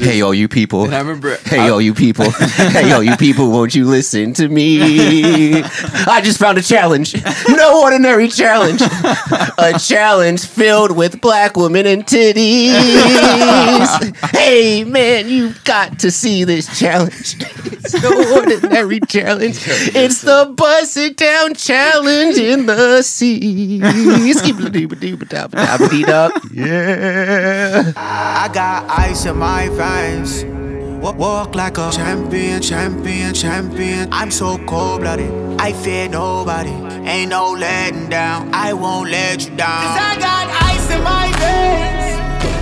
Hey, all you people. And I remember- Hey, I- all you people. hey, all you people, won't you listen to me? I just found a challenge. No ordinary challenge. A challenge filled with black women and titties. hey, man, you've got to see this challenge. It's no ordinary challenge. It's the bust it down challenge in the sea. Yeah. I got ice in my veins. Wa- Walk like a champion, champion, champion. I'm so cold blooded. I fear nobody. Ain't no letting down. I won't let you down. Cause I got ice in my veins.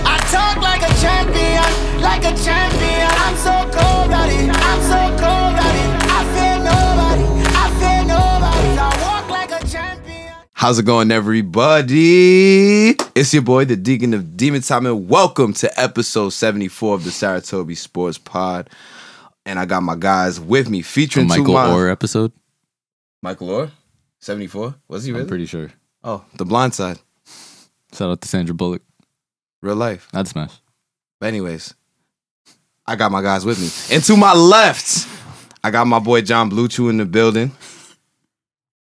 I talk like a champion, like a champion. I'm so cold blooded. I'm so cold blooded. I fear nobody. I fear nobody. I walk like a champion. How's it going, everybody? It's your boy, the Deacon of Demon Time, and welcome to episode 74 of the Saratobi Sports Pod. And I got my guys with me, A featuring two Michael my- Orr episode. Michael Orr, 74? Was he really? I'm pretty sure. oh, The Blind Side, Shout out to Sandra Bullock. real life. I'd smash. But anyways, I got my guys with me. And to my left, I got my boy John Blue Chew in the building.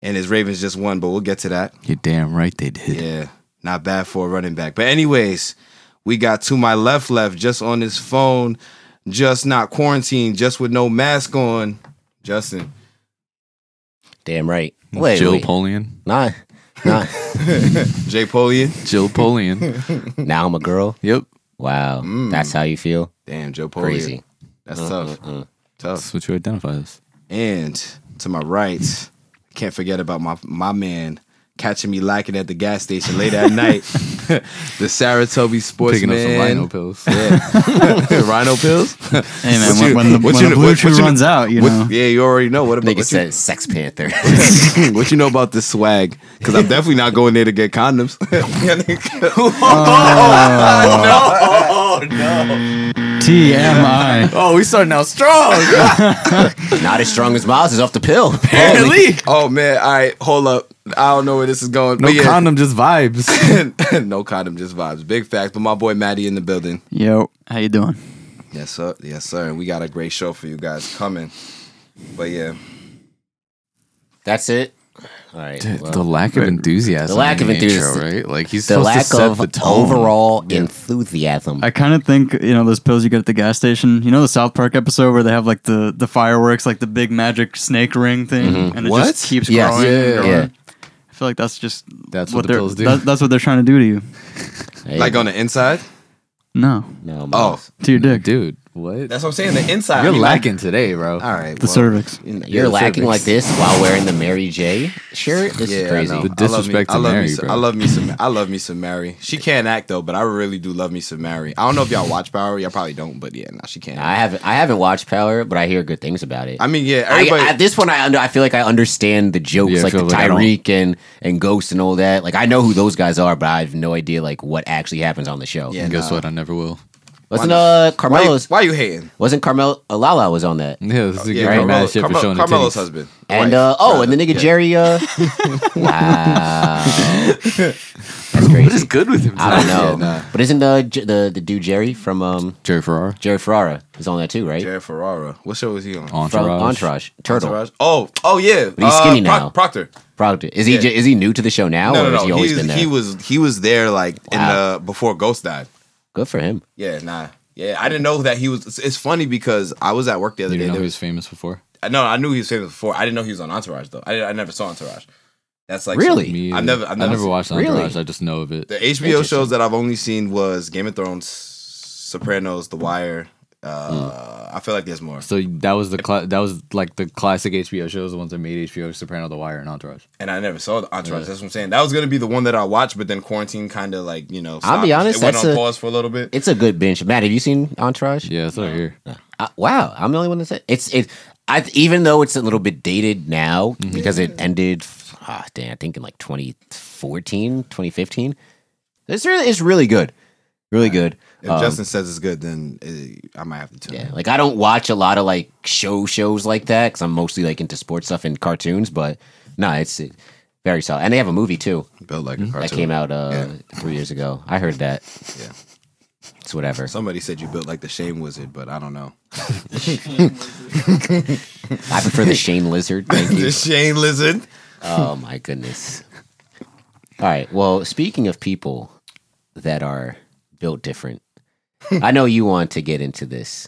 And his Ravens just won, but we'll get to that. You're damn right they did. Yeah, not bad for a running back. But anyways, we got to my left, left, just on his phone, just not quarantined, just with no mask on. Justin, Damn right. Wait, Jill wait. Polian. Nah, nah. Jay Polian. Jill Polian. now I'm a girl. yep. Wow, Mm. that's how you feel. Damn, Joe Polian. Crazy. That's Uh, tough. uh, uh. Tough. That's what you identify as. And to my right, can't forget about my my man catching me lacking at the gas station late at night. the Saratobi sports Picking up some man. rhino pills. Yeah. rhino pills. Hey man, What when, you- when the, what when you- the what- blue what chew you- runs out, you What- know. yeah, you already know. What about Nigga what you- said Sex Panther. what you know about this swag? Because I'm definitely not going there to get condoms. TMI. oh, we starting out strong. Not as strong as Miles is off the pill. Apparently. Oh man! All right, hold up. I don't know where this is going. No but yeah. condom, just vibes. no condom, just vibes. Big facts. But my boy Maddie in the building. Yo, how you doing? Yes sir. Yes sir. And we got a great show for you guys coming. But yeah, That's it. All right. well, the lack of enthusiasm. The lack in of enthusi- intro, right? Like he's the supposed to lack set of the tone. overall enthusiasm. I kind of think you know those pills you get at the gas station. You know the South Park episode where they have like the the fireworks, like the big magic snake ring thing, and it What? just keeps Yes. growing. and Yeah. growing. Yeah. I feel like that's just That's what the they're pills do. that- that's what they're trying to do to you. Hey, like on the inside. No, no, Oh, Miles. to your dick, Dude, what? that's what I'm saying. The inside. I You're mean, like- lacking today, bro. Ah, all right. the well, cervix. you know, You're yeah, lacking cervix. like this while wearing the Mary J shirt. This Yeah, is I know. crazy. The disrespect I to love me, Mary, I bro. love me some. I love me some Mary. She can't act though, but I really do love me some Mary. I don't know if y'all watch Power. Y'all probably don't, but yeah, nah, she can't. I haven't I haven't watched Power, but I hear good things about it. I mean, yeah, I, everybody. at this one, I under, I feel like I understand the jokes, Yeah, I like the feel like I don't- Tyreek and and Ghost and all that. Like I know who those guys are, but I have no idea like what actually happens on the show. Yeah. And guess what? I never will. Wasn't uh why, you, Carmelo's? why you hating? Wasn't Carmel Alala was on that? Yeah, this is a Yeah, great Carmelo- mad shit for Carmelo- showing the Carmelo's titties. husband And Wife. uh, oh, and the Brother. nigga Yeah. Jerry. Uh, wow, that's crazy. good with him? I don't know, nah. but isn't the J- the the dude Jerry from um Jerry Ferrara. Jerry Ferrara is on that too, right? Jerry Ferrara. What show was he on? From Entourage. Entourage, Turtle. Entourage? Oh, oh yeah. he's skinny now. Proctor. Proctor. Is he Yeah. j is he new to the show now, No, or has no, he no. always He's, been there? he was he was there like Wow. in the before Ghost died. Good for him. Yeah, nah. Yeah, I didn't know that he was. It's, it's funny because I was at work the other You day. didn't know There he was was famous before? I no, I knew he was famous before. I didn't know he was on Entourage though. I, I never saw Entourage. That's like Really? some- Me I've either. never I've never, I never watched Really? Entourage. I just know of it. The HBO shows that I've only seen was Game of Thrones, Sopranos, The Wire. Uh, I feel like there's more, So that was the cla- that was like the classic HBO shows, the ones that made HBO, Soprano, The Wire, and Entourage. and I never saw the Entourage. That's what I'm saying. That was gonna be the one that I watched, but then quarantine kind of like you know. I'll be stopped. honest, it went that's on a- pause for a little bit. It's a good bench. Matt, have you seen Entourage? Yeah, it's right here. Uh, wow, I'm the only one that said it's it. I even though it's a little bit dated now Mm-hmm. because it ended. Ah, dang, I think in like 2014, 2015. It's really it's really good, really good. if Um, Justin says it's good, then uh I might have to tune. yeah, in. like I don't watch a lot of like show shows like that because I'm mostly like into sports stuff and cartoons. But no, nah, it's it, very solid, and they have a movie too Built like a cartoon. that came out uh three years ago. I heard that. Yeah. It's whatever. Somebody said you built like the Shame Wizard, but I don't know. I prefer the Shane Lizard. Thank you. the Shame Lizard. Oh my goodness. All right. Well, speaking of people that are built different, I know you want to get into this.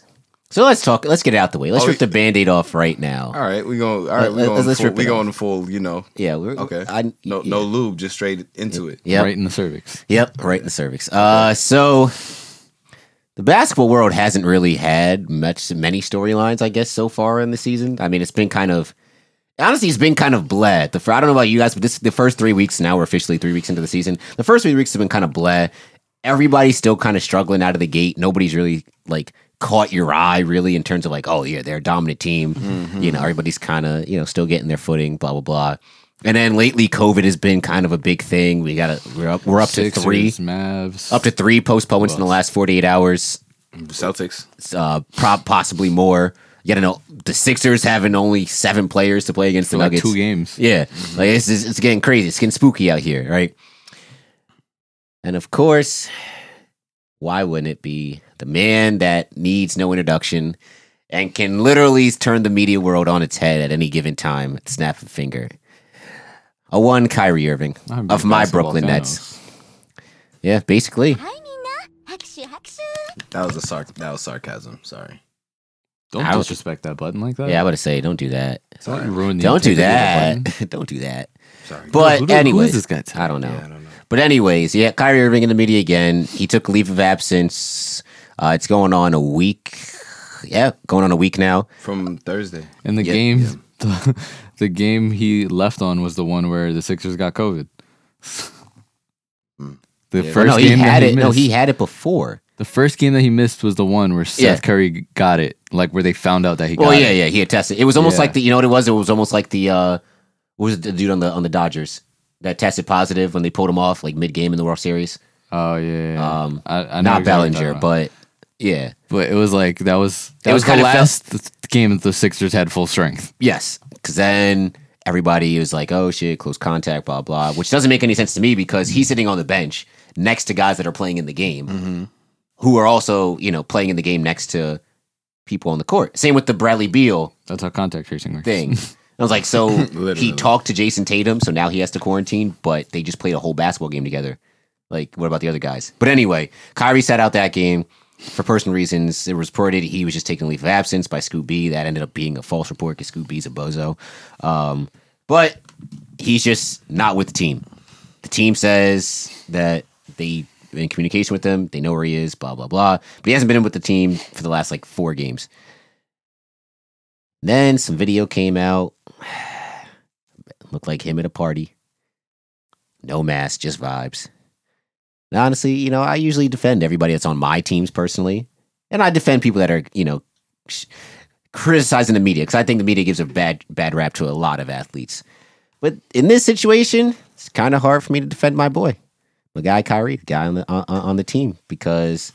So let's talk. Let's get it out the way. Let's Oh, rip the band-aid off right now. All right, we going. All right, we Let- going. let's full, rip it we off. going full. You know. Yeah. We're, Okay. I, no, no lube, just straight into it. Yep. right in the cervix. Yep, right in the cervix. Uh, so the basketball world hasn't really had much many storylines, I guess, so far in the season. I mean, it's been kind of honestly, it's been kind of blah. The fir- I don't know about you guys, but this the first three weeks now we're officially three weeks into the season. The first three weeks have been kind of blah. Everybody's still kind of struggling out of the gate. Nobody's really like caught your eye really in terms of like, oh yeah, they're a dominant team. You know, everybody's kind of you know still getting their footing. Blah blah blah. And then lately, COVID has been kind of a big thing. We got to we're up we're up to Sixers, three Mavs. up to three postponements in the last 48 hours, Celtics. uh, prob- possibly more. You gotta know the Sixers having only seven players to play against the for like Nuggets. two games. Mm-hmm. Yeah, like it's, it's it's getting crazy. It's getting spooky out here, right? And of course, why wouldn't it be the man that needs no introduction and can literally turn the media world on its head at any given time, at the snap of a finger? A one Kyrie Irving I'm a of my basketball Brooklyn Thanos. Nets. Yeah, basically. はいみんな拍手拍手 That was a sarc. That was sarcasm. Sorry. Don't I was- disrespect that button like that. Yeah, I would say don't do that. Don't ruin the don't do integrity of the that. button. don't do that. Sorry. But Who- who is anyways, this guy? I don't know. Yeah, I don't know. But anyways, yeah, Kyrie Irving in the media again. He took leave of absence. Uh, it's going on a week. Yeah, going on a week now. Oh, From Thursday. And the Yeah, game, The, the game he left on was the one where the Sixers got COVID. The Oh, first no, he game had that it. he missed, No, he had it before. the first game that he missed was the one where Seth Yeah. Curry got it, like where they found out that he Well, got yeah, it. yeah, he had tested. It was almost Yeah. like the you know what it was. It was almost like the uh, what was it, the dude on the on the Dodgers that tested positive when they pulled him off like mid game in the World Series. Oh yeah, yeah. Um, I, I know Not exactly what you're Bellinger, talking about. but yeah, but it was like that was that It was was, kinda the felt- last th- game that the Sixers had full strength. Yes, because then everybody was like, "Oh shit, close contact, blah blah," which doesn't make any sense to me because he's sitting on the bench next to guys that are playing in the game, who are also you know playing in the game next to people on the court. Same with the Bradley Beal That's how contact tracing works. thing. I was like, so he Literally. talked to Jason Tatum, so now he has to quarantine, but they just played a whole basketball game together. Like, what about the other guys? But anyway, Kyrie sat out that game for personal reasons. It was reported he was just taking leave of absence by Scoot B. That ended up being a false report because Scoot B's a bozo. Um, but he's just not with the team. The team says that they in communication with him, they know where he is, blah blah blah. But he hasn't been with the team for the last like four games. Then some video came out. Looked like him at a party. No mask, just vibes. Now, honestly, you know, I usually defend everybody that's on my teams personally. And I defend people that are, you know, sh- criticizing the media because I think the media gives a bad, bad rap to a lot of athletes. But in this situation, it's kind of hard for me to defend my boy, my guy Kyrie, the guy on the, on, on the team, because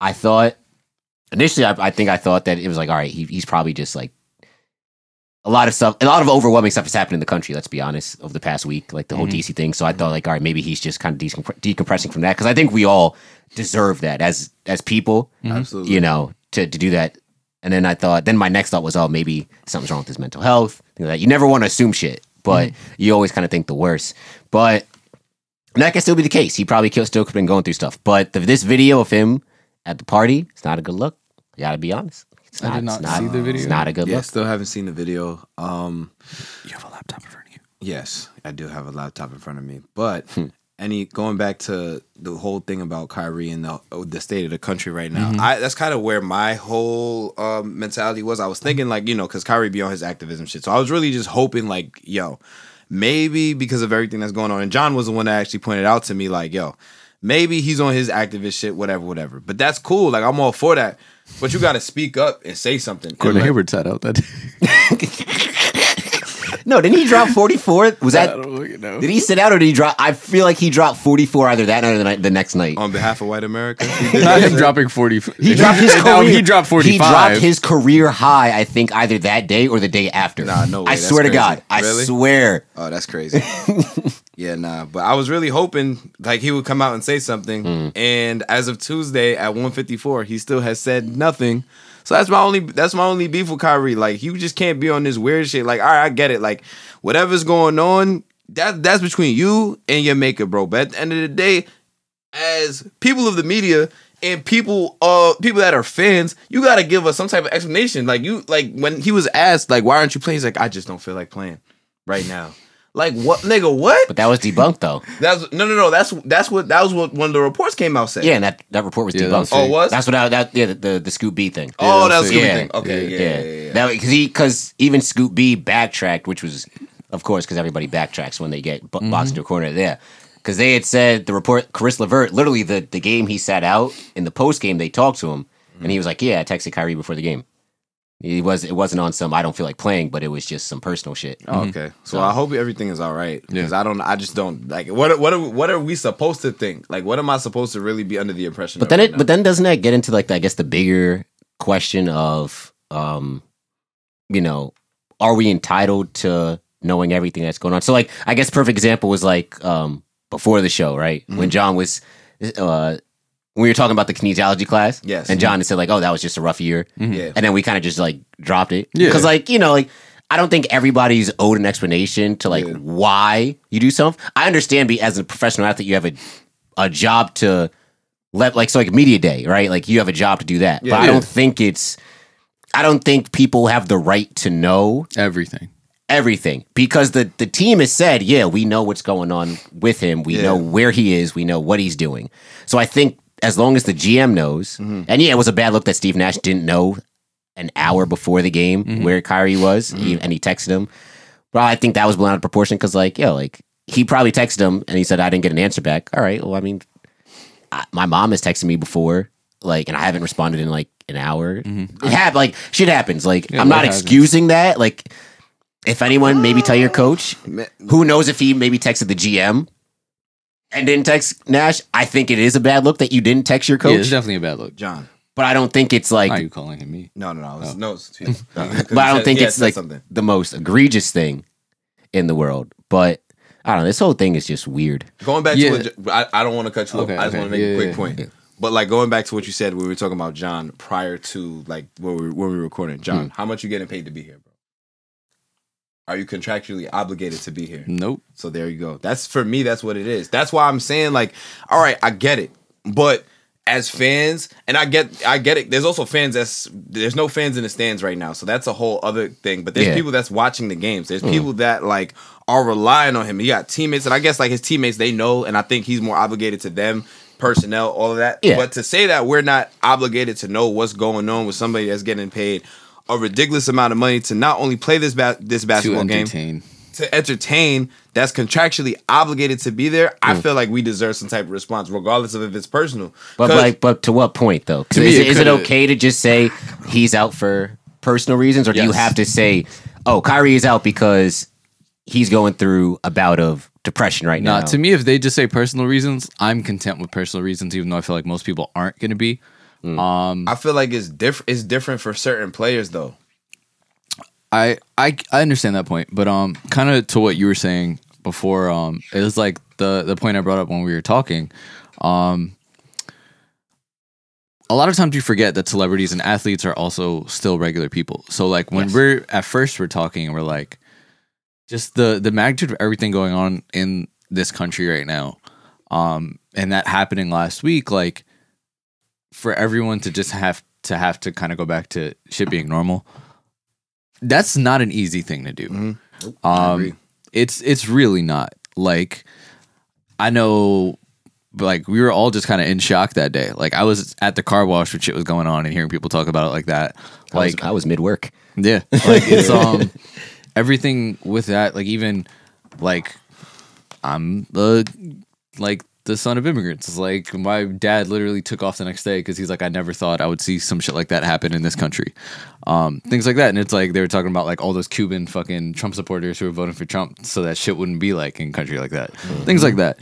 I thought initially I, I think I thought that it was like, all right, he, he's probably just like a lot of stuff, a lot of overwhelming stuff has happened in the country. Let's be honest, over the past week, like Mm-hmm. the whole DC thing. So I thought, like, all right, maybe he's just kind of decompre- decompressing from that because I think we all deserve that as as people, Absolutely. you know, to to do that. And then I thought, then my next thought was, oh, maybe something's wrong with his mental health. Things like that. You never want to assume shit, but Mm-hmm. you always kind of think the worst. But and that could still be the case. He probably could- still could have been going through stuff. But the, this video of him at the party, it's not a good look. I gotta be honest. It's not, I did it's not not see the It's video. not a good yeah, look. still haven't seen the video. Um, You have a laptop in front of you. yes, I do have a laptop in front of me, but any going back to the whole thing about Kyrie and the oh, the state of the country right now. I that's kind of where my whole um, mentality was. I was thinking like you know because Kyrie be on his activism shit, so I was really just hoping like yo, maybe because of everything that's going on. And John was the one that actually pointed out to me like yo, maybe he's on his activist shit, whatever, whatever. But that's cool. Like I'm all for that. But you got to speak up and say something. And, Gordon like, Hayward sat out that. No, didn't he drop 44? Was that. fucking know. Did he sit out or did he drop? I feel like he dropped 44 either that night or the, night, the next night. on behalf of white America. Not him dropping forty. he dropped his career. No, he dropped He forty dropped five. his career high, I think, either that day or the day after. Nah, no way. I That's swear to crazy. God. I Really? swear. oh, that's crazy. Yeah, nah. But I was really hoping like he would come out and say something. And as of Tuesday at 154, he still has said nothing. So that's my only that's my only beef with Kyrie. Like you just can't be on this weird shit. Like, all right, I get it. Like, whatever's going on, that that's between you and your maker, bro. But at the end of the day, as people of the media and people uh people that are fans, you gotta give us some type of explanation. Like you like when he was asked, like, why aren't you playing? He's like, I just don't feel like playing right now. Like what nigga, what? But that was debunked though. That's no, no, no. That's that's what that was what one of the reports came out saying. Yeah, and that, that report was Yeah, debunked. that was Oh, it was? That's what I that yeah the the, the Scoop B thing. Oh, that was Yeah, Scoop yeah, thing. Okay, yeah, yeah, yeah. yeah, That because he because even Scoop B backtracked, which was of course because everybody backtracks when they get b- Mm-hmm. boxed into a corner. There, because they had said the report, Chris Levert, literally the the game he sat out in the post game, they talked to him and Mm-hmm. he was like, "Yeah, I texted Kyrie before the game." He was it wasn't on some I don't feel like playing, but it was just some personal shit. Oh, okay, so I hope everything is all right because Yeah. I don't. I just don't like what. What? Are, what are we supposed to think? Like, what am I supposed to really be under the impression? But of then right it but then doesn't that get into like I guess the bigger question of um you know, are we entitled to knowing everything that's going on? So like I guess perfect example was like um before the show, right? When John was uh when we were talking about the kinesiology class. Yes. And John had said like, oh that was just a rough year. now? yeah, And then we kind of just like dropped it. Yeah. Cause like, you know, like I don't think everybody's owed an explanation to like Yeah. why you do something. I understand be as a professional athlete, you have a a job to let like so like media day, right? Like you have a job to do that. Yeah. But I Yeah. don't think it's I don't think people have the right to know Everything. everything because the the team has said, yeah, we know what's going on with him. We Yeah. know where he is. We know what he's doing. So I think as long as the GM knows, and yeah, it was a bad look that Steve Nash didn't know an hour before the game where Kyrie was, he- and he texted him. But I think that was blown out of proportion because, like, yo, like he probably texted him and he said, "I didn't get an answer back." All right, well, I mean, I, my mom has texted me before, like, and I haven't responded in like an hour. Mm-hmm. It happened, like shit happens. Like, Yeah, I'm not life happens. excusing that. Like, if anyone, maybe tell your coach. Who knows if he maybe texted the GM and didn't text Nash? I think it is a bad look that you didn't text your Yeah, coach, it's definitely a bad look. John. but I don't think it's like. Why are you calling him me? No, no, no. It's, Oh. No, it's two. No, but I don't think yeah, it's said like something. the most egregious thing in the world. But I don't know. This whole thing is just weird. Going back Yeah. to what, I, I don't want to cut you Okay, off. I just okay. want to make Yeah, a quick yeah, point. But like going back to what you said when we were talking about John prior to like when we when we were recording, Hmm. John, how much you getting paid to be here, bro? Are you contractually obligated to be here? Nope. So there you go. That's for me. That's what it is. That's why I'm saying like, all right, I get it, but as fans, and I get, I get it. There's also fans that's there's no fans in the stands right now, so that's a whole other thing. But there's Yeah. people that's watching the games. There's people that like are relying on him. He got teammates, and I guess like his teammates, they know, and I think he's more obligated to them. Personnel, all of that. Yeah. But to say that we're not obligated to know what's going on with somebody that's getting paid a ridiculous amount of money to not only play this ba- this To basketball game, entertain. to entertain that's contractually obligated to be there, I feel like we deserve some type of response, regardless of if it's personal. But 'Cause- like, but to what point though? 'Cause To me, Is, it is it could've- okay to just say he's out for personal reasons, or do you Yes. have to say, "Oh, Kyrie is out because he's going through a bout of depression right Nah, now"? to me, if they just say personal reasons, I'm content with personal reasons, even though I feel like most people aren't going to be. Um, I feel like it's different. It's different for certain players, though. I, I I understand that point, but um, kind of to what you were saying before, um, it was like the the point I brought up when we were talking. Um, a lot of times you forget that celebrities and athletes are also still regular people. So like when we're at first we're talking and we're like, just the the magnitude of everything going on in this country right now, um, and that happening last week, like for everyone to just have to have to kind of go back to shit being normal that's not an easy thing to do. Mm-hmm. Um, it's it's really not. Like I know, like we were all just kind of in shock that day. Like I was at the car wash when shit was going on and hearing people talk about it like that. I was- Like I was, mid work. yeah, like it's um everything with that. Like even like I'm the like the son of immigrants. It's like my dad literally took off the next day because he's like, I never thought I would see some shit like that happen in this country, um, things like that. And it's like they were talking about like all those Cuban fucking Trump supporters who were voting for Trump, so that shit wouldn't be like in country like that, things like that.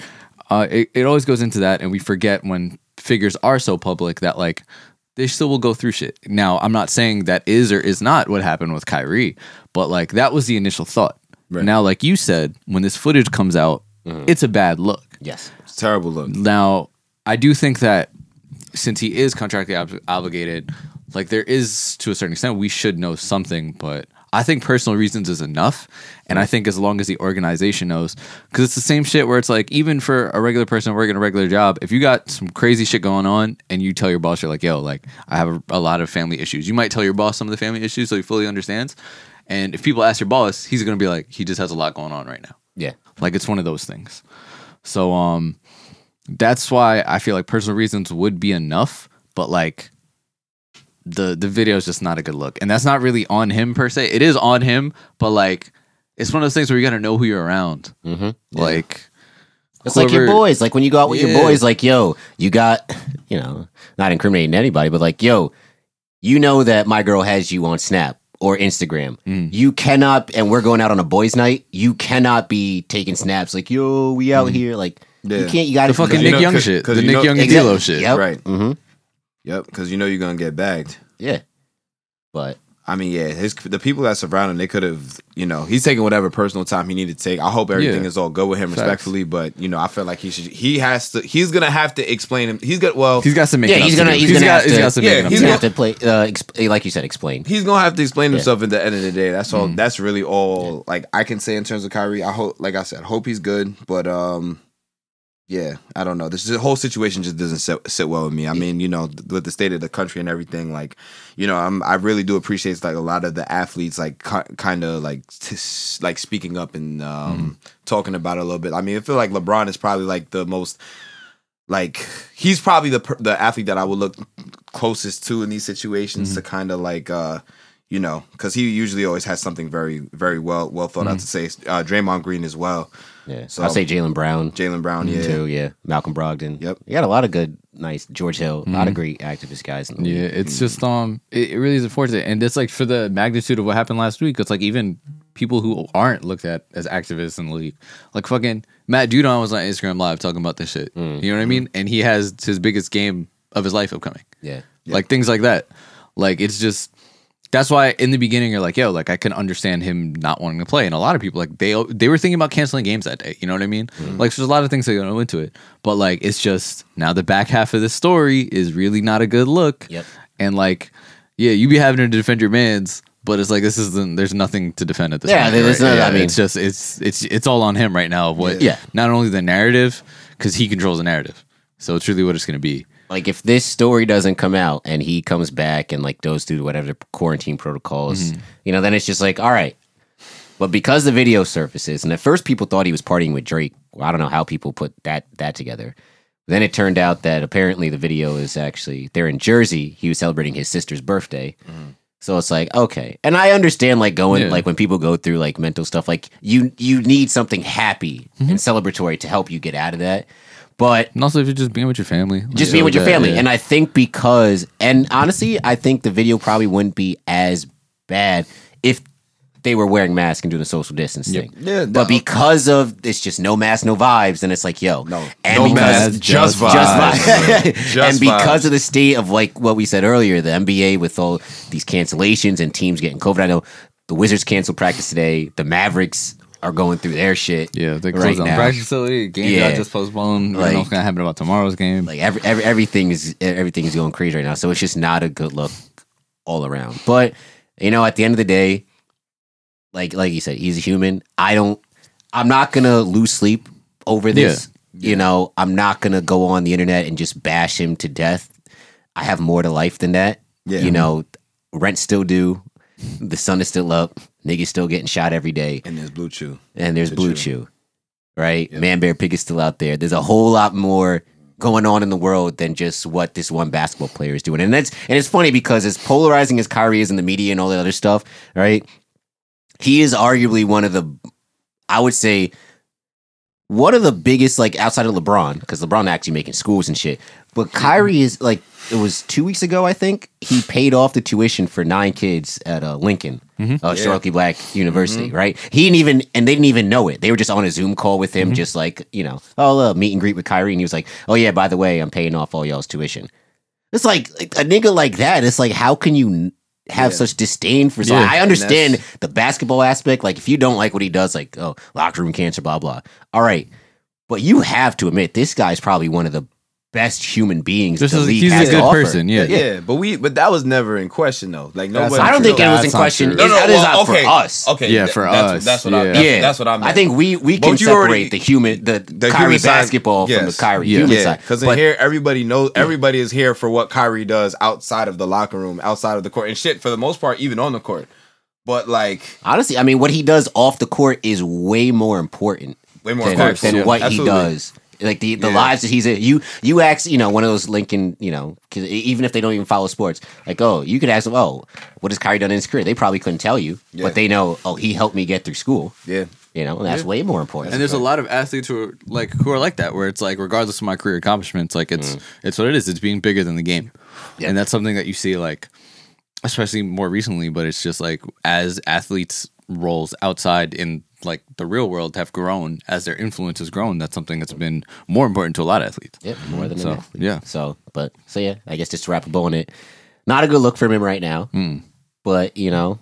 Uh, it, it always goes into that, and we forget when figures are so public that like they still will go through shit. Now, I'm not saying that is or is not what happened with Kyrie, but like that was the initial thought. Now, like you said, when this footage comes out it's a bad look. Yes. It's a terrible look. Now, I do think that since he is contractually ob- obligated, like there is to a certain extent, we should know something. But I think personal reasons is enough, and I think as long as the organization knows, because it's the same shit where it's like even for a regular person working a regular job, if you got some crazy shit going on and you tell your boss, you're like, "Yo, like I have a, a lot of family issues." You might tell your boss some of the family issues so he fully understands. And if people ask your boss, he's gonna be like, "He just has a lot going on right now." Yeah. Like it's one of those things. So um that's why I feel like personal reasons would be enough, but like the the video is just not a good look. And that's not really on him per se. It is on him, but like it's one of those things where you got to know who you're around. Mm-hmm. Like It's like your whoever- boys. Like when you go out with Yeah. your boys, like, yo, you got, you know, not incriminating anybody, but like, yo, you know that my girl has you on Snap or Instagram. Mm. You cannot, and we're going out on a boys' night. You cannot be taking snaps like, yo, we Mm. out here. Like, Yeah. you can't, you got to the fucking you Nick know- Young 'cause- shit, 'cause the you Nick know- Young and Exactly. D'Lo shit. Yep. Right. Mm-hmm. Yep. Because you know you're gonna get bagged. Yeah. But I mean, yeah, his the people that surround him, they could have, you know, he's taking whatever personal time he needed to take. I hope everything Yeah. is all good with him Facts. respectfully, but you know, I feel like he should, he has to, he's gonna have to explain him. He's gonna, well, He's he's, got some making yeah, up he's to gonna, do. he's gonna, have, he's to, got some yeah, making up he's he's to gonna do. have to play, uh, exp- like you said, explain. gonna have to explain himself at the end of the day. That's all. That's really all. Like I can say in terms of Kyrie, I hope, like I said, hope he's good, but um. Yeah, I don't know. This is- whole situation just doesn't sit, sit well with me. I mean, you know, th- with the state of the country and everything, like, you know, I'm I really do appreciate like a lot of the athletes like ki- kind of like t- s- like speaking up and um talking about it a little bit. I mean, I feel like LeBron is probably like the most like he's probably the per- the athlete that I would look closest to in these situations to Mm-hmm. kind of like uh you know, because he usually always has something very, very well, well thought out to Mm-hmm. say. Uh, Draymond Green as well, Yeah. So- I'll say Jalen Brown. Jalen Brown, yeah, too. Yeah, Malcolm Brogdon. Yep. you got a lot of good, nice George Hill. A lot of great activist guys. In the Mm-hmm. Yeah, league. it's just um, it, it really is unfortunate, and it's like for the magnitude of what happened last week. It's like even people who aren't looked at as activists in the league, like fucking Matt Judon was on Instagram Live talking about this shit. Hmm. You know what I mean? And he has his biggest game of his life upcoming, yeah, like things like that. Like it's just that's why in the beginning you're like, yo, like I can understand him not wanting to play, and a lot of people like they they were thinking about canceling games that day. You know what I mean? Hmm. Like so there's a lot of things that go into it, but like it's just now the back half of this story is really not a good look. Yep. And like, yeah, you be having to defend your man's, but it's like this isn't. There's nothing to defend at this. Yeah, point, there's right? no- I Yeah, mean- it's just it's it's it's all on him right now. Of what? Yeah. Yeah. Not only the narrative, because he controls the narrative, so it's really what it's going to be. Like if this story doesn't come out and he comes back and like goes through whatever quarantine protocols, you know, then it's just like, all right. But because the video surfaces, and at first people thought he was partying with Drake. Well, I don't know how people put that that together. Then it turned out that apparently the video is actually they're in Jersey. He was celebrating his sister's birthday. So it's like okay, and I understand like going Yeah. like when people go through like mental stuff, like you you need something happy and celebratory to help you get out of that. But And also, if you're just being with your family, like, just being with your that, family. yeah. And I think because, and honestly, I think the video probably wouldn't be as bad if they were wearing masks and doing the social distance thing. Yeah, but no. because of it's just no mask, no vibes, then it's like, yo, no, and no because- mask, just vibes. Just vibes. Just and because vibes. of the state of like what we said earlier, the NBA with all these cancellations and teams getting COVID. I know the Wizards canceled practice today. The Mavericks are going through their shit. Yeah, they right closed down the now. practice facility. Game Yeah. got just postponed. we don't know Like- what's gonna happen about tomorrow's game. like every, every everything is everything is going crazy right now. So it's just not a good look all around. But you know, at the end of the day, like like you said, he's a human. I don't. I'm not gonna lose sleep over this. You know, I'm not gonna go on the internet and just bash him to death. I have more to life than that. Yeah. You know, rent still due. The sun is still up. Niggas still getting shot every day and there's Blue Chew. and there's To Blue Chew. Chew, right? Man Bear Pig is still out there. There's a whole lot more going on in the world than just what this one basketball player is doing. And that's and it's funny because as polarizing as Kyrie is in the media and all that other stuff, right? He is arguably one of the, I would say, one of the biggest like outside of LeBron because LeBron actually making schools and shit. But Kyrie is like it was two weeks ago I think he paid off the tuition for nine kids at uh, Lincoln, uh, historically black university, right? He didn't even and they didn't even know it. They were just on a Zoom call with him, just like you know, oh look, meet and greet with Kyrie, and he was like, oh yeah, by the way, I'm paying off all y'all's tuition. It's like a nigga like that. It's like how can you n- have such disdain for? something? Yeah. I understand that's- the basketball aspect. Like if you don't like what he does, like oh locker room cancer, blah blah. All right, But you have to admit, this guy's probably one of the best human beings This the is- league he's has a to good offer. person. Yeah. Yeah, but we but that was never in question though. Like nobody. I don't true. think it was in That's not question. true. It's- that is not for us. Okay, Yeah, th- for that's, us, That's what I. yeah. That's, yeah, that's what I meant. I think we we But can you separate already- the human the, the Kyrie human side- basketball from the yes. Kyrie Yeah. human Yeah, side. because in But here everybody knows everybody is here for what Kyrie does outside of the locker room, outside of the court, and shit for the most part, even on the court. But like honestly, I mean, what he does off the court is way more important way more than, course, than yeah, what absolutely. he does. Like the, the Yeah. lives that he's in. You you ask, you know, one of those Lincoln, you know, 'cause e- even if they don't even follow sports, like, oh, you could ask them, oh, what has Kyrie done in his career? They probably couldn't tell you, Yeah. but they know, oh, he helped me get through school. Yeah, You know, and that's way more important. and there's a lot of athletes who are like who are like that where it's like regardless of my career accomplishments like it's it's what it is it's being bigger than the game Mm. Yeah. and that's something that you see like especially more recently but it's just like as athletes roles outside in like the real world have grown as their influence has grown that's something that's been more important to a lot of athletes Yep, more than So, an athlete. yeah. So, but so yeah, I guess just to wrap a bow on it, not a good look for him right now. Hmm. But you know,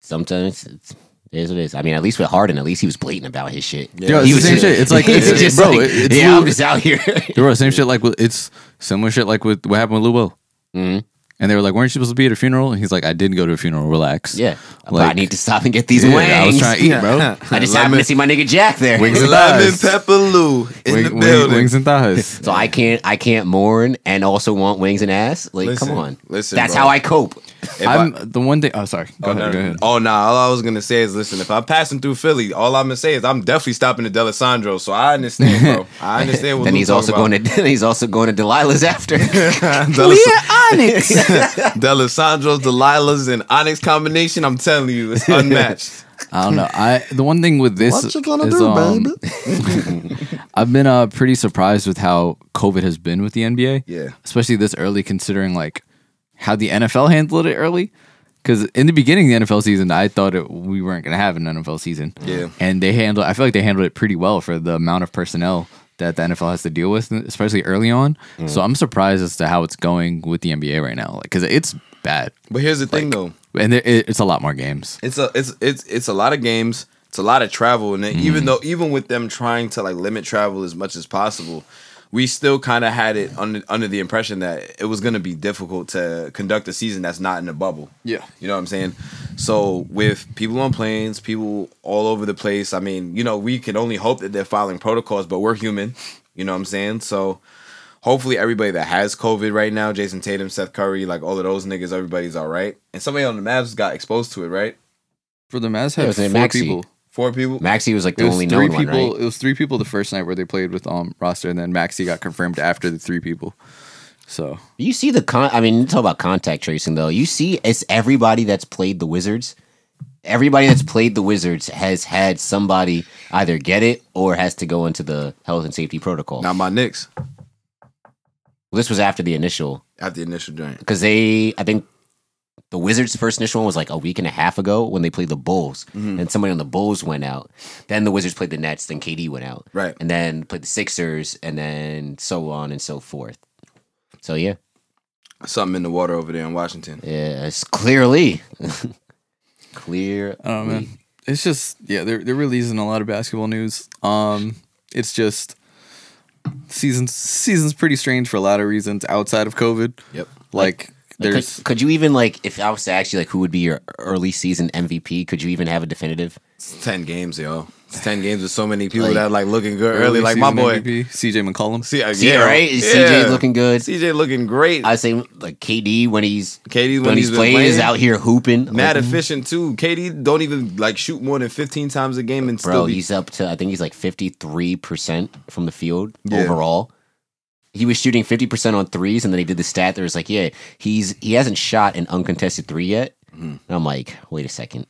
sometimes it's, it is what it is. I mean, at least with Harden, at least he was blatant about his shit. Yeah, it's he the was same just- shit. It's like- it's- just bro, like, it- it's yeah, I'm Lou- just out here. Bro, same shit like with, it's similar shit like with what happened with Lou Will Mhm. and they were like weren't you supposed to be at a funeral and he's like I did go to a funeral relax yeah, but I Like- need to stop and get these Yeah, wings. I was trying to eat bro I just happened to see my nigga Jack there. Wings and Lemon thighs Pepper Lou in Wing- the wing- building. wings and thighs So I can't, I can't mourn and also want wings and ass. Like, Listen, come on, listen, that's bro. how I cope. If I- I'm the one thing. Oh, sorry. Go Oh, ahead. no, no, go ahead. no. Oh, nah. All I was gonna say is, listen. If I'm passing through Philly, all I'm gonna say is I'm definitely stopping at Delisandro. So I understand, bro. I understand what. Then Lou he's talking also about. going to, then he's also going to Delilah's after. Onyx. Delisandro's, Delilah's, and Onyx combination. I'm telling you, it's unmatched. I don't know. I the one thing with this What you gonna is, do, um, baby? I've been uh, pretty surprised with how COVID has been with the NBA. Yeah. especially this early, considering like how the NFL handled it early. Because in the beginning of the NFL season, I thought it, we weren't gonna have an NFL season. Yeah. and they handled. I feel like they handled it pretty well for the amount of personnel that the NFL has to deal with, especially early on. Mm. So I'm surprised as to how it's going with the NBA right now, like because it's bad, but here's the thing, though. and there, it, it's a lot more games. It's a it's it's it's a lot of games. It's a lot of travel, and then even though even with them trying to like limit travel as much as possible, we still kind of had it under under the impression that it was going to be difficult to conduct a season that's not in a bubble. Yeah. you know what I'm saying. So with people on planes, people all over the place. I mean, you know, we can only hope that they're following protocols, but we're human. You know what I'm saying? So hopefully everybody that has COVID right now, Jason Tatum, Seth Curry, like all of those niggas, everybody's all right. And somebody on the Mavs got exposed to it, right? For the Mavs, Yeah, it had was in four Maxi. people. Four people. Maxie was like the it was only three known one, people. right? It was three people the first night where they played with um roster, and then Maxi got confirmed after the three people. So You see the con. I mean, you talk about contact tracing though. You see, it's everybody that's played the Wizards. Everybody that's played the Wizards has had somebody either get it or has to go into the health and safety protocol. Not my Knicks. this was after the initial At the initial joint. because they, I think, the Wizards' first initial one was like a week and a half ago when they played the Bulls, and somebody on the Bulls went out. Then the Wizards played the Nets, then KD went out, Right. and then played the Sixers, and then so on and so forth. So yeah, Something in the water over there in Washington. Yes, clearly. Clear. I don't know, Oh, man. It's just yeah, they're they're releasing a lot of basketball news. Um, it's just seasons seasons pretty strange for a lot of reasons outside of COVID. Yep. Like Could, there's could you even like if I was to ask you like who would be your early season MVP? Could you even have a definitive? It's ten games, yo. It's ten games with so many people Like, that like looking good early. Like my season boy. MVP, CJ McCollum. See, uh, Yeah, yeah, right. yeah. CJ's looking good. CJ looking great. I say like KD when he's KD when when he's he's been playing is playing. out here hooping. Like, Mad efficient too. KD don't even like shoot more than fifteen times a game and bro, still be he's up to I think he's like fifty three percent from the field Yeah. overall. He was shooting fifty percent on threes, and then he did the stat that was like, yeah, he's he hasn't shot an uncontested three yet. Mm-hmm. And I'm like, wait a second.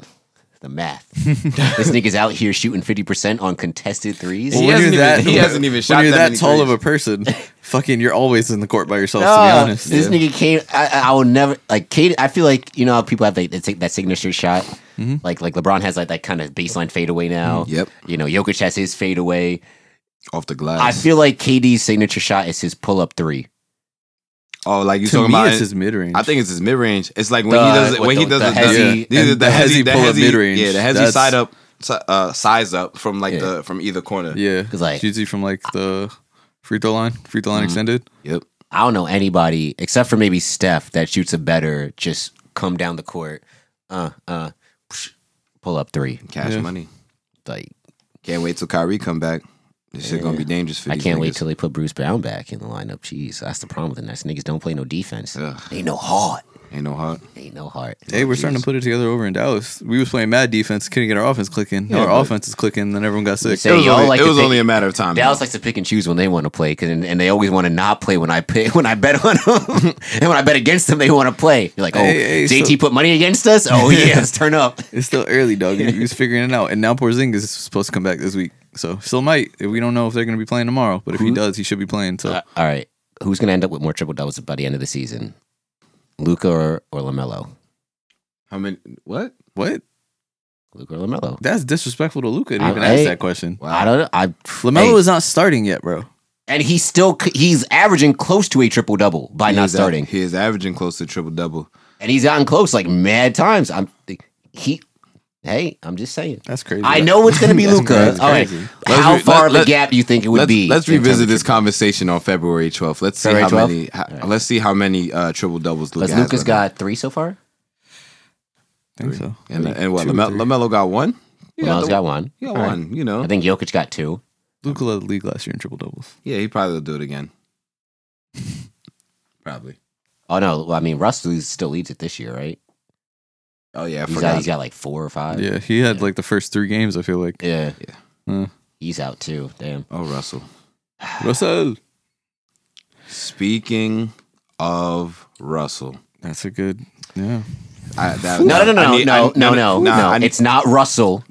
The math. this nigga's out here shooting fifty percent on contested threes. Well, He when hasn't you're even- he hasn't even when shot you're that that many tall of threes. a person. fucking, you're always in the court by yourself. to be Oh, honest, This nigga came. I, I- I will never like Kate. I feel like you know how people have like, that, sig- that signature shot. Mm-hmm. Like like LeBron has like that kind of baseline fadeaway now. Yep. You know Jokic has his fadeaway. off the I glass. feel like KD's signature shot is his pull up three. oh, like you to talking me, about it's his mid range. I think it's his mid range. It's like when The- he does it. what When the- he does the it, hezzy the, and the, the, the hezzy pull up mid-range. Yeah, the hezzy That's- side up. si- uh, size up from like Yeah. the from either corner. Yeah, 'Cause, like- Mm-hmm. It's usually from like the free throw line, free throw line extended. Yep. I don't know anybody except for maybe Steph that shoots a better just come down the court, uh, uh, psh, pull up three. Cash Yeah. money. Like Can't wait till Kyrie come back. This shit gonna be dangerous for I these can't niggas. wait till they put Bruce Brown back in the lineup. Jeez, that's the problem with the Nets. Niggas don't play no defense. Ugh. They ain't no heart. Ain't no heart. They ain't no heart. Hey, we're starting to put it together over in Dallas. We was playing mad defense, couldn't get our offense clicking. Now but- our offense is clicking, then everyone got They sick. say it was, y'all only, like it to was pick- only a matter of time. Dallas though. likes to pick and choose when they want to play, 'cause- and, and they always want to not play when I pay, when I bet on them, and when I bet against them, they want to play. You're like, oh, Hey, hey, JT so- put money against us. Oh yeah, let's turn up. It's still early, dog. He was figuring it out, and now Porzingis is supposed to come back this week, so still might. We don't know if they're going to be playing tomorrow, but if he does, he should be playing. So Uh, All right, who's gonna end up with more triple doubles by the end of the season? Luca or, or Lamelo? How many? What? what? Luca or Lamelo? That's disrespectful to Luca to even I- ask that question. I don't know. I Lamelo hey, is not starting yet, bro. and he's still c- he's averaging close to a triple double by He not is a- starting, he is averaging close to triple double. and he's gotten close like mad times. I'm he. Hey, I'm just saying. That's crazy. I know it's gonna be That's Luca. crazy. All right, Let's how re- far let- of a let- gap do you think it would let's, be? Let's in terms revisit of this triple- conversation on February 12th. Let's see February how 12th? many. ho- All right. Let's see how many uh, triple doubles Luca Luca has. Luca's right now. got three so far. I think so. and, and what Two or Lame- three. Lamelo got one. Yeah, Yeah, Lamelo's got one. Yeah, All right. one. You know. I think Jokic got two. Luca led the league last year in triple doubles. yeah, he probably will do it again. probably. Oh no, well, I mean Russ le- still leads it this year, right? Oh yeah, I He's forgot. out. He's got like four or five. Yeah, he had yeah. like the first three games. I feel like yeah. Yeah. Hmm. He's out too. Damn. oh Russell. Russell. Speaking of Russell, That's a good. Yeah. I, that, No, no, no, no, I need- I- no, no, no, nah, no. I need- It's not Russell.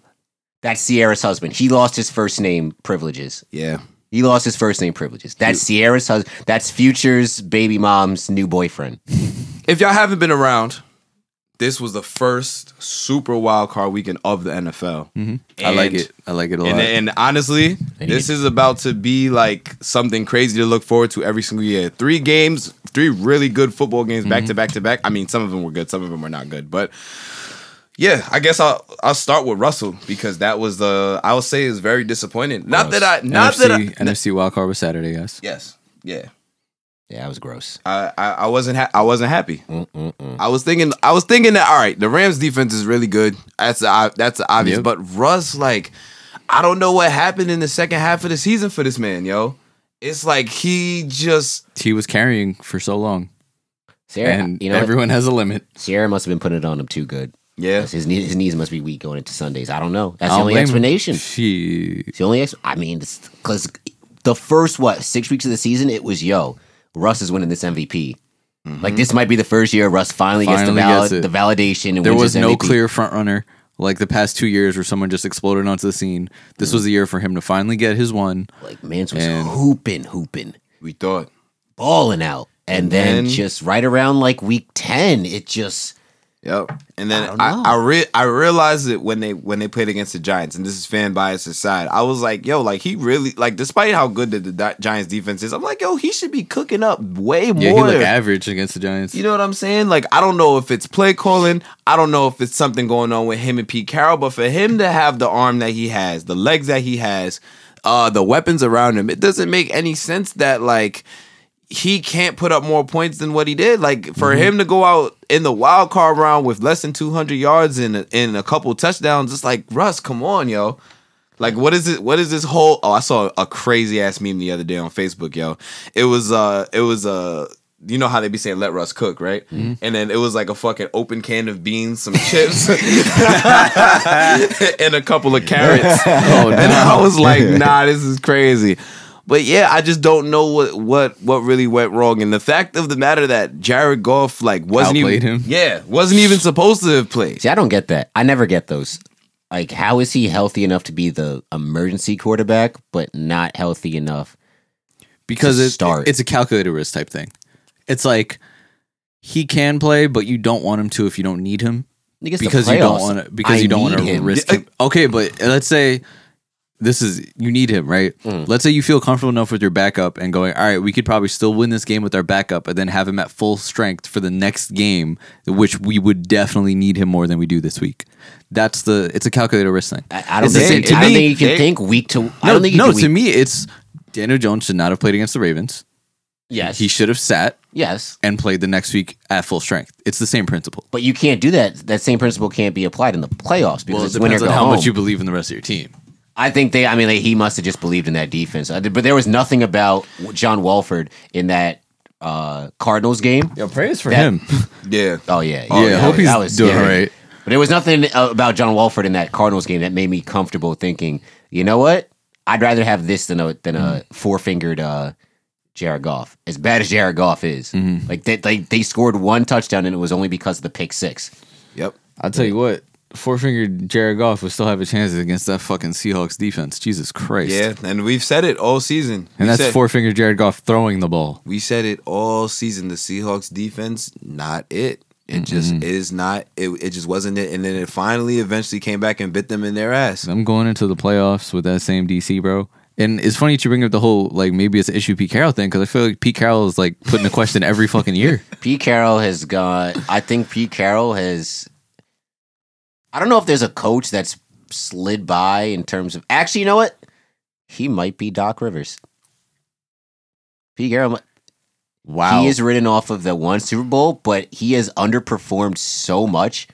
That's Sierra's husband. He lost his first name privileges. yeah, He lost his first name privileges. That's Sierra's husband. That's Future's baby mom's new boyfriend. if y'all haven't been around, this was the first super wild card weekend of the NFL. I like And- it. I like it a lot. And, and honestly, this is about to be like something crazy to look forward to every single year. Three games, three really good football games back to back to back. I mean, some of them were good, some of them were not good, but yeah, I guess I'll I'll start with Russell because that was the I would say is very disappointing. Not that I, not NFC, that I, NFC wildcard was Saturday, guys. yes, yeah. Yeah, that was gross. I, I, I wasn't ha- I wasn't happy. Mm-mm-mm. I was thinking I was thinking that all right, the Rams defense is really good. That's uh, that's obvious, Yep. but Russ like I don't know what happened in the second half of the season for this man, yo. It's like he just He was carrying for so long, Sierra, and you know, what? everyone has a limit. Sierra must have been putting it on him too good. yeah. His knees, his knees must be weak going into Sundays. I don't know. That's I the don't only blame him. explanation. She It's the only ex- I mean, because the first what six weeks of the season, it was yo, Russ is winning this MVP. Like this might be the first year Russ finally, gets, the, Mm-hmm. Finally valid, gets it. the validation. And there wins was his no MVP. clear front runner like the past two years where someone just exploded onto the scene. This was the year for him to finally get his one. Like Mans was And- hooping, hooping, We thought balling out, and, And then, then- just right around like week ten, it just Yep. And I then don't I know. I, re- I realized it when they when they played against the Giants, and this is fan bias aside. I was like, yo, like he really like despite how good the, the Di- Giants defense is, I'm like, yo, he should be cooking up way more. Yeah, he looked average against the Giants. You know what I'm saying? Like, I don't know if it's play calling. I don't know if it's something going on with him and Pete Carroll, but for him to have the arm that he has, the legs that he has, uh, the weapons around him, it doesn't make any sense that, like, he can't put up more points than what he did. Like for him to go out in the wild card round with less than 200 yards and a- and a couple touchdowns, it's like Russ, come on, yo. Like what is it? What is this whole? Oh, I saw a crazy ass meme the other day on Facebook, yo. It was uh, it was uh, you know how they be saying let Russ cook, right? Mm-hmm. And then it was like a fucking open can of beans, some chips, and a couple of carrots. oh, And I was like, nah, this is crazy. But yeah, I just don't know what what what really went wrong. And the fact of the matter that Jared Goff like wasn't Outplayed even him. yeah wasn't even supposed to have played. see. I don't get that. I never get those. Like, how is he healthy enough to be the emergency quarterback, but not healthy enough? because to it's start. it's a calculated risk type thing. It's like he can play, but you don't want him to if you don't need him Nigga, it's the because you don't playoffs. want to because I you don't want need to him. Uh, risk. Him. Okay, but let's say this is you need him, right? Mm. Let's say you feel comfortable enough with your backup and going, all right, we could probably still win this game with our backup, and then have him at full strength for the next game, which we would definitely need him more than we do this week. That's the it's a calculated risk thing. I, I don't, It's the think, same- I to don't me, think you can they- think week to. I No, don't think you no. can week, To me, it's Daniel Jones should not have played against the Ravens. yes, He should have sat yes, and played the next week at full strength. It's the same principle. but you can't do that. That same principle can't be applied in the playoffs because Well, it it's winner depends go on how home. much you believe in the rest of your team. I think they. I mean, they, he must have just believed in that defense. I did- But there was nothing about John Walford in that uh, Cardinals game. Yo, praise for That- him. Yeah. Oh yeah, Yeah, hope he's doing yeah. all right. But there was nothing uh, about John Walford in that Cardinals game that made me comfortable thinking. You know what? I'd rather have this than a than a four fingered uh, Jared Goff. As bad as Jared Goff is, like they, they they scored one touchdown and it was only because of the pick six. Yep. I'll tell you what, four fingered Jared Goff would still have a chance against that fucking Seahawks defense. Jesus Christ. Yeah. And we've said it all season. We And that's said- four fingered Jared Goff throwing the ball. We said it all season. The Seahawks defense, not it. It just is not. It, it just wasn't it. And then it finally, eventually, came back and bit them in their ass. I'm going into the playoffs with that same DC, bro. And it's funny that you bring up the whole like maybe it's an issue Pete Carroll thing because I feel like Pete Carroll is like putting the question every fucking year. Pete Carroll has got. I think Pete Carroll has. I don't know if there's a coach that's slid by in terms of. Actually, you know what? He might be Doc Rivers. Pete Carroll. mi- Wow. He is written off of the one Super Bowl, but he has underperformed so much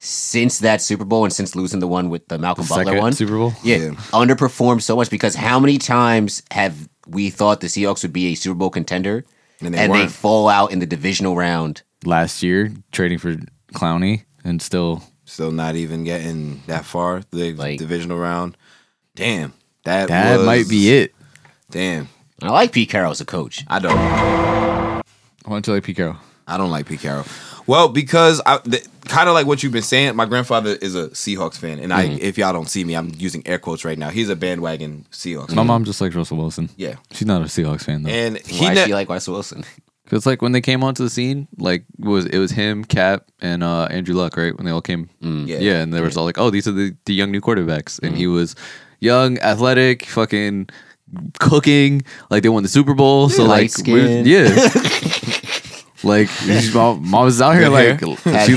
since that Super Bowl and since losing the one with the the Malcolm Butler second one. Super Bowl. Yeah, Yeah. underperformed so much because how many times have we thought the Seahawks would be a Super Bowl contender And they and they weren't. fall out in the divisional round? last year trading for Clowney and still Still not even getting that far. The Like- divisional round. Damn. That that was- might be it. Damn. I like Pete Carroll as a coach. I don't. I want to like Pete Carroll. I don't like Pete Carroll. Well, because I th- kind of like what you've been saying. My grandfather is a Seahawks fan, and I if y'all don't see me, I'm using air quotes right now. He's a bandwagon Seahawks. My fan. mom just likes Russell Wilson. Yeah. She's not a Seahawks fan though. And he Why ne- is she like Russell Wilson? Cause like when they came onto the scene, like was it was him, Cap, and uh, Andrew Luck, right? When they all came, Yeah. yeah, and they was all like, "Oh, these are the, the young new quarterbacks," and he was young, athletic, fucking cooking. Like they won the Super Bowl, so like, we're- Light-skinned. yeah, like she's- mom, mom was out here like, she-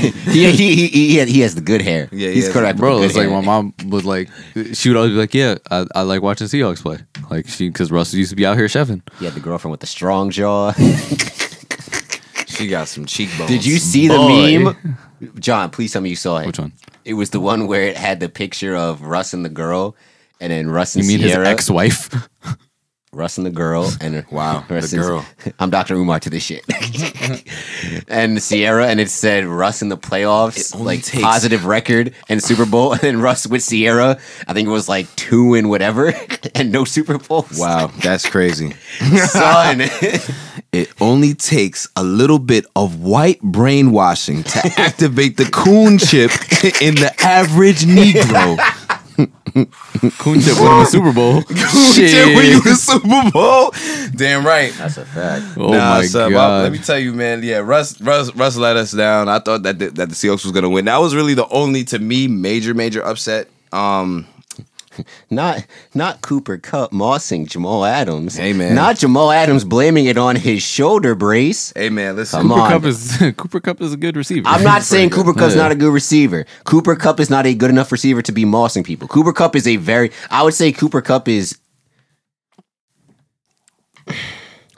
he, he, he, he, had- he has the good hair. Yeah, he he's has- correct. with bro, the it's good like my hair. mom was like, she would always be like, "Yeah, I, I like watching Seahawks play," like she because Russell used to be out here chefing. He had the girlfriend with the strong jaw. she got some cheekbones. Did you see Boy. the meme? John, please tell me you saw it. Which one? It was the one where it had the picture of Russ and the girl, and then Russ and You mean Sierra. his ex-wife? Russ and the girl, and Wow, the and- girl. I'm Dr. Umar to this shit. and Sierra, and it said Russ in the playoffs, It only like takes- positive record and Super Bowl, and then Russ with Sierra. I think it was like two and whatever, and no Super Bowls. Wow, that's crazy. son. It only takes a little bit of white brainwashing to activate the coon chip in the average Negro. Coon Chip winning the Super Bowl. coon chip when you Shit. the Super Bowl. Damn right. That's a fact. Oh Nah, my son, god! I- let me tell you, man. Yeah, Russ, Russ, Russ let us down. I thought that the, that the Seahawks was gonna win. That was really the only, to me, major, major upset. Um, Not not Cooper Cup mossing Jamal Adams. Hey, man. Not Jamal Adams blaming it on his shoulder brace. hey, man, listen. Come Cooper on. Cup is Cooper Cup is a good receiver. I'm not saying Cooper Cup's Yeah. not a good receiver. Cooper Cup is not a good enough receiver to be mossing people. Cooper Cup is a very I would say Cooper Cup is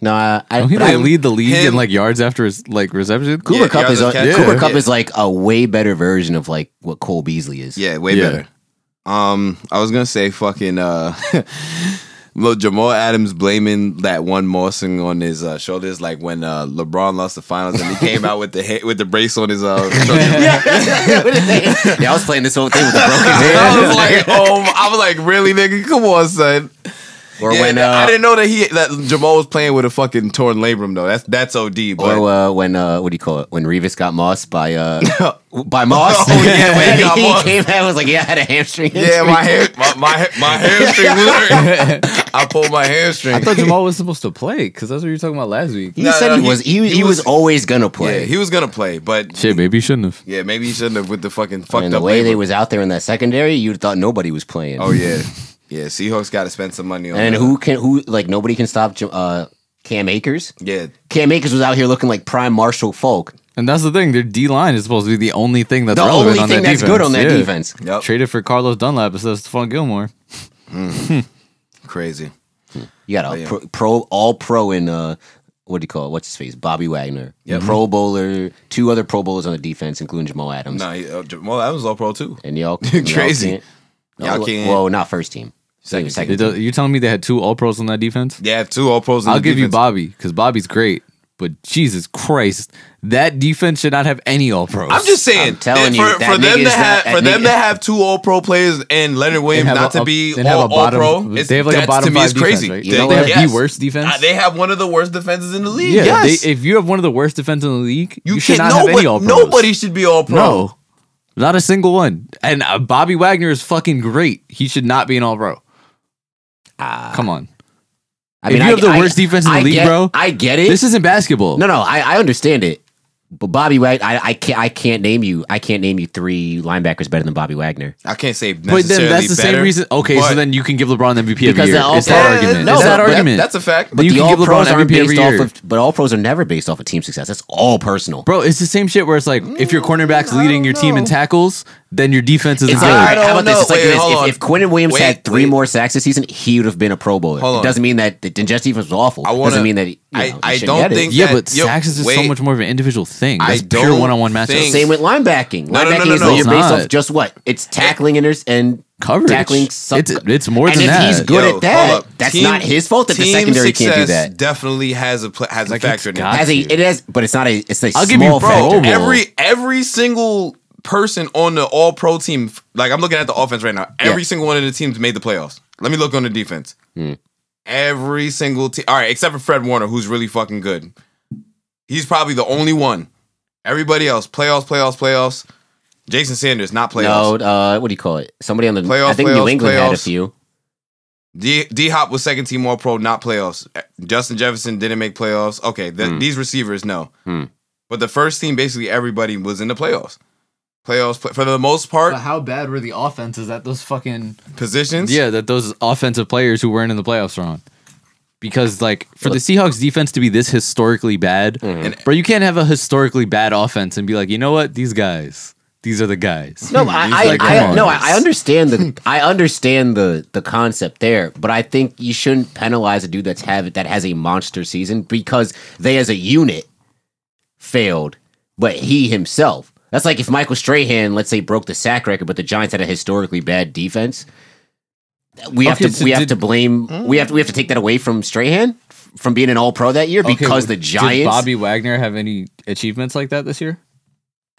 No, I, I Don't Oh, he but like I- lead the league him- in like yards after his like reception? Cooper Yeah, Cup yeah, is the a, cat- Cooper yeah. Cup is like a way better version of like what Cole Beasley is. Yeah, way Yeah. better. Um, I was gonna say fucking uh, look, Jamal Adams blaming that one mossing on his uh, shoulders, like when uh, LeBron lost the finals and he came out with the ha- with the brace on his uh, shoulder. yeah, I was playing this whole thing with a broken hand. I was like, oh, I was like, really, nigga, come on, son. Or Yeah, when uh, I didn't know that he that Jamal was playing with a fucking torn labrum though. That's that's od. But Or uh, when uh, what do you call it? When Revis got Moss by uh, by Moss. Oh, yeah, when he he, got Moss. came out and was like, "Yeah, I had a hamstring." yeah, my hair, my my, my hamstring was hurting. I pulled my hamstring. I thought Jamal was supposed to play because that's what you were talking about last week. he No, said no, he he- was he, he, uh, he was, was- always gonna yeah, play. he was gonna play, but Shit, maybe you shouldn't have. yeah, maybe he shouldn't have with the fucking I fucked mean, up the way they labrum. was out there in that secondary, you thought nobody was playing. Oh yeah, yeah. Seahawks got to spend some money on. and that. who can who like nobody can stop Jam- uh, Cam Akers. Yeah, Cam Akers was out here looking like prime Marshall Folk. And that's the thing. Their D line is supposed to be the only thing that's The only relevant on thing that that's defense. good on that Yeah. defense. Yep. Traded for Carlos Dunlap instead of Stephon Gilmore. Crazy. You Oh, got a yeah. pro, pro, all pro in uh, what do you call it? What's his face? Bobby Wagner, Mm-hmm. Pro Bowler, two other Pro Bowlers on the defense, including Jamal Adams, No, he- uh, Jamal Adams was all pro too. and y'all and y'all Crazy. can't- Y'all no, can't- Well, not first team. Second, It second. does- You're telling me they had two All Pros on that defense? They have two all pros. I'll give you Bobby because Bobby's great, but Jesus Christ, that defense should not have any All Pros. I'm just saying. I'm telling that you, for, that for them nigga's to have not- that for them nigga- to have two all pro players and Leonard Williams have not a- to be they'd all, have a all bottom- pro. they it's- have like a that's, bottom to me five is defense, crazy. right? You know They what? have the worst defense? Uh, they have one of the worst defenses in the league. yeah, yes. they, if you have one of the worst defenses in the league, you, you, should can't. not have nobody, any All Pros. nobody should be all pro. no, not a single one. And uh, Bobby Wagner is fucking great. He should not be an All Pro. Come on, Ah. I if you have the worst defense in the I league, get- bro, I get it. this isn't basketball. No, no, I, I understand it. But Bobby Wagner, I, I can't, I can't name you, I can't name you three linebackers better than Bobby Wagner. I can't say But then necessarily that's the same better, reason. Okay, but- so then you can give LeBron the MVP Because every year. the All It's that Pro- argument. No, it's that but- argument. That's a fact. But you the can all give LeBron pros aren't MVP every based off year. of, but all pros are never based off of team success. That's all personal. Bro, it's the same shit where it's like if your cornerback's leading your team in tackles, then your defense is It's good. like, I don't how about this? It's like know. Wait, this. hold on. If, if Quinn Williams Wait, had three wait. more sacks this season, he would have been a Pro Bowler. Hold on. It doesn't mean that the the Jets defense was awful. I It wanna- doesn't mean that he, you I- know, he I shouldn't don't get it. think- yeah, that- but yo, sacks is just so wait. much more of an individual thing. I That's pure don't one-on-one matchup. think- Same with linebacking. No, no, no, linebacking no, is no. really It's based not. off just what it's tackling and there's- and Coverage. Tackling some- It's- it's more and than if that. He's good Uh, Yo, at that. hold up. That's Team- not his fault that the team secondary can't do success that. Definitely has a pl- has Like, a it's factor in got it. As a, you. it is, but it's not a. It's a I'll small give you Pro factor. Bowl. Every every single person on the All Pro team, like I'm looking at the offense right now. Every Yeah. Hmm. single one of the teams made the playoffs. Let me look on the defense. Every single team. All right, except for Fred Warner, who's really fucking good. He's probably the only one. Everybody else, playoffs, playoffs, playoffs. Jason Sanders, not No, playoffs. uh, what do you call it? Somebody on the. I Playoffs, think New playoffs, England had a playoffs. few. D Hop was second team All Pro, not playoffs. Justin Jefferson didn't make playoffs. Okay, th- these receivers, no. Hmm. But the first team, basically everybody was in the playoffs. Playoffs pl- for the most part, how bad were the offenses that those fucking positions. yeah that those offensive players who weren't in the playoffs are on? Because like for the Seahawks defense to be this historically bad, Mm-hmm. bro, you can't have a historically bad offense and be like, you know what, these guys, these are the guys. No, I, I, like, I- come on. no, I I understand the, I understand the the concept there, but I think you shouldn't penalize a dude that's have that has a monster season because they as a unit failed, but he himself. That's like if Michael Strahan, let's say, broke the sack record, but the Giants had a historically bad defense. We have Okay, to so we have did- to blame we have to, we have to take that away from Strahan f- from being an All Pro that year Okay, because the did Giants. Bobby Wagner have any achievements like that this year?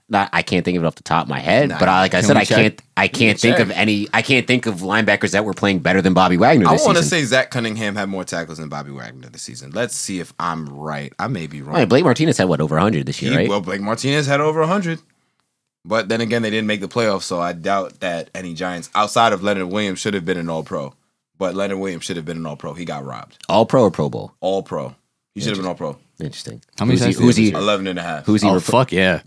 not, I can't think of it off the top of my head, but I, like I Can said, we I check? can't I can't think of any I can't think of linebackers that were playing better than Bobby Wagner I this want to season. say Zach Cunningham had more tackles than Bobby Wagner this season. Let's see if I'm right. I may be All right, wrong. Blake Martinez had what over 100 this year, He, right? well, Blake Martinez had over 100. But then again, they didn't make the playoffs, so I doubt that any Giants outside of Leonard Williams should have been an All Pro. But Leonard Williams should have been an All Pro. He got robbed. All Pro or Pro Bowl? All Pro. He should have been All Pro. Interesting. How many who's he, sacks did he who's have he, this year? 11 and a half. who's he Oh repl- fuck yeah,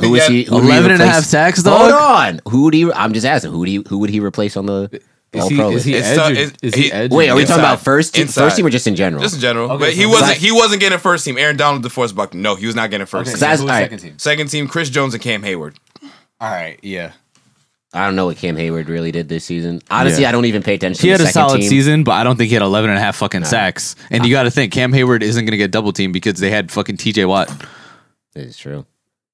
who is he who would he 11 and a replace- half sacks, Hold dog? on. Who would he I'm just asking, who would he who would he replace on the All Pro? list? It's edge or- tough- it's- is he he- edge Wait, are we Inside. talking about first team, Inside. first team or just in general? Just in general. Okay, but he so- wasn't Zach- he wasn't getting first team. Aaron Donald, DeForest Buckner. No, he was not getting first Okay. team. That's- all right. Second team, Chris Jones and Cam Hayward. All right, yeah. I don't know what Cam Hayward really did this season. Honestly, Yeah. I don't even pay attention He to had the a second solid team. season, but I don't think he had 11 and a half fucking sacks. And you got to think Cam Hayward isn't going to get double teamed because they had fucking TJ Watt. This is true.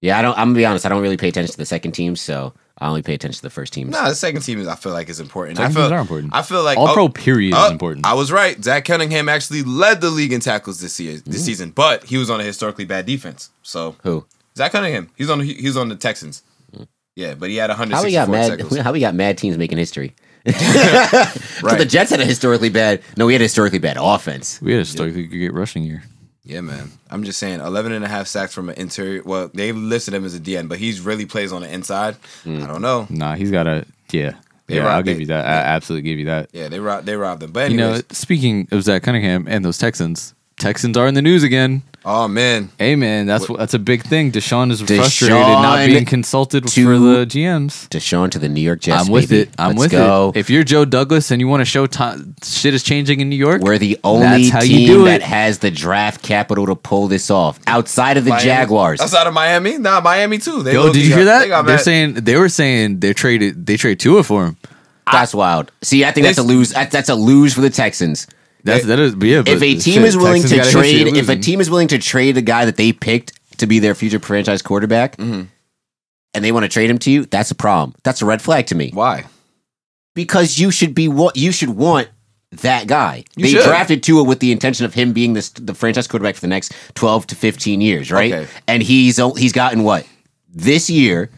Yeah, I don't. I'm gonna be honest. I don't really pay attention to the second team, so I only pay attention to the first team. No, the second team is I feel like is important. Second I feel teams are important. I feel like All oh, pro period Uh, is important. I was right. Zach Cunningham actually led the league in tackles this year, this season, but he was on a historically bad defense. So Who? Zach Cunningham, he's on he- he's on the Texans. Mm. Yeah, but he had How we got 164 mad? tackles. How we got mad teams making history? So the Jets had a historically bad. No, we had a historically bad offense. We had a historically great rushing year. Yeah, man. I'm just saying 11 and a half sacks from an interior. Well, they listed him as a DN, but he's really plays on the inside. Hmm. I don't know. Nah, he's got a yeah. They yeah, rock- I'll give they- you that. I absolutely give you that. Yeah, they robbed they robbed him. But You anyways, know, speaking of Zach Cunningham and those Texans, Texans are in the news again. Oh man, Hey man, that's wh- that's a big thing. Deshaun is Deshaun frustrated not being to- consulted for the GMs. Deshaun to the New York Jets. I'm with baby. it. I'm Let's with go. it. If you're Joe Douglas and you want to show time, shit is changing in New York, We're the only That's how you team do that it. has the draft capital to pull this off outside of the Miami. Jaguars. outside of Miami, nah, Miami too. They Yo, low-key did you got- hear They that? got They're mad- saying they were saying they traded they trade Tua for him. That's wild. See, I think that's a This- lose. That, that's a lose for the Texans. That's that is yeah. If but a team shit, is willing Texans got to a history of trade, if a losing. team is willing to trade the guy that they picked to be their future franchise quarterback, Mm-hmm. and they want to trade him to you, that's a problem. That's a red flag to me why? because you should be what you should want that guy. You they should. drafted Tua with the intention of him being this, the franchise quarterback for the next twelve to fifteen years, right? Okay. And he's o- he's gotten what this year,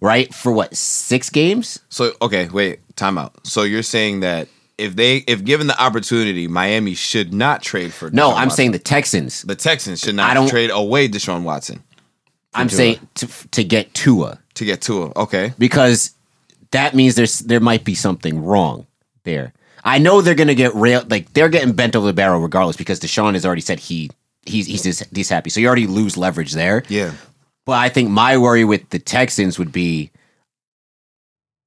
right? For what six games? So okay, wait, timeout. So you're saying that if they, if given the opportunity, Miami should not trade for No, Deshaun I'm Watson. saying the Texans. the Texans should not I don't- trade away Deshaun Watson I'm saying to, to get Tua to get Tua. Okay, because that means there's there might be something wrong there. I know they're gonna get rail like they're getting bent over the barrel regardless because Deshaun has already said he he's he's just, he's happy, so you already lose leverage there. yeah, But I think my worry with the Texans would be.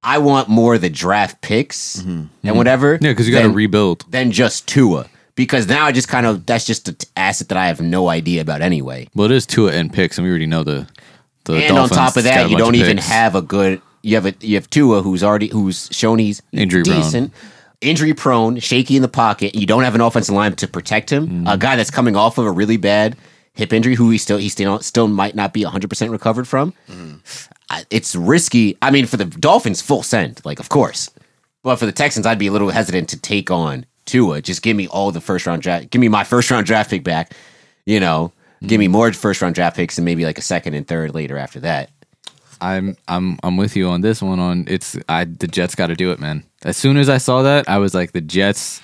I want more of the draft picks and whatever. Mm-hmm. yeah, because you got to than- rebuild. than just Tua because now I just kind of that's just an asset that I have no idea about anyway. Well, it is Tua and picks, and we already know the. the and on Dolphins top of got a that, you bunch of don't even picks. have a good. You have a you have Tua who's already who's shown he's Injury prone. decent, injury prone, shaky in the pocket. You don't have an offensive line to protect him. Mm-hmm. A guy that's coming off of a really bad hip injury who he still he still still might not be 100% recovered from. Mm-hmm. I- It's risky. I mean, for the Dolphins, full send, like of course. But for the Texans, I'd be a little hesitant to take on Tua. Just give me all the first round draft. Give me my first round draft pick back. You know, give Mm-hmm. me more first round draft picks and maybe like a second and third later after that. I'm I'm I'm with you on this one. On it's I the Jets got to do it, man. As soon as I saw that, I was like, the Jets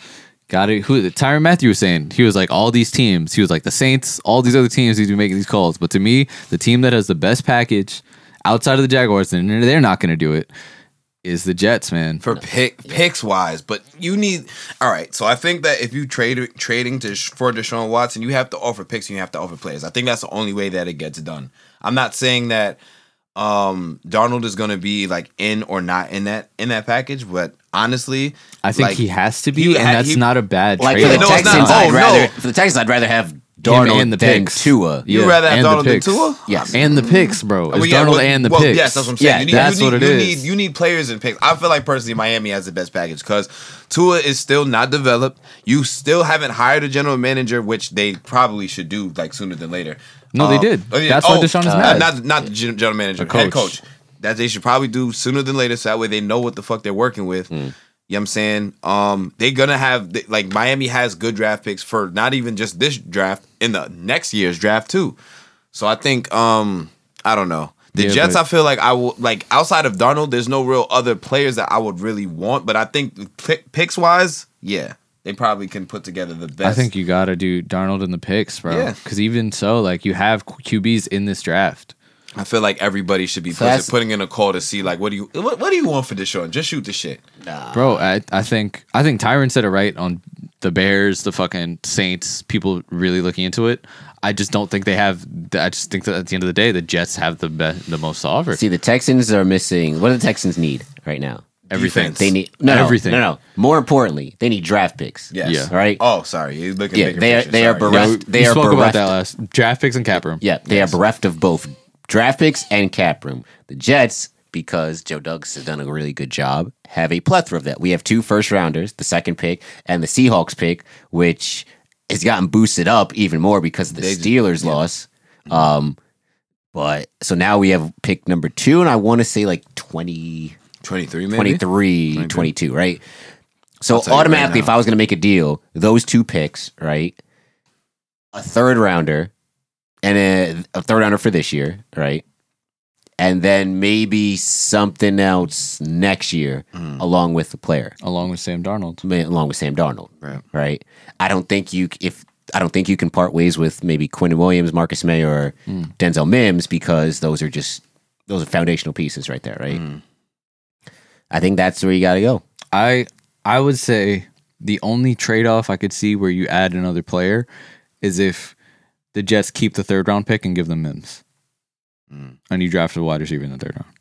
got to Who Tyron Matthew was saying he was like all these teams. He was like the Saints, all these other teams need to be making these calls. But to me, the team that has the best package outside of the Jaguars, and they're not going to do it, is the Jets, man. for pick picks wise, but you need all right. So I think that if you trade trading to for Deshaun Watson, you have to offer picks and you have to offer players. I think that's the only way that it gets done. I'm not saying that um Darnold is going to be like in or not in that in that package, but honestly, I think like, he has to be, he and had- that's he- not a bad Like trade. Oh, for the No, it's not. Texans, Oh, I'd no. rather for the Texans, I'd rather have Darnold and the than picks. Tua. You'd rather have and the Donald than picks. Tua? Mm-hmm. Yes. and the picks, bro. Oh, It's Well, yeah, Donald well- and the well, picks. Yes, that's what I'm saying. Yeah, you need, that's you what need, it you is. Need, you need players and picks. I feel like personally, Miami has the best package because Tua is still not developed. You still haven't hired a general manager, which they probably should do like sooner than later. Um, No, they did. That's why Deshaun is uh, mad. Not not the gen- general manager, The head coach. coach. That they should probably do sooner than later, so that way they know what the fuck they're working Hmm. with. You know what I'm saying? Um, they're gonna have th- like Miami has good draft picks for not even just this draft, in the next year's draft too. So I think um I don't know. The Yeah, Jets, but- I feel like I will like outside of Darnold, there's no real other players that I would really want. But I think pick, picks wise, yeah, they probably can put together the best. I think you got to do Darnold in the picks, bro. Yeah. Because even so, like you have Q- QBs in this draft. I feel like everybody should be putting, that's- putting in a call to see like what do you what, what do you want for Deshaun? Just shoot the shit. bro. I, I think I think Tyron said it right on the Bears, the fucking Saints. People really looking into it. I just don't think they have. I just think that at the end of the day, the Jets have the best, the most to offer. See, the Texans are missing. What do the Texans need right now? Everything. defense. They need no, no, Everything. No, no. More importantly, they need draft picks. Yes. Yeah. Right. Oh, sorry, you looking. Yeah, bigger they are- picture, they are sorry. bereft- we- they we are spoke about bereft- that last draft picks and cap room. Yeah, they are bereft of both draft picks and cap room. The Jets, because Joe Douglas has done a really good job, have a plethora of that. We have two first rounders, the second pick, and the Seahawks pick, which has gotten boosted up even more because of the They just- Steelers loss. Um, but so now we have pick number two, and I want to say like 20, Twenty three, maybe. 23, 22, right? So tell you right automatically, now. if I was going to make a deal, those two picks, right? A third rounder and a, a third rounder for this year, right? And then maybe something else next year Mm. along with the player, along with Sam Darnold. ma- along with Sam Darnold, Right. right? I don't think you c- if I don't think you can part ways with maybe Quinn Williams, Marcus May, or Hmm. Denzel Mims because those are just those are foundational pieces right Hmm. there, right? I think that's where you got to go. I I would say The only trade off I could see where you add another player is if the Jets keep the third round pick and give them Mims. Mm. And you draft a wide receiver in the third round.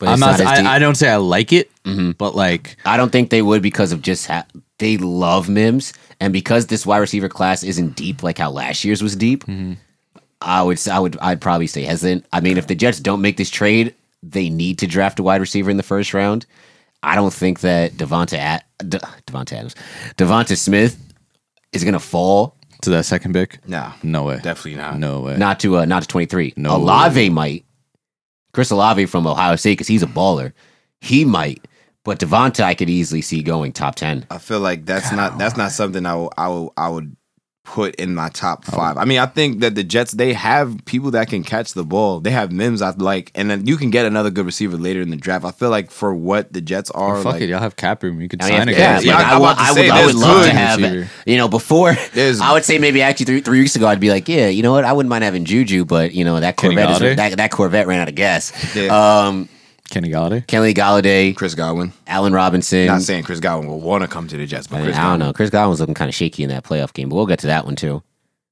But I'm it's not, as deep. I, I don't say I like it, Mhm. but like I don't think they would because of just how they love Mims, and because this wide receiver class isn't deep like how last year's was deep. I would, s- I would, I'd probably say hesitant. I mean, if the Jets don't make this trade, they need to draft a wide receiver in the first round. I don't think that Devonta, Ad, De, Devonta Adams, Devonta Smith is going to fall to that second pick, Nah, no way. definitely not. No way. not to uh, not to 23. No. Olave might. Chris Olave from Ohio State because he's a baller. He might, but Devonta I could easily see going top 10. I feel like that's not that's not something I will I will I would put in my top Oh. five. I mean, I think that the Jets they have people that can catch the ball. They have Mims I like, and then you can get another good receiver later in the draft. I feel like for what the Jets are, Fuck like, it, y'all have cap room. You could I mean, sign a if- guy. yeah, yeah, like, I'm I, wa- about to I would, say, I would there's love to good have, receiver. you know, before, There's- I would say maybe actually three, three weeks ago, I'd be like, yeah, you know what? I wouldn't mind having Juju, but, you know, that Kenny Corvette, is, Galladay? that, that Corvette ran out of gas. Uh, Yeah. Um, Kenny Galladay. Kelly Galladay, Chris Godwin. Allen Robinson. Not saying Chris Godwin will want to come to the Jets, but I, mean, Chris I Godwin, don't know. Chris Godwin's looking kind of shaky in that playoff game, but we'll get to that one too.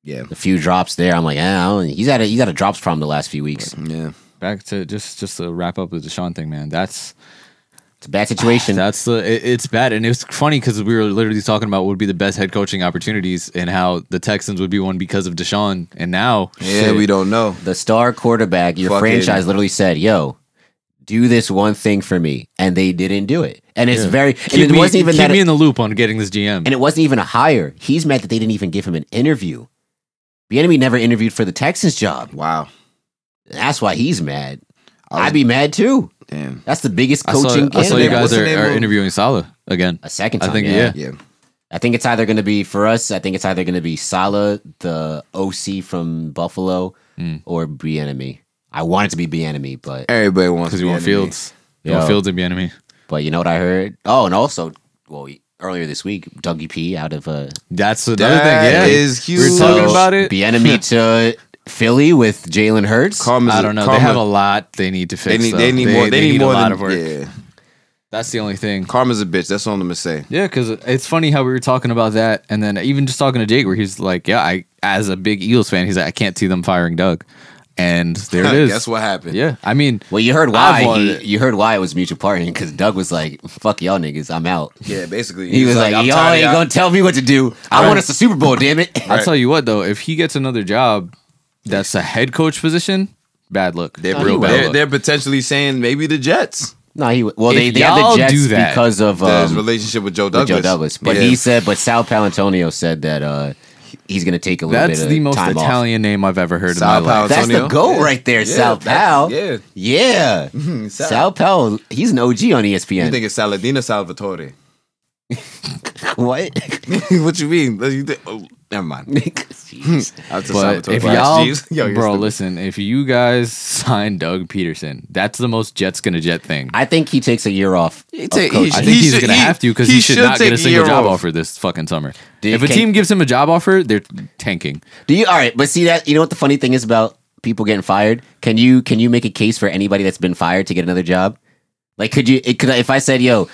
yeah, A few drops there. I'm like, yeah, I don't- he's had a he's had a drops problem the last few weeks. yeah. Back to just just to wrap up the Deshaun thing, man. That's It's a bad situation. Ah, That's the it, it's bad, and it's funny because we were literally talking about what would be the best head coaching opportunities and how the Texans would be one because of Deshaun, and now Yeah, we don't know. the star quarterback, your Fucking- franchise literally said, "Yo, do this one thing for me," and they didn't do it. And it's very, and keep it me, wasn't even keep that, me in the loop on getting this GM. and it wasn't even a hire. He's mad that they didn't even give him an interview. The enemy never interviewed for the Texans job. Wow, That's why he's mad. I was- I'd be mad too. damn. That's the biggest I saw, coaching. I saw you candidate. guys What's the are, name are of- interviewing Salah again. a second I time. think, yeah. yeah. Yeah, I think it's either going to be for us. I think it's either going to be Salah, the OC from Buffalo, Hmm. or B enemy. I want it to be B enemy, but everybody wants because to you be want an enemy. Fields, you want Yo. Fields to be enemy. But you know what I heard? Oh, and also, well, earlier this week, Dougie P out of uh, That's another That thing. Yeah, is We were huge. talking about it. the enemy to Philly with Jalen Hurts. Karma's- I don't know. They karma- have a lot they need to They fix. need, though. they need more. They, need, more a lot than of work. yeah. That's the only thing. Karma's a bitch. That's all I'm gonna say. Yeah, because it's funny how we were talking about that, and then even just talking to Jake, where he's like, "Yeah, I as a big Eagles fan, he's like, I can't see them firing Doug," and there it is. Guess what happened? Yeah, I mean, well, you heard I why wanted he, it. you heard why it was mutual partying because Doug was like, "Fuck y'all niggas, I'm out." Yeah, basically. He was like, "I'm "Y'all tired ain't of gonna tell me what to do. I want us the Super Bowl, damn it." I'll tell you what though, if he gets another job, that's a head coach position. Bad look. They're, Real bad they're, look. they're potentially saying maybe the Jets. no, he well, If they they had y'all the Jets do that, because of The- his um, relationship with Joe with Douglas. Joe Douglas, but Yeah. he said, but Sal Palantonio said that uh, he's gonna take a little that's bit of the most time off. Italian name I've ever heard Sal in my life. Paolo- That's the Antonio? goat Yeah. right there, Yeah, Sal that's- Pal. yeah. Yeah. Sal. Sal. Pal, he's an OG on E ESPN. You think it's Saladino Salvatore? what? what you mean? You think- oh, never mind. Jeez. That's a But Salvatore. if Wow, y'all, jeez. Yo, you're bro, stupid. listen, if you guys sign Doug Peterson, that's the most Jets gonna jet thing. I think he takes a year off. He of take- he coaching. I should- think he's should- gonna he- have to because he he, should should not get take a a single year job off. offer this fucking summer. Dude, if a can't- team gives him a job offer, they're tanking. Do you all right, but see that you know what the funny thing is about people getting fired? Can you can you make a case for anybody that's been fired to get another job? Like could you it, could I, if I said, yo,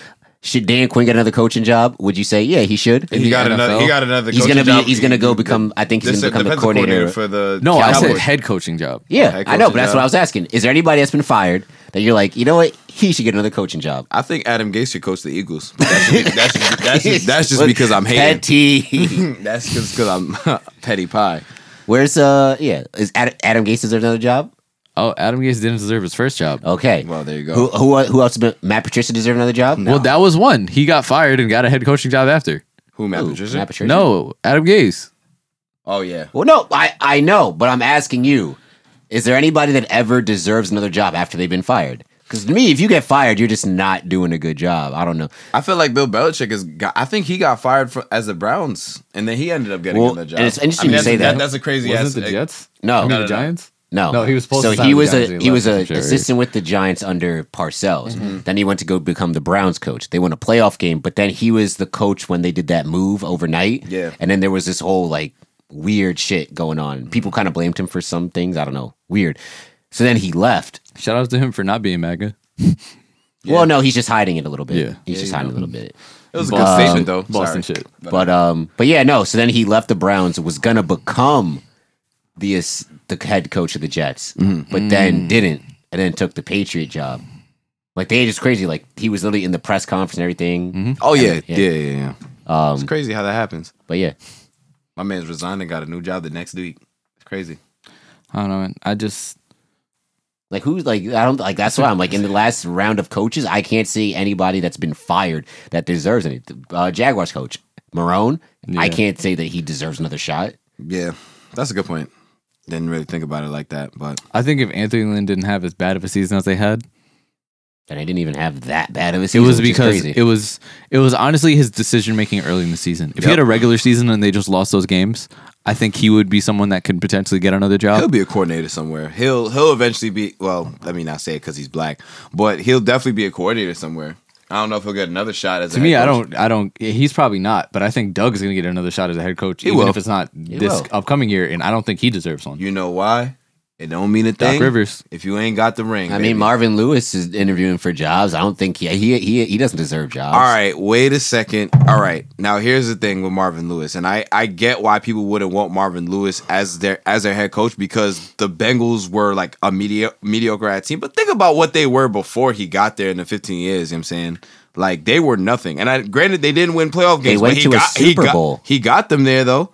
should Dan Quinn get another coaching job? Would you say, yeah, he should? the he got another. NFL. He got another. He's coaching gonna be job. he's gonna go become I think he's This gonna become the defensive coordinator. for the. No, I said Cowboys. head coaching job. yeah, head I know, but coaching that's job. what I was asking. Is there anybody that's been fired that you're like, you know what, he should get another coaching job? I think Adam Gase should coach the Eagles. But That's just, that's just, that's just, that's just because I'm hating. petty. That's just because I'm petty pie. Where's uh yeah is Adam, Adam Gase deserve another job? Oh, Adam Gase didn't deserve his first job. Okay, Well, there you go. who who who else? Been, Matt Patricia deserve another job? Well, that was one. He got fired and got a head coaching job after. Who, Matt Ooh, Patricia? Matt Patricia. No, Adam Gase. Oh yeah. well no, I I know, but I'm asking you: Is there anybody that ever deserves another job after they've been fired? Because to me, if you get fired, you're just not doing a good job. I don't know. I feel like Bill Belichick is. Got, I think he got fired for, as the Browns, and then he ended up getting Well, another job. and it's interesting I mean, you say that's- that. That's a crazy Wasn't ass. it the Jets? I No, mean, no, the Giants? no, No, he was supposed so to sign he with was the Giants a and he he was left, a Mm-hmm. I'm sure. assistant with the Giants under Parcells. Then he went to go become the Browns coach. They won a playoff game, but then he was the coach when they did that move overnight. Yeah. and then there was this whole like weird shit going on. People kind of blamed him for some things. I don't know, weird. So then he left. Shout out to him for not being MAGA. Well, no, he's just hiding it a little bit. Yeah. he's just hiding a little bit. It was a good Boston- statement, though. Boston Sorry. shit. But um, but yeah, no. So then he left the Browns, was gonna become the ass- the head coach of the Jets, Mm-hmm. but then didn't, and then took the Patriot job. Like they just crazy. Like he was literally in the press conference and everything. Mm-hmm. Oh yeah, Yeah. yeah, yeah, yeah. it's Um, crazy how that happens. but yeah, My man's resigned and got a new job the next week. It's crazy. I don't know. Man. I just like who's like I don't like that's why I'm like in the last round of coaches, I can't see anybody that's been fired that deserves any. Uh, Jaguars coach Marone, I can't say that he deserves another shot. Yeah, that's a good point. Didn't really think about it like that, but I think if Anthony Lynn didn't have as bad of a season as they had, And I didn't even have that bad of a it season. was which is because crazy. it was it was honestly his decision making early in the season. If he had a regular season and they just lost those games, I think he would be someone that could potentially get another Uh, he'll job. be a coordinator somewhere. He'll he'll eventually be. Well, let me not say it because he's black, but he'll definitely be a coordinator somewhere. I don't know if he'll get another shot as a To me, head I coach. don't I don't he's probably not, but I think Doug's going to get another shot as a head coach even will. if it's not this will. upcoming year and I don't think he deserves one. You know why? It don't mean a Doc thing. Rivers. If you ain't got the ring, I baby. mean, Marvin Lewis is interviewing for jobs. I don't think he he he, he doesn't deserve jobs. All right, wait a second. All right, now here's the thing with Marvin Lewis, and I I get why people wouldn't want Marvin Lewis as their as their head coach because the Bengals were like a media, mediocre at team, but think about what they were before he got there in the 15 years. You know what I'm saying like they were nothing, and I granted they didn't win playoff games. went but he to a got, he Super got- Bowl. He got them there though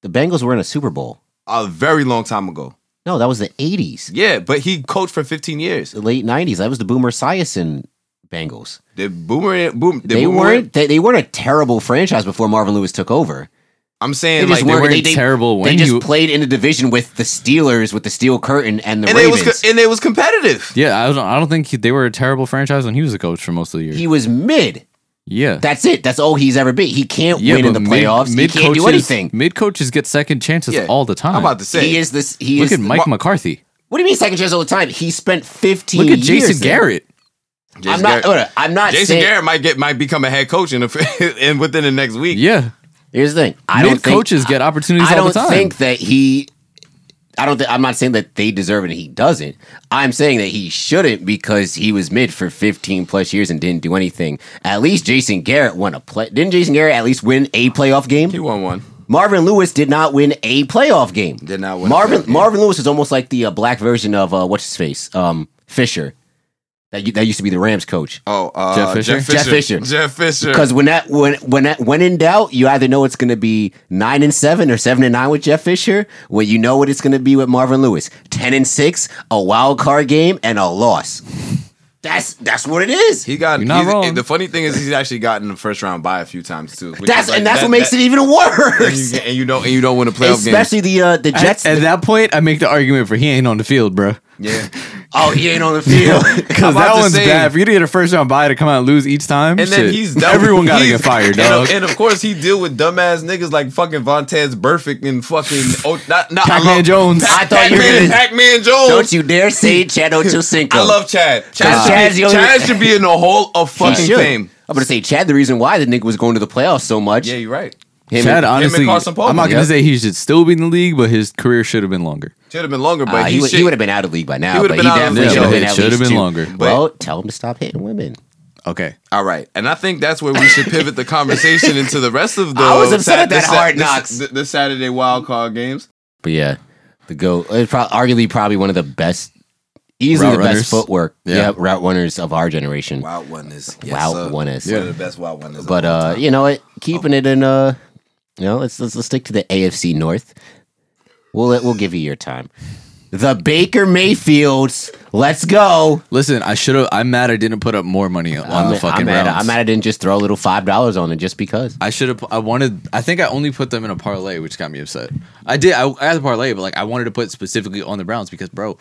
The Bengals were in a Super Bowl. a very long time ago. No, that was the '80s, Yeah, but he coached for 15 years. the late '90s. That was the Boomer Esiason Bengals. The boomer boom. The they Boomer- weren't they, they weren't a terrible franchise before Marvin Lewis took over. I'm They saying just like they weren't, weren't they, they- terrible They when just you- played in the division with the Steelers with the steel curtain and the and it Ravens. was co- and it was competitive. Yeah, I don't I don't think he, they were a terrible franchise when he was a coach for most of the year. he was mid. yeah. That's it. That's all he's ever been. He can't yeah, win in the but mid- playoffs. he can't do mid-coaches- anything. Mid coaches get second chances Yeah. all the time. I'm about to say He is this. He Look is. at Mike McCarthy. What do you mean second chance all the time? He spent 15. Look at Jason years there. Garrett. I'm not. Garrett- look, I'm not. Jason saying, Garrett might get might become a head coach in the, in within the next week. Yeah, Here's the thing. I don't mid think coaches get opportunities I all don't the time. think that he. I don't. Th- I'm not saying that they deserve it. and He doesn't. I'm saying that he shouldn't because he was mid for 15 plus years and didn't do anything. At least Jason Garrett won a play. Didn't Jason Garrett at least win a playoff game? He won one. Marvin Lewis did not win a playoff game. Did not win a Marvin playoff game. Marvin Lewis is almost like the uh, black version of uh, what's his face, um, Fisher, that u- that used to be the Rams coach. Oh, uh, Jeff Fisher? Jeff Fisher. Jeff Fisher. Because when that when when that, when in doubt, you either know it's going to be nine and seven or seven and nine with Jeff Fisher. When you know what it's going to be with Marvin Lewis, ten and six, a wild card game, and a loss. That's that's what it is. he got. You're not he's- wrong. The funny thing is, he's actually gotten the first round bye a few times too. which That's is like- and that's that- what makes that- it even And you, worse. get- and you don't and you don't win a playoff game. Especially the uh, the Jets. At, at that point, I make the argument for he ain't on the field, bro. Yeah, oh, he ain't on the field. Because about that to one's say- bad. For you to get a first round bye to come out and lose each time, and then shit, he's dumb. everyone got to He's- get fired, and of- dog. And, of course, he deal with dumbass niggas like fucking Vontez Burfict and fucking oh, not not I Pac-Man love- Jones. I thought you were Pac-Man, gonna- Pac-Man Jones. Don't you dare say Chad Ochocinco. I love Chad. Chad, Cause Chad's should, the be, only- Chad should be in the Hall of fucking should. fame. I'm gonna say Chad. The reason why the nigga was going to the playoffs so much. Yeah, you're right. him Chad, and- honestly, I'm not Carson Palmer, going to yep. say he should still be in the league, but his career should have been longer. Should have been longer, but Uh, he, he, would, should, he would have been out of the league by now. He would've but been he out of definitely the should have league. been It at should've least been two. longer. well, tell him to stop hitting women. Okay. All right, and I think that's where we should pivot the conversation into the rest of the. I was upset Sat- at that the Hard the- Knocks. The, the Saturday wild card games. But yeah, the go it's pro- arguably probably one of the best, easily Route the runners? best footwork. Yeah. Yeah. route runners of our generation. Wild one is Wild one is. one of the best wild one is. But uh, you know what? Oh. Keeping it in uh, you know, let's, let's let's stick to the AFC North. We'll let, we'll give you your time. The Baker Mayfields. Let's go. Listen, I should have. I'm mad I didn't put up more money on I'm, the Uh, fucking I'm mad. rounds. I'm mad. I didn't just throw a little five dollars on it just because. I should have. I wanted. I think I only put them in a parlay, which got me upset. I did. I, I had a parlay, but like I wanted to put specifically on the Browns because, bro,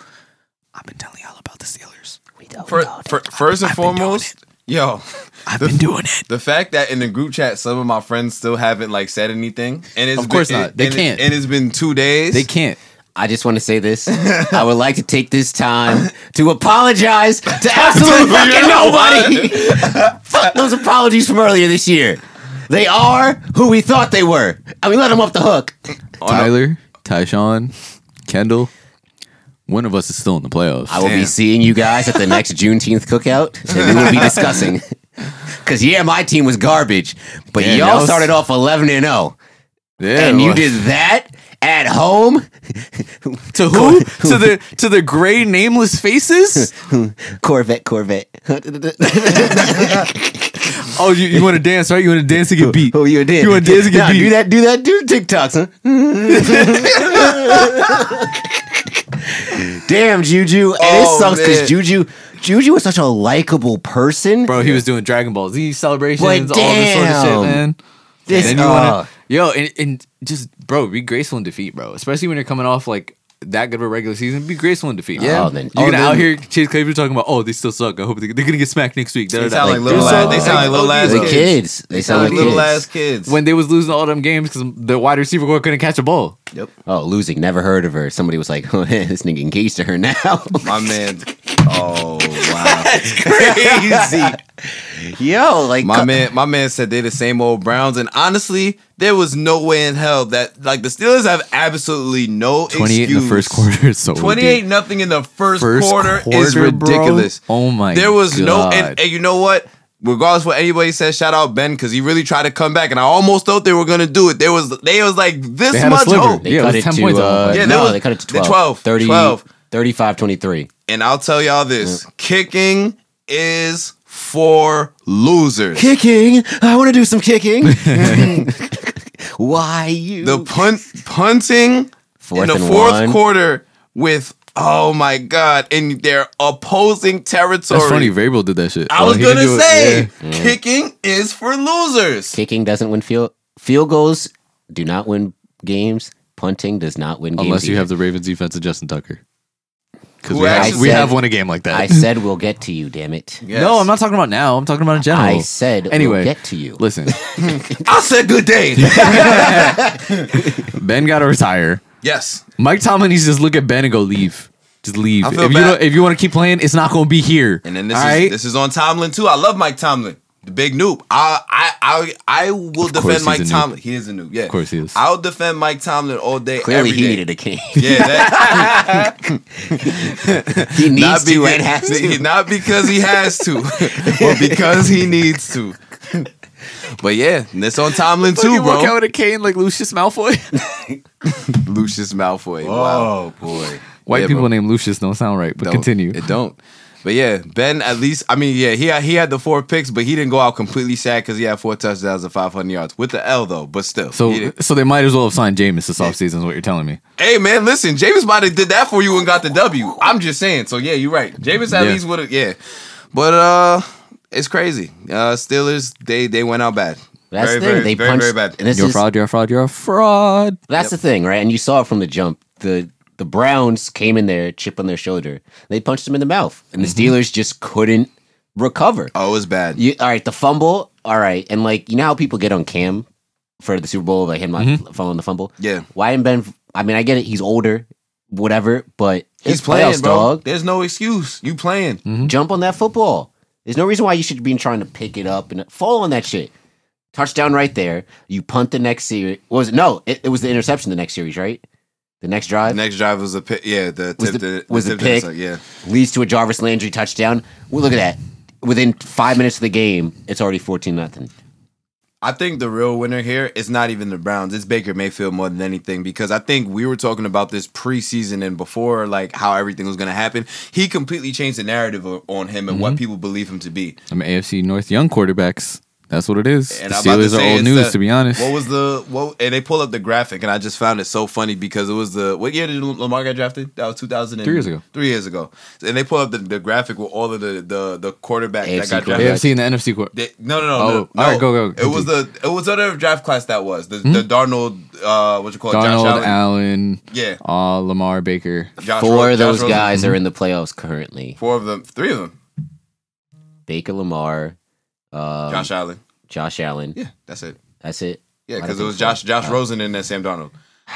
I've been telling y'all about the Steelers. We don't for, know. for, first and foremost, yo, I've been doing it. the fact that in the group chat some of my friends still haven't like said anything, and it's Of course been- not. They and it- can't. and it's been two days. They can't. I just want to say this. I would like to take this time to apologize to absolutely fucking nobody. Fuck those apologies from earlier this year. They are who we thought they were. I mean, let them off the hook. Oh, Tyler, Tyshawn, Kendall. One of us is still in the playoffs. I will be Damn. seeing you guys at the next Juneteenth cookout, and we will be discussing Because yeah, my team was garbage, but Yeah, y'all y'all- started off eleven and zero, and you did that at home. to who? to the to the gray nameless faces. Corvette, Corvette. Oh, you, you want to dance, right? You want to dance to get beat. Oh, you did. You want to dance to get Nah, beat. Do that. Do that. Do the TikToks, huh? Damn, Juju. And Oh, it sucks man. because Juju, Juju was such a likable person. Bro, he was doing Dragon Ball Z celebrations, But all this sort of damn. shit, man. This- and you uh, wanna, yo, and, and just bro, be graceful in defeat, bro. Especially when you're coming off like that good of a regular season, be graceful in defeat. Yeah. bro. Oh, then- you're oh, gonna then- out here Chase Claypool talking about, oh, they still suck. I hope they, they're gonna get smacked next week. Da, They da, da. sound like little dude, ass- so- they sound like little ass the kids. kids. They sound like little kids. ass kids. when they was losing all them games because the wide receiver core couldn't catch a ball. yep. Oh, losing. Never heard of her. Somebody was like, oh, this nigga engaged to her now. My man. Oh wow. Crazy. Yo, like, My man, my man said they're the same old Browns, and honestly, there was no way in hell that like the Steelers have absolutely no Twenty eight in excuse. the first quarter. So Twenty eight nothing in the first, First quarter, is quarter, bro? ridiculous. Oh my There was no God. and, and you know what? Regardless what anybody says, shout out Ben because he really tried to come back, and I almost thought they were gonna do it. There was they was like this They had a much sliver. hope, They Yeah, it cut was it 10 to, points uh, off. Yeah, no, that was- they cut it to the 12. 12, 30, 12. 35, 23. and I'll tell y'all this: kicking is for losers. Kicking. I want to do some kicking. Why you? the punt punting Fourth in the and fourth one. quarter with oh my god in their opposing territory. That's funny. Vrabel did that shit. I Oh, was he gonna didn't do it. say Yeah. kicking is for losers. kicking doesn't win field field goals. Do not win games. Punting does not win games. unless you either. have the Ravens defense and Justin Tucker. Because Who we, have, actually we said- have won a game like that. I said we'll get to you. Damn it. Yes. No, I'm not talking about now. I'm talking about in general. I said Anyway. we'll get to you. Listen, I said good day. Ben got to retire. yes. Mike Tomlin needs to just look at Ben and go leave. Just leave. I If feel you bad. don't, if you want to keep playing, it's not going to be here. And then this All is right? this is on Tomlin too. I love Mike Tomlin, the big noob. I I I, I will course defend Mike he's a noob. Tomlin. He is a noob. Yeah, of course he is. I'll defend Mike Tomlin all day. Clearly, every he day. needed a king. Yeah, that, he needs to beca- and has to. Not because he has to, but because he needs to. But yeah, and it's on Tomlin too, bro. with a cane like Lucius Malfoy. Lucius Malfoy. Oh boy, White Yeah, people bro. named Lucius don't sound right, but Don't- continue. It don't. But yeah, Ben at least I mean yeah he had, he had the four picks, but he didn't go out completely sad because he had four touchdowns and five hundred yards with the L though. But still, So, he didn't- so they might as well have signed Jameis this offseason, is what you're telling me. hey man, listen, Jameis might have did that for you and got the W. I'm just saying. So yeah, you're right. Jameis at Yeah. least would have yeah, but uh. It's crazy. Uh Steelers, they they went out bad. That's very, the thing. very, they very, punched. very bad. And this You're a is- fraud, you're a fraud, you're a fraud. That's the thing, right? And you saw it from the jump. The the Browns came in there, chip on their shoulder. They punched him in the mouth, and the Mm-hmm. Steelers just couldn't recover. Oh, it was bad. You, all right, the fumble. All right, and like you know how people get on Cam for the Super Bowl, like him Mm-hmm. not following the fumble. Yeah. Why didn't Ben? I mean, I get it. He's older, whatever. But He's he's playing, playoffs, bro. dog. There's no excuse. You playing. Jump on that football. There's no reason why you should be trying to pick it up and fall on that shit. Touchdown right there. You punt the next series. What was it? No, it, it was the interception the next series, right? The next drive. Next drive was a pick. Yeah, the Was tip, the- the, was the tip to pick. side, yeah. leads to a Jarvis Landry touchdown. Well, look at that. Within five minutes of the game, it's already fourteen nothing. I think the real winner here is not even the Browns. It's Baker Mayfield more than anything because I think we were talking about this preseason and before, like how everything was going to happen. He completely changed the narrative o- on him and Mm-hmm. what people believe him to be. I'm AFC North young quarterbacks. That's what it is. And the I'm about Steelers are say old it's news, the- to be honest. What was the what? And they pull up the graphic, and I just found it so funny because it was the what year did Lamar get drafted? That was two thousand Three years ago. Three years ago, and they pull up the, the graphic with all of the the the quarterbacks that AFC got quarterbacks. drafted. AFC and the NFC quarter. They, no, no, no, Oh, no, no. all right, go, go, It was the it was other draft class that was the, the Darnold. Uh, what you call it? Donald Josh Allen. Allen, Yeah. uh, Lamar Baker. Josh Ro- Four Josh of those Rosen. guys are in the playoffs currently. Four of them. Three of them. Baker Lamar, um, Josh Josh. Allen. Allen. Yeah, that's it. That's it. Yeah, I don't because it think was so. Josh Josh Oh. Rosen and then Sam Darnold.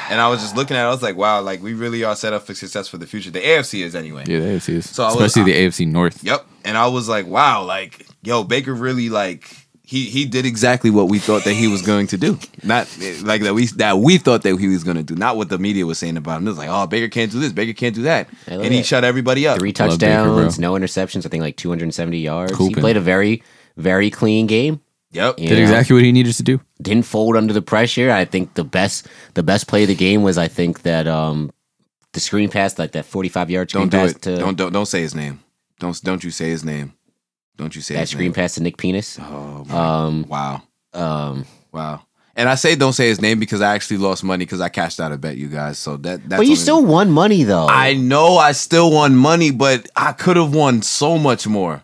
And I was just looking at it. I was like, wow, like we really are set up for success for the future. The AFC is anyway. Yeah, the AFC is. So I was- Especially the AFC North. Yep. And I was like, wow, like yo, Baker really like. He, he did exactly what we thought that he was going to do. Not eh, like that we that we thought that he was going to do. Not what the media was saying about him. It was like, oh, Baker can't do this. Baker can't do that. I love And he it. shut everybody up. Three I love Baker, bro. touchdowns, no interceptions. I think like 270 yards. Cooping. He played a very very clean game. Yep. you Did know? exactly what he needed to do. didn't fold under the pressure. I think the best the best play of the game was I think that um the screen pass like that forty five yard screen Don't do pass it. to Don't don't don't say his name. Don't don't you say his name. Don't you say that his screen name. pass to Nick Penis. Oh my- Um wow. um Wow. And I say don't say his name because I actually lost money because I cashed out a bet, you guys. So that that's but you only- still won money though. I know I still won money, but I could have won so much more.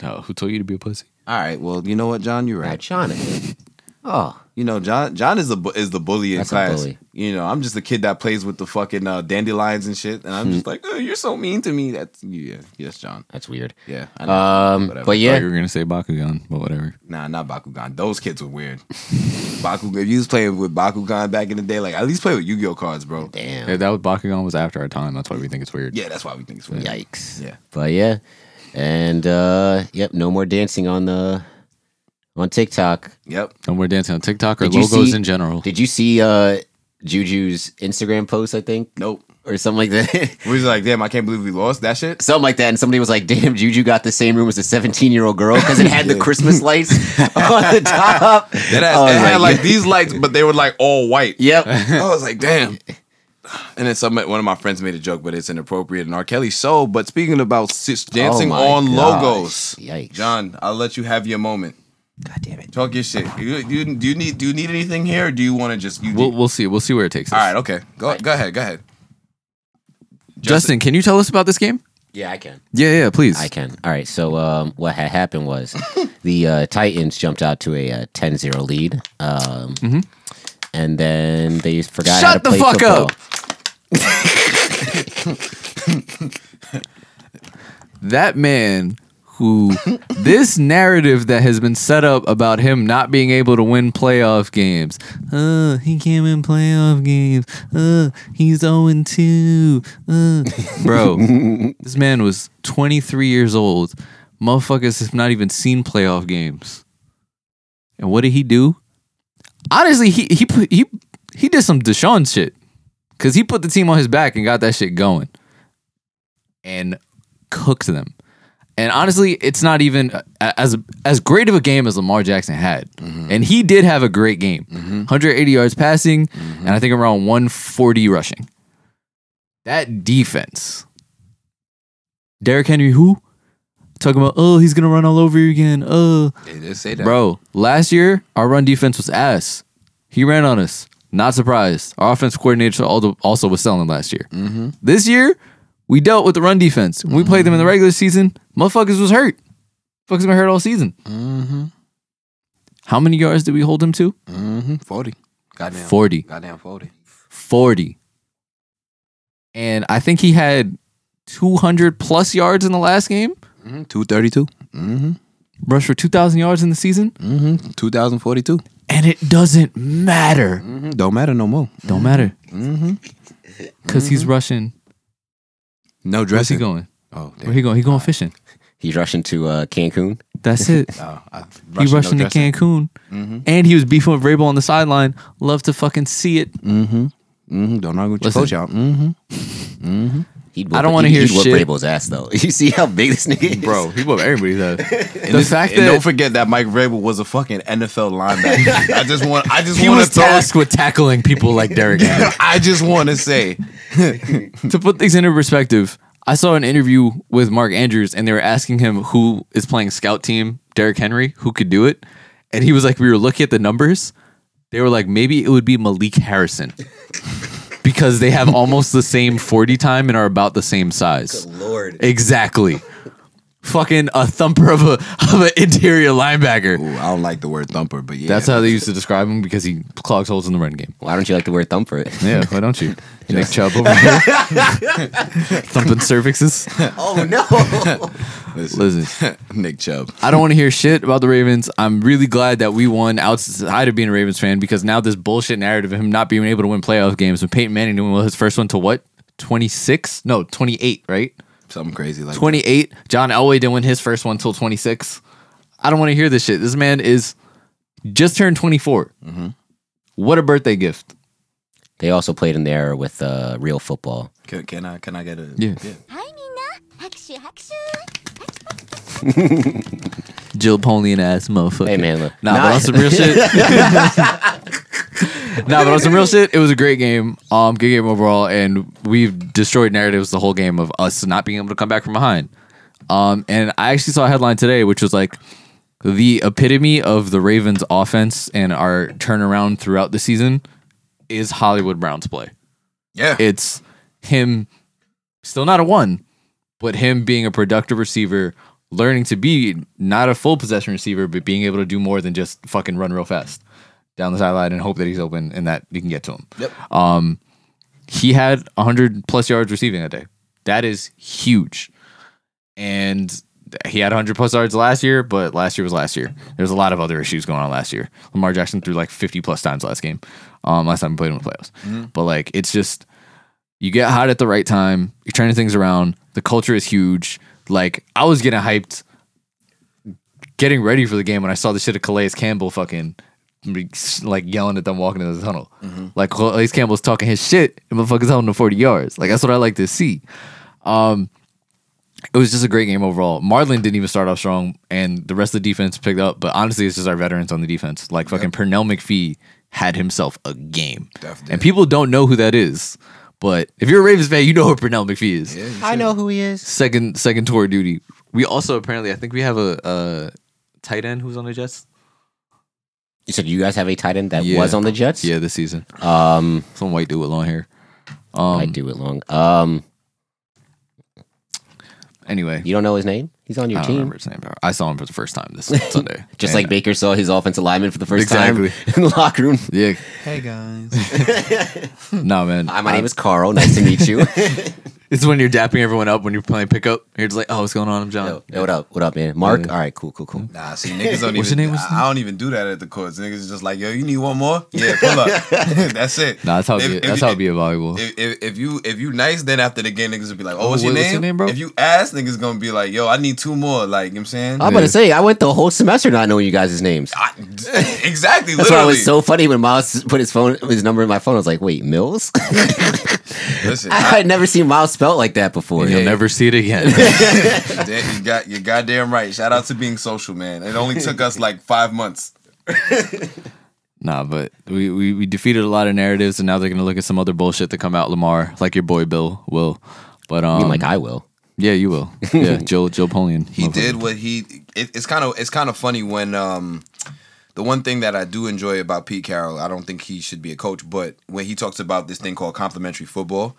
No, Oh, who told you to be a pussy? All right. Well, you know what, John, you're Now, right. Jonathan. Oh, You know, John John is the bu- is the bully in That's a class. bully. You know, I'm just the kid that plays with the fucking uh, dandelions and shit, and I'm just like, oh, you're so mean to me. That's yeah, yes, John. that's weird. Yeah, I know. Um Whatever. but Yeah. you yeah. were gonna say Bakugan, but whatever. Nah, not Bakugan. Those kids were weird. Bakugan. If you was playing with Bakugan back in the day, like at least play with Yu-Gi-Oh cards, bro. Damn. Yeah, that was Bakugan was after our time. That's why we think it's weird. Yeah, that's why we think it's weird. Yikes. Yeah. But yeah. And uh yep, no more dancing on the on TikTok. Yep. No more dancing on TikTok or Did you logos see- in general. Did you see uh Juju's Instagram post, I think? Nope. Or something like that. We was like, damn, I can't believe we lost that shit. something like that. And somebody was like, "Damn, Juju got the same room as a 17 year old girl because it had the Christmas lights on the top." That ass, I was it had like yeah. these lights, but they were like all white. Yep. I was like, damn. And then some one of my friends made a joke, but it's inappropriate. And R. Kelly, so. But speaking about sis- dancing my on gosh. logos, Yikes. John, I'll let you have your moment. God damn it. Talk your shit. You, you, do you need do you need anything here? Or do you want to just you, We'll, we'll see. We'll see where it takes us. All right, okay. Go go ahead, go ahead. Justin, can you tell us about this game? Yeah, I can. Yeah, yeah, please. I can. All right. So, um, what had happened was the uh, Titans jumped out to a uh, 10 0 lead. Um, Mm-hmm. And then they forgot how to Shut the play fuck football. up. that man who this narrative that has been set up about him not being able to win playoff games. Uh, he can't win playoff games. Uh, he's 0 2. Uh. Bro, this man was 23 years old. Motherfuckers have not even seen playoff games. And what did he do? Honestly, he he put, he he did some Deshaun shit. Cause he put the team on his back and got that shit going. And cooked them. And honestly, it's not even uh, as as great of a game as Lamar Jackson had, and he did have a great game, 180 yards passing, and I think around 140 rushing. That defense, Derrick Henry, who talking about? Oh, he's gonna run all over you again. Oh, They did say that. bro, last year our run defense was ass. He ran on us. Not surprised. Our offense coordinator al- also was selling last year. Mm-hmm, This year, we dealt with the run defense. When we played them in the Mm-hmm. regular season, motherfuckers was hurt. Fuckers been hurt all season. How many yards did we hold them to? Mm-hmm. Forty. Goddamn. 40. Goddamn forty. 40. And I think he had 200 plus yards in the last game, Two thirty-two. Mm-hmm. rushed for 2,000 yards in the season, Mm-hmm. Two thousand forty-two. and it doesn't matter. Mm-hmm. Don't matter no more. Don't matter Mm-hmm. because he's rushing. No Where's dressing. he going? Oh, Where he going? He going fishing. He's rushing to uh, Cancun. That's it. Oh, I, he rushing to Cancun, Mm-hmm. and he was beefing with Vrabel on the sideline. Love to fucking see it. Mm-hmm. Mm-hmm. Don't argue with Listen. your coach out. Mm-hmm. He'd I don't whoop- wanna he'd- hear he'd whoop shit. Vrabel's ass though. You see how big this nigga is, he whooped everybody's ass. And the fact and don't that forget that Mike Vrabel was a fucking NFL linebacker. I just want. I just he want was to throw. tasked with tackling people like Derek Henry. I just want to say. to put things into perspective, I saw an interview with Mark Andrews, and they were asking him who is playing scout team Derek Henry, who could do it, and he was like, "We were looking at the numbers. They were like, maybe it would be Malik Harrison." Because they have almost the same 40 time and are about the same size. Lord. Exactly. Fucking a thumper of a of an interior linebacker. Ooh, I don't like the word thumper, but yeah. That's how they used to describe him because he clogs holes in the run game. Why don't you like the word thumb for it? Yeah, why don't you? Nick Chubb over here. Thumping cervixes. Oh no. Listen, Nick Chubb. I don't want to hear shit about the Ravens. I'm really glad that we won outside of being a Ravens fan because now this bullshit narrative of him not being able to win playoff games when Peyton Manning won his first one to what? 26? No, 28, right? Something crazy like 28. John Elway didn't win his first one till 26. I don't want to hear this shit. This man is just turned 24. Mm-hmm. What a birthday gift. they also played in there with uh, real football. that. Can, can I? Can I get a? Yeah. はいみんな拍手拍手 Jill Polian ass motherfucker. Hey man, look, Nah, but on some real shit. nah, but on some real shit, it was a great game. Um, good game overall, and we've destroyed narratives the whole game of us not being able to come back from behind. Um, and I actually saw a headline today, which was like the epitome of the Ravens' offense and our turnaround throughout the season is Hollywood Brown's play. Yeah. It's him still not a one, but him being a productive receiver, learning to be not a full possession receiver, but being able to do more than just fucking run real fast down the sideline and hope that he's open and that you can get to him. Yep. Um, he had 100 plus yards receiving that day. That is huge. And he had 100 plus yards last year, but last year was last year. There's a lot of other issues going on last year. Lamar Jackson threw like 50 plus times last game, um, last time we played him in the playoffs. But like, it's just you get hot at the right time. You're turning things around. The culture is huge. Like I was getting hyped, getting ready for the game when I saw the shit of Calais Campbell fucking like yelling at them walking into the tunnel. Like Calais Campbell's talking his shit and motherfuckers holding him 40 yards. Like that's what I like to see. Um, it was just a great game overall. Marlin didn't even start off strong, and the rest of the defense picked up. But honestly, it's just our veterans on the defense. Like fucking Pernell McPhee had himself a game, Definitely. and people don't know who that is. But if you're a Ravens fan, you know who Pernell McPhee is. I know who he is. Second, second tour duty. We also apparently, I think we have a, a tight end who's on the Jets. You said you guys have a tight end that Yeah. was on the Jets. Yeah, this season, Um, some white dude with long hair. I Um, do it long. Um, anyway, you don't know his name? He's on your I don't team. remember his name. I saw him for the first time this Sunday. Just And- like Baker saw his offensive lineman for the first time Exactly. in the locker room. yeah, Hey guys. no man. Hi, my name is Carl. Nice to meet you. It's when you're dapping everyone up when you're playing pickup. You're just like, oh, what's going on? I'm John. Yo, yo, what up? What up, man? Mark? All right, cool, cool, cool. Nah, see, niggas don't What's even. your name? What's your I, I don't even do that at the courts. Niggas is just like, yo, you need one more? Yeah, pull up. that's it. Nah, that's how it If- be, if that's you- how it be a volleyball. If, if, if you if you nice, then after the game, niggas will be like, oh, what's, Oh, your, what's name? your name, bro? If you ask, niggas gonna be like, yo, I need two more. Like, you know what I'm saying? I'm about to say, I went the whole semester not knowing you guys' names. I- exactly. That's why it literally. was so funny when Miles put his phone, his number in my phone. I was like, wait, Mills? Listen, I had never seen Miles spelled like that before. You'll never see it again. Damn, you got you're goddamn right. Shout out to being social, man. It only took us like five months. nah, but we, we we defeated a lot of narratives, and now they're gonna look at some other bullshit that come out. Lamar, like your boy Bill, will. But um, I mean, like I will. yeah, you will. Yeah, Joe Joe Polian. He did what he. It, it's kind of it's kind of funny when um, the one thing that I do enjoy about Pete Carroll. I don't think he should be a coach, but when he talks about this thing called complementary football,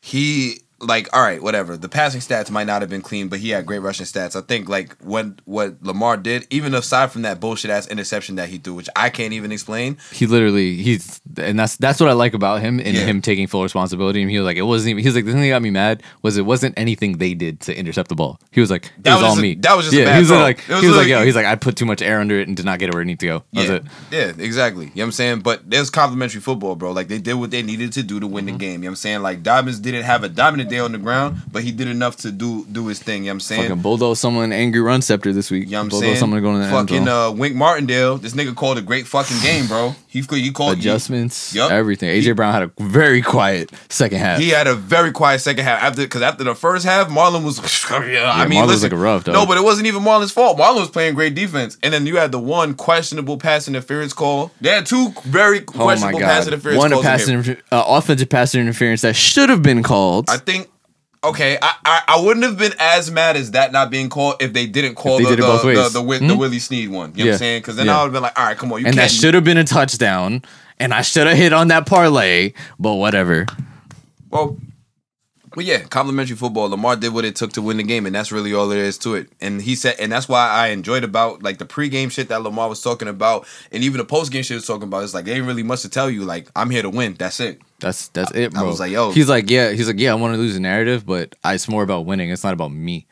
he like all right, whatever. The passing stats might not have been clean, but he had great rushing stats. I think like when what Lamar did, even aside from that bullshit ass interception that he threw, which I can't even explain. He literally he's and that's that's what I like about him and Yeah. him taking full responsibility. And he was like, it wasn't even. He was like, the thing that got me mad was it wasn't anything they did to intercept the ball. He was like, it That was was, all just a- me. that was just a yeah. bad he was throw. like, It he was was like, literally- yo, he's like, I put too much air under it and did not get it where it needed to go. That yeah. was it. Yeah, exactly. You know what I'm saying? But there's complimentary football, bro. Like they did what they needed to do to win Mm-hmm. the game. You know what I'm saying? Like Dobbins didn't have a dominant day on the ground, but he did enough to do do his thing. You know what I'm saying? Fucking bulldoze someone angry run scepter this week. you know what I'm bulldoze saying? someone going to the end fucking zone. uh, Wink Martindale. This nigga called a great fucking game, bro. He you called Adjustments, uh, Yup. everything. AJ Brown had a very quiet second half. He had a very quiet second half after because after the first half, Marlon was. yeah, I mean, Marlon was listen, looking rough, dog. No, but it wasn't even Marlon's fault. Marlon was playing great defense, and then you had the one questionable pass interference call. They had two very oh my questionable pass god! interference One a calls. in pass here. interfe- uh, offensive pass interference that should have been called. I think. Okay, I, I I wouldn't have been as mad as that not being called if they didn't call they the, did it the, both ways. Hmm? the, the, Wi- the Willie Sneed one. You know what Yeah. I'm saying? Because then Yeah. I would have been like, all right, come on, you and can't. that should have been a touchdown. And I should have hit on that parlay, but whatever. Well, well, yeah, complimentary football. Lamar did what it took to win the game, and that's really all there is to it. And he said, and that's why I enjoyed about like the pregame shit that Lamar was talking about, and even the postgame shit he was talking about. It's like they ain't really much to tell you. Like I'm here to win. That's it. That's that's it, I bro. was like, yo. He's like, yeah. He's like, yeah. I want to lose the narrative, but I, it's more about winning. It's not about me.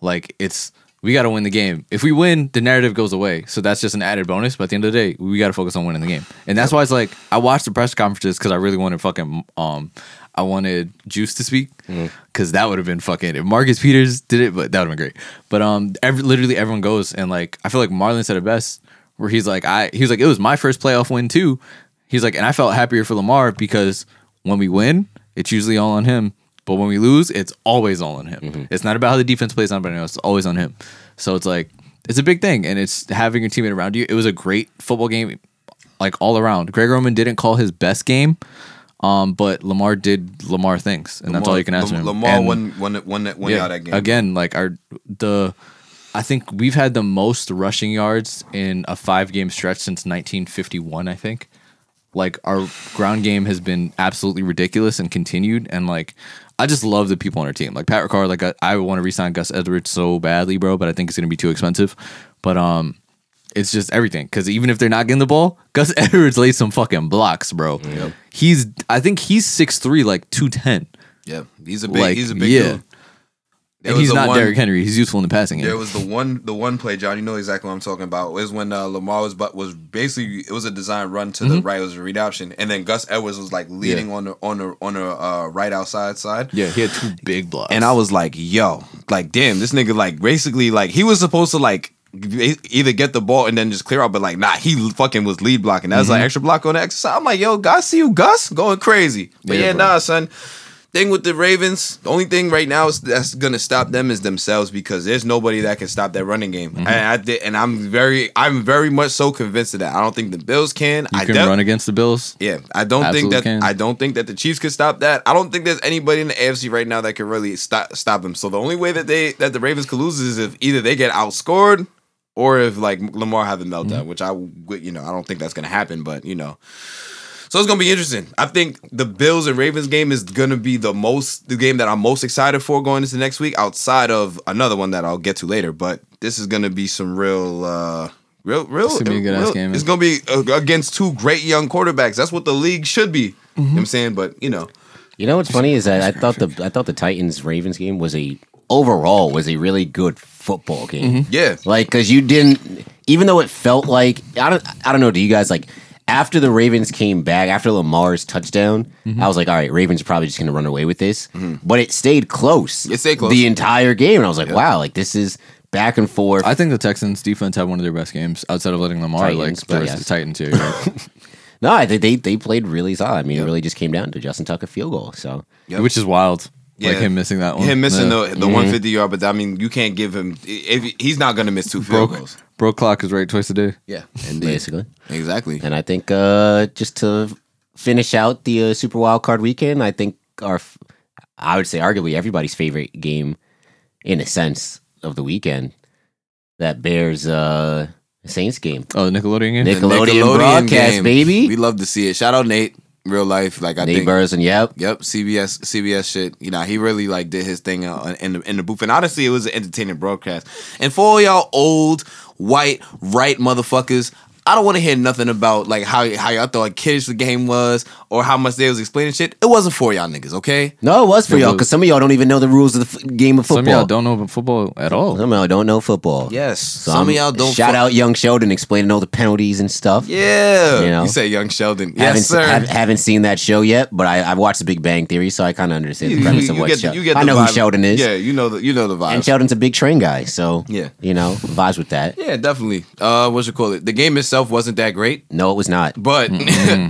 Like, it's we got to win the game. If we win, the narrative goes away. So that's just an added bonus. But at the end of the day, we got to focus on winning the game. And that's why it's like I watched the press conferences because I really wanted fucking um, I wanted Juice to speak Mm. because that would have been fucking if Marcus Peters did it, but that would have been great. But um, every, literally everyone goes and like I feel like Marlon said it best, where he's like, I he was like, it was my first playoff win too. He's like, and I felt happier for Lamar because when we win, it's usually all on him. But Mm-hmm. when we lose, it's always all on him. It's not about how the defense plays on, but it's always on him. So it's like it's a big thing, and it's having your teammate around you. It was a great football game, like all around. Greg Roman didn't call his best game, um, but Lamar did Lamar things, and that's all you can ask Lam- him. Lamar And- won, won, won, won out that game. Again, like our the I think we've had the most rushing yards in a five game stretch since 1951, I think. Like our ground game has been absolutely ridiculous and continued and like I just love the people on our team. Like Pat Ricard, like I, I want to resign Gus Edwards so badly, bro, but I think it's gonna be too expensive. But um it's just everything. Cause even if they're not getting the ball, Gus Edwards laid some fucking blocks, bro. He's I think he's 6'3, like two ten. Yeah, he's a big, Like he's a big yeah. dude. There And was he's the not one- Derrick Henry. He's useful in the passing game. There was the one, the one play, John. You know exactly what I'm talking about. It was when uh, Lamar was, but was basically it was a design run to the right, it was a read option, and then Gus Edwards was like leading on the on the on the uh, right outside side. yeah, he had two big blocks. And I was like, yo, like, damn, this nigga, like, basically, like, he was supposed to, like, e- either get the ball and then just clear out, but, like, nah, he fucking was lead blocking. That was, Mm-hmm. like, extra block on the exercise. I'm like, yo, I see you, Gus, going crazy. But Yeah, yeah, bro. nah, son. Thing with the Ravens, the only thing right now is that's gonna stop them is themselves because there's nobody that can stop that running game. Mm-hmm. And I did, and I'm very, I'm very much so convinced of that. I don't think the Bills can. you I can def- run against the Bills. yeah, I don't Absolutely think that can. I don't think that the Chiefs could stop that. I don't think there's anybody in the AFC right now that can really stop stop them. So the only way that they that the Ravens could lose is if either they get outscored or if like Lamar have a meltdown, Mm-hmm. which I would- you know I don't think that's gonna happen, but you know. So it's gonna be interesting. I think the Bills and Ravens game is gonna be the most the game that I'm most excited for going into next week, outside of another one that I'll get to later. But this is gonna be some real, uh, real, real. It's gonna be a good-ass real- game, eh? man. It's gonna be uh, against two great young quarterbacks. That's what the league should be. Mm-hmm. You know what I'm saying, but you know, You know what's funny is that I thought the I thought the Titans Ravens game was a overall was a really good football game. yeah, Like cuz you didn't even though it felt like I don't I don't know do you guys like after the Ravens came back after Lamar's touchdown Mm-hmm. I was like all right Ravens are probably just going to run away with this but it stayed close. It stayed close. the entire game and I was like wow like this is back and forth. I think the Texans defense had one of their best games outside of letting Lamar like Titans, the but rest yes. of the Titans here. right? no, I think they they played really solid. I mean it really just came down to Justin Tucker field goal. So Yep. Which is wild. Like Yeah. him missing that one. him missing Yeah. the the 150 yard, but I mean, you can't give him. If, he's not gonna miss two field broke goals. broke clock is right twice a day. Yeah, indeed. basically exactly. And I think uh, just to finish out the uh, Super Wild Card weekend, I think our, f- I would say arguably everybody's favorite game, in a sense, of the weekend, that Bears uh, Saints game. Oh, the Nickelodeon game. Nick- Nickelodeon broadcast, baby. We love to see it. Shout out Nate, real life. Like I Nate think, Burleson, yep. yep, CBS, CBS shit. You know, he really like did his thing uh, in the in the booth, and honestly, it was an entertaining broadcast. And for all y'all old white right motherfuckers. I don't want to hear nothing about like how how y'all thought kiddish the game was or how much they was explaining shit. It wasn't for y'all niggas, okay? No, it was for It y'all was- because some of y'all don't even know the rules of the f- game of football. Some of y'all don't know about football at all. Some of y'all don't know football. Yes, So I'm- some of y'all don't. Shout fuck- out Young Sheldon explaining all the penalties and stuff. yeah. You You, know? say Young Sheldon, haven't, yes sir. have- haven't seen that show yet, but I, I've watched The Big Bang Theory, so I kind of understand the premise of what get the- Shel- you get I the know who vibe. Sheldon is. Yeah, you know the you know the vibe. And Sheldon's a big train guy, so Yeah. you know, vibes with that. Yeah, definitely. Uh, what you call it? The game itself wasn't that great, No, it was not. but mm,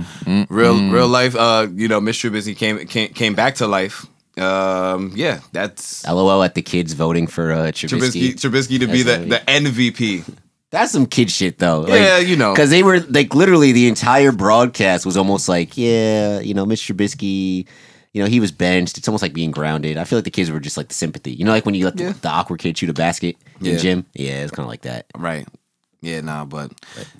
real real life. Uh, you know, Mr. Busy came came came back to life. Um, yeah, that's LOL at the kids voting for uh, Trubisky. Trubisky. Trubisky to be the, That's the MVP. That's some kid shit, though. Yeah, you know. because they were like literally the entire broadcast was almost like, yeah, you know, Mr. Trubisky. You know, he was benched. It's almost like being grounded. I feel like the kids were just like the sympathy. You know, like when you let the, the awkward kid shoot a basket in Yeah. gym. Yeah, it's kind of like that. Right. Yeah, nah, but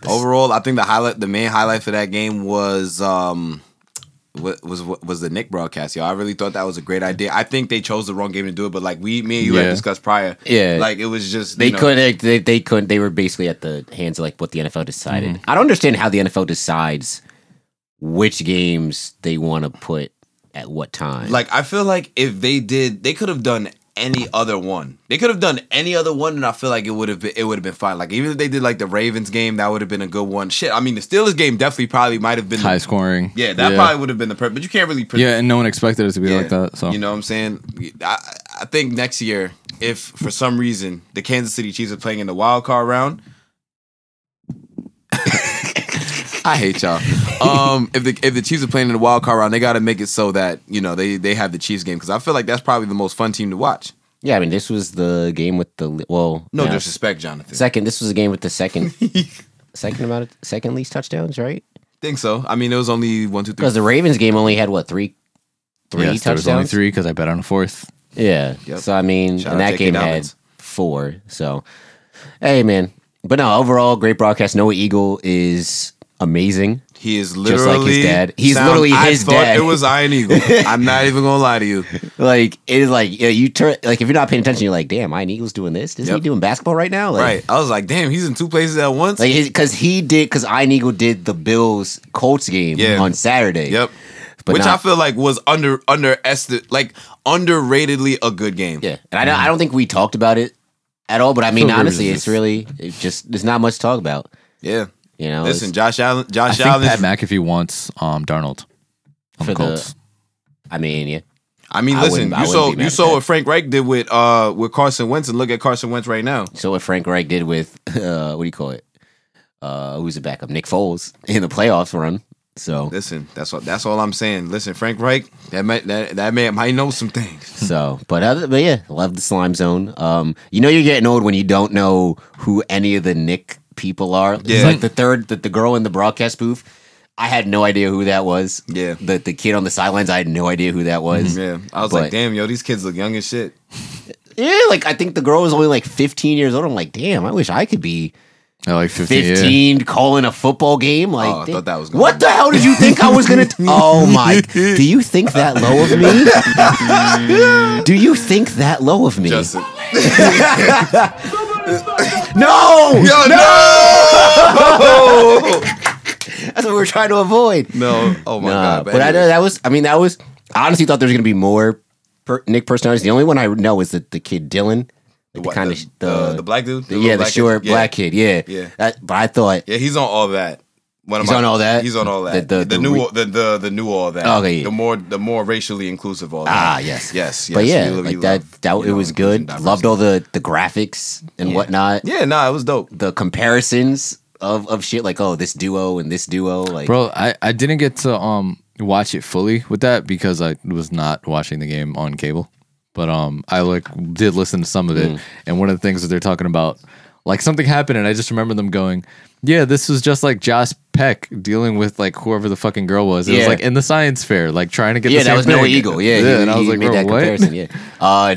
overall, I think the highlight, the main highlight for that game was um, wa- was was the Nick broadcast, yo. I really thought that was a great idea. I think they chose the wrong game to do it, but like we, me and you had Yeah. discussed prior, Yeah. like it was just They you know, couldn't. They, they couldn't. They were basically at the hands of like what the NFL decided. Mm-hmm. I don't understand how the NFL decides which games they want to put at what time. Like I feel like if they did, they could have done any other one. They could have done any other one, and I feel like it would have been it would have been fine. Like even if they did like the Ravens game, that would have been a good one. Shit, I mean the Steelers game definitely probably might have been High scoring. Yeah, that yeah. probably would have been the perfect. But you can't really predict. Yeah, and no one expected it to be like that. So you know what I'm saying. I, I think next year, if for some reason the Kansas City Chiefs are playing in the wild card round, I hate y'all. Um, if the if the Chiefs are playing in the wild card round, they got to make it so that you know they they have the Chiefs game because I feel like that's probably the most fun team to watch. Yeah, I mean, this was the game with the le- well, No no, disrespect, Jonathan. second. This was a game with the second, second amount, of, second least touchdowns, right? think so. I mean, it was only one, two, three. Because the Ravens game only had what three, three yes, there touchdowns. was only three because I bet on a fourth. Yeah. Yep. So I mean, Shout and out that J.K. game Dobbins. had four. So, hey, man. But no, overall, great broadcast. Noah Eagle is amazing. He is like his literally dad. He's literally his I thought dad. It was Iron Eagle. I'm not even gonna lie to you. Like it is like yeah, you turn like if you're not paying attention, you're like, damn, Iron Eagle's doing this. Isn't he Yep. doing basketball right now? Like, right? I was like, damn, he's in two places at once. Like because he did because Iron Eagle did the Bills Colts game Yeah. on Saturday. yep. But Which not- I feel like was under underestimated, like underratedly a good game. Yeah, and I don't, Mm-hmm. I don't think we talked about it at all. But I mean, Phil Rivers honestly, is it's just- really it's just there's not much to talk about. yeah. You know, Listen, It's- Josh Allen. I Josh think Pat Allen. McAfee wants um Darnold on For the the- Colts. I mean, yeah, I mean, I listen. wouldn't- I you wouldn't saw be mad you at saw that. what Frank Reich did with uh with Carson Wentz, and look at Carson Wentz right now. So what Frank Reich did with uh, what do you call it? Uh, who's the backup? Nick Foles in the playoffs run. So Listen, that's what that's all I'm saying. Listen, Frank Reich, that might that, that man might know some things. Hmm. so, but other, but yeah, love the slime zone. Um, you know you're getting old when you don't know who any of the Nick people are. Yeah. It's like the third, the, the girl in the broadcast booth. I had no idea who that was. Yeah. Mm-hmm. the the kid on the sidelines. I had no idea who that was. Yeah, I was But- like, damn, yo, these kids look young as shit. Yeah, like I think the girl was only like 15 years old. I'm like, damn, I wish I could be Oh, like 15. yeah. 15 calling a football game. Like, Oh, I thought that was gonna what the hell did you think I was gonna? T- oh my! Do you think that low of me? do you think that low of me? Justin, No, yo, no, that's what we're trying to avoid. no, oh my Nah, god. but I know that was. I mean, that was. I honestly thought there was gonna be more per- Nick personalities. The only one I know is the, the kid Dylan, like the What, kind of the- the, the- the black dude? The yeah, the little black kid? short Yeah. black kid. Yeah, Yeah. That- but I thought Yeah, he's on all that. One of He's my- on all that? He's on all that. The- The, the- the new, re- the, the the new all that. Okay, yeah. The more the more racially inclusive all that. Ah, yes, yes, yes. But yeah, We- we like love, that. That you it know, was inclusion, good. diversity. Loved all the the graphics and whatnot. Yeah, nah, it was dope. The comparisons of of shit like oh this duo and this duo like Bro, I, I didn't get to um watch it fully with that because I was not watching the game on cable. But um I like did listen to some of it and one of the things that they're talking about like something happened and I just remember them going, "Yeah, this was just like Josh Peck dealing with like whoever the fucking girl was." It Yeah. was like in the science fair, like trying to get yeah the that same was no thing. eagle yeah yeah and I was like, made "Bro, that what?" comparison yeah uh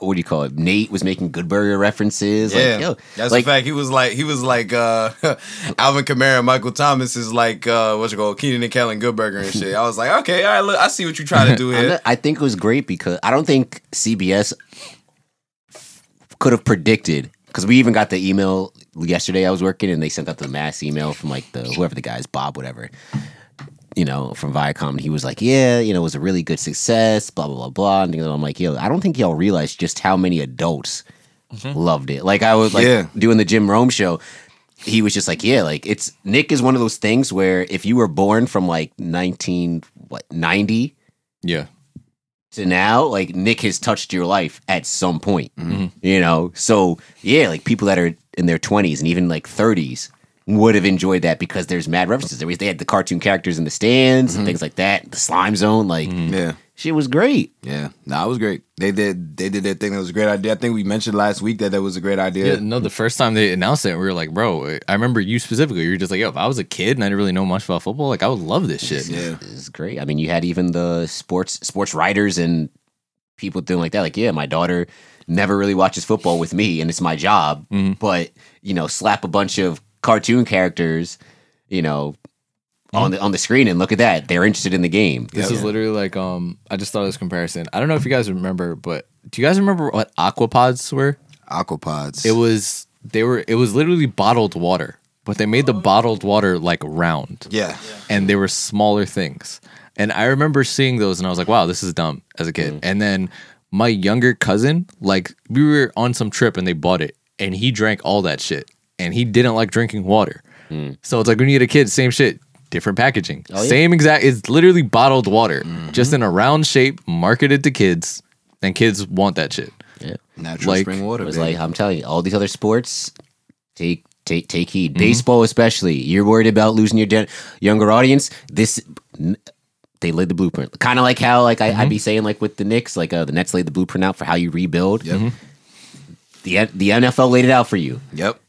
what do you call it Nate was making good burger references Yeah, like yo that's like the fact. He was like, he was like, uh, Alvin Kamara, and Michael Thomas is like, uh, what's it called, Keenan and Kellen Goodberger and shit. I was like, okay, all right, look, I see what you're trying to do I'm here. not- I think it was great because I don't think CBS could have predicted because we even got the email yesterday. I was working and they sent out the mass email from like the whoever the guy is, Bob, whatever. You know, from Viacom, and he was like, "Yeah, you know, it was a really good success." Blah blah blah blah. And I'm like, "Yo, I don't think y'all realize just how many adults loved it." Like I was like Mm-hmm. Yeah. doing the Jim Rome show he was just like, yeah, like it's Nick is one of those things where if you were born from like nineteen what ninety Yeah. to now, like Nick has touched your life at some point, you know. So yeah, like people that are in their twenties and even like thirties would have enjoyed that because there's mad references. There was- They had the cartoon characters in the stands and things like that. The slime zone, like Yeah, shit was great. yeah, nah, it was great. They did, they did their thing. It was a great idea. I think we mentioned last week that that was a great idea. Yeah, no, the first time they announced it, we were like, bro, I remember you specifically. You were just like, yo, if I was a kid and I didn't really know much about football, like, I would love this shit. yeah. It was great. I mean, you had even the sports sports writers and people doing like that. Like, yeah, my daughter never really watches football with me, and it's my job. Mm-hmm. But you know, slap a bunch of cartoon characters, you know, on the on the screen, and look at that, they're interested in the game. Mm-hmm. This is literally like, um, I just thought of this comparison. I don't know if you guys remember, but do you guys remember what aquapods were? Aquapods. It was, they were, it was literally bottled water, but they made the bottled water like round yeah. and they were smaller things. And I remember seeing those and I was like, wow, this is dumb as a kid. Mm. And then my younger cousin, like, we were on some trip and they bought it and he drank all that shit and he didn't like drinking water. Mm. So it's like when you get a kid, same shit, different packaging, Oh, yeah. same exact. It's literally bottled water, Mm-hmm. just in a round shape, marketed to kids, and kids want that shit. Yeah. Natural Like, spring It water. was baby. like I'm telling you, all these other sports take take take Mm-hmm. heed. Baseball, especially, you're worried about losing your gen- younger audience. This n- they laid the blueprint. Kind of like how like I, Mm-hmm. I'd be saying like with the Knicks, like uh, the Nets laid the blueprint out for how you rebuild. Yep. The the NFL laid it out for you. Yep.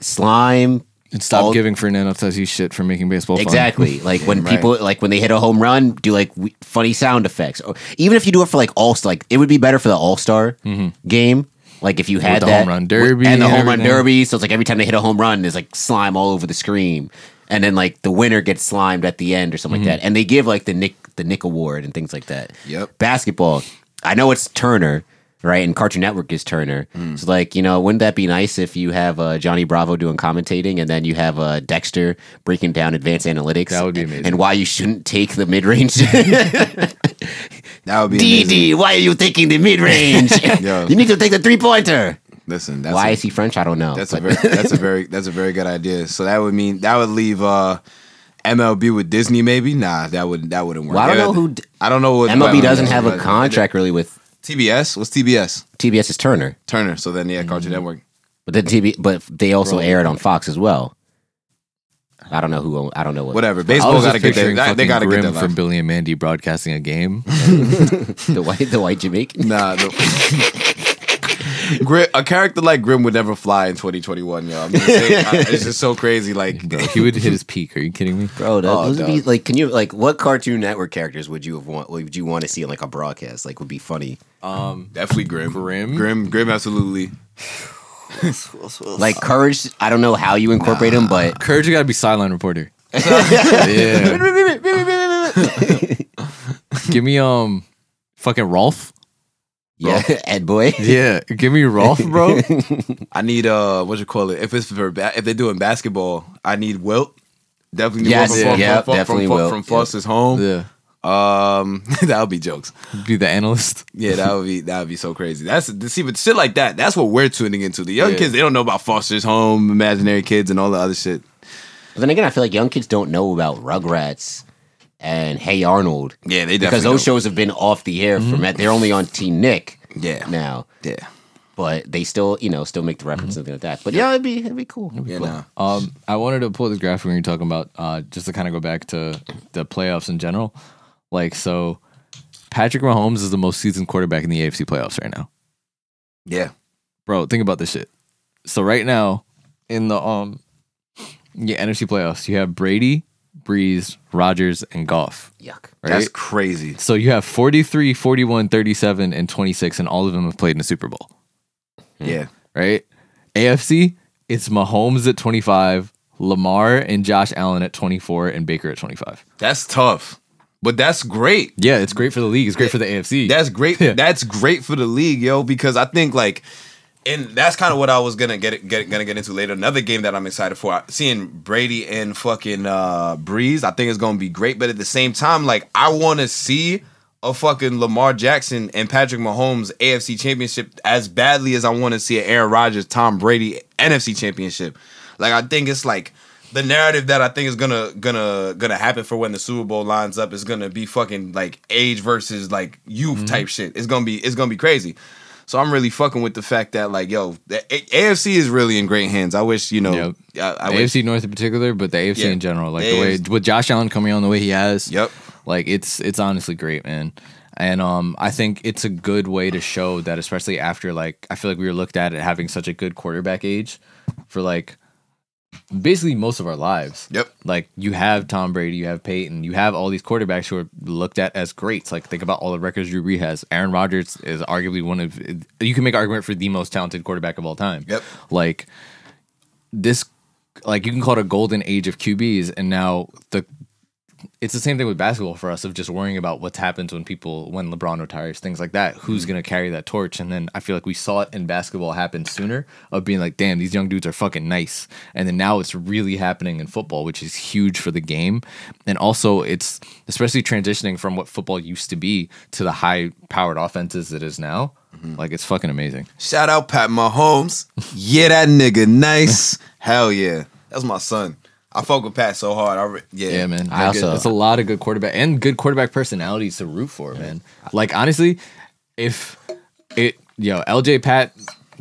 Slime. And stop all- giving Fernando Tatis shit for making baseball fun. Exactly. Like when people like when they hit a home run, do like we, funny sound effects. Or even if you do it for like all like it would be better for the All Star game. Like if you had Mm-hmm. the that home run derby and the and home run everything. derby, so it's like every time they hit a home run, there's like slime all over the screen, and then like the winner gets slimed at the end or something Mm-hmm. like that. And they give like the Nick the Nick Award and things like that. Yep. Basketball, I know it's Turner. Right and Cartoon Network is Turner, Mm. so like you know, wouldn't that be nice if you have uh, Johnny Bravo doing commentating, and then you have uh, Dexter breaking down advanced analytics? That would be and- amazing. And why you shouldn't take the mid range? That would be DD, amazing. why are you taking the mid range? Yo. you need to take the three pointer. Listen, that's Why a- is he French? I don't know. That's but- a very that's a very that's a very good idea. So that would mean that would leave uh MLB with Disney maybe? Nah, that would that wouldn't work. Well, I don't Yeah, know who d- I don't know what MLB what- doesn't have a what- contract really with TBS? What's TBS? TBS's Turner, Turner. So then yeah, Mm. Cartoon Network. but then TB, but they also air it on Fox as well. I don't know who. own- I don't know what. Whatever. I Baseball was got just to get their picturing that, fucking they got to get Grimm their from life. Billy and Mandy broadcasting a game. the white, the white Jamaican. Nah, no. Grim, a character like Grim would never fly in 2021, yo. I'm just saying, I- it's just so crazy. Like, Bro, he would hit his peak. Are you kidding me? Bro, that, Oh, those would be dog. like. Can you like what Cartoon Network characters would you have want? Would you want to see in like a broadcast? Like would be funny. Um, definitely Grim. Grim? Grim, Grim, absolutely. Like Courage. I don't know how you incorporate him, but Courage got to be sideline reporter. yeah. Give me um, fucking Rolf. yeah, Ed Boy. Yeah, give me Rolf, bro. I need, uh, what you call it? If it's for, ba- if they're doing basketball, I need Wilt. Definitely need Yes, Wilt yeah, from, yeah, from, from, definitely from, Wilt, from yeah. Foster's home. yeah, Um, that would be jokes. be the analyst. Yeah, that would be that would be so crazy. That's see, but shit like that. That's what we're tuning into. The young Yeah. kids, they don't know about Foster's home, imaginary kids, and all the other shit. But then again, I feel like young kids don't know about Rugrats and Hey Arnold Yeah, they definitely because those don't. Mm-hmm. shows have been off the air for Matt. They're only on Teen Nick Yeah, now. yeah, but they still, you know, still make the reference and things like that. But yeah, it'd be it'd be cool. Mm-hmm. yeah. But nah. Um, I wanted to pull this graph when you were talking about uh, just to kind of go back to the playoffs in general. Like, so Patrick Mahomes is the most seasoned quarterback in the AFC playoffs right now, yeah. bro. Think about this shit. So right now in the um, yeah, NFC playoffs, you have Brady, Breeze, Rogers, and Goff. Yuck. That's crazy. So you have 43, 41, 37, and 26, and all of them have played in the Super Bowl, Yeah. right? AFC, it's Mahomes at 25, Lamar and Josh Allen at 24, and Baker at 25. That's tough. But that's great. Yeah, it's great for the league. It's great for the AFC. That's great. Yeah. That's great for the league, yo, because I think like and that's kind of what I was gonna get, get gonna get into later. Another game that I'm excited for. Seeing Brady and fucking uh Breeze, I think it's gonna be great. But at the same time, like I wanna see a fucking Lamar Jackson and Patrick Mahomes AFC championship as badly as I wanna see an Aaron Rodgers, Tom Brady NFC championship. Like I think it's like the narrative that I think is gonna gonna gonna happen for when the Super Bowl lines up is gonna be fucking like age versus like youth type shit. It's gonna be it's gonna be crazy. So I'm really fucking with the fact that like yo, the A- AFC is really in great hands. I wish you know, I, I wish, AFC North in particular, but the AFC Yeah. in general, like The the way AFC with Josh Allen coming on the way he has, Yep. like it's it's honestly great, man. And um, I think it's a good way to show that, especially after like I feel like we were looked at at having such a good quarterback age for like basically most of our lives. Yep. Like you have Tom Brady, you have Peyton, you have all these quarterbacks who are looked at as greats. Like think about all the records Drew Brees has. Aaron Rodgers is arguably one of you can make an argument for the most talented quarterback of all time. Yep. Like this like you can call it a golden age of QBs and now the it's the same thing with basketball for us of just worrying about what happens when people when LeBron retires, things like that. Who's gonna carry that torch? And then I feel like we saw it in basketball happen sooner of being like, damn, these young dudes are fucking nice. And then now it's really happening in football, which is huge for the game. And also it's especially transitioning from what football used to be to the high powered offenses it is now. Like it's fucking amazing. shout out Pat Mahomes. yeah, that nigga nice. Hell yeah, that's my son. I fuck with Pat so hard. I re- yeah. Yeah, man. I Like, it- also- it's a lot of good quarterback and good quarterback personalities to root for, man. Like honestly, if it yo LJ Pat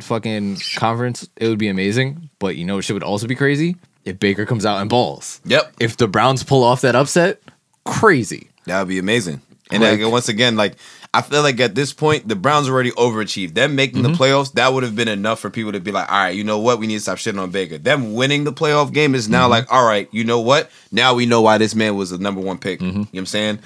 fucking conference, it would be amazing. But you know, what shit would also be crazy if Baker comes out and balls. Yep. If the Browns pull off that upset, crazy. That would be amazing. And like, once again, like I feel like at this point, the Browns already overachieved. Them making the playoffs, that would have been enough for people to be like, all right, you know what? We need to stop shitting on Baker. Them winning the playoff game is now like, all right, you know what? Now we know why this man was the number one pick. You know what I'm saying?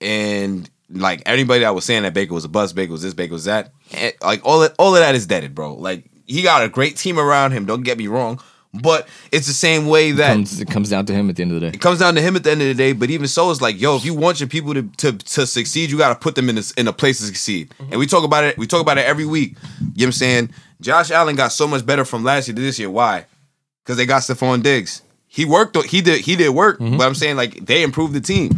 And like anybody that was saying that Baker was a bust, Baker was this, Baker was that, eh, like all that, all of that is deaded, bro. Like he got a great team around him. Don't get me wrong, but it's the same way that comes, it comes down to him at the end of the day. it comes down to him at the end of the day. But even so, it's like, yo, if you want your people to to, to succeed, you got to put them in a, in a place to succeed. And we talk about it. We talk about it every week. You know what I'm saying? Josh Allen got so much better from last year to this year. Why? Because they got Stephon Diggs. He worked. on- He did. He did work. But I'm saying like they improved the team.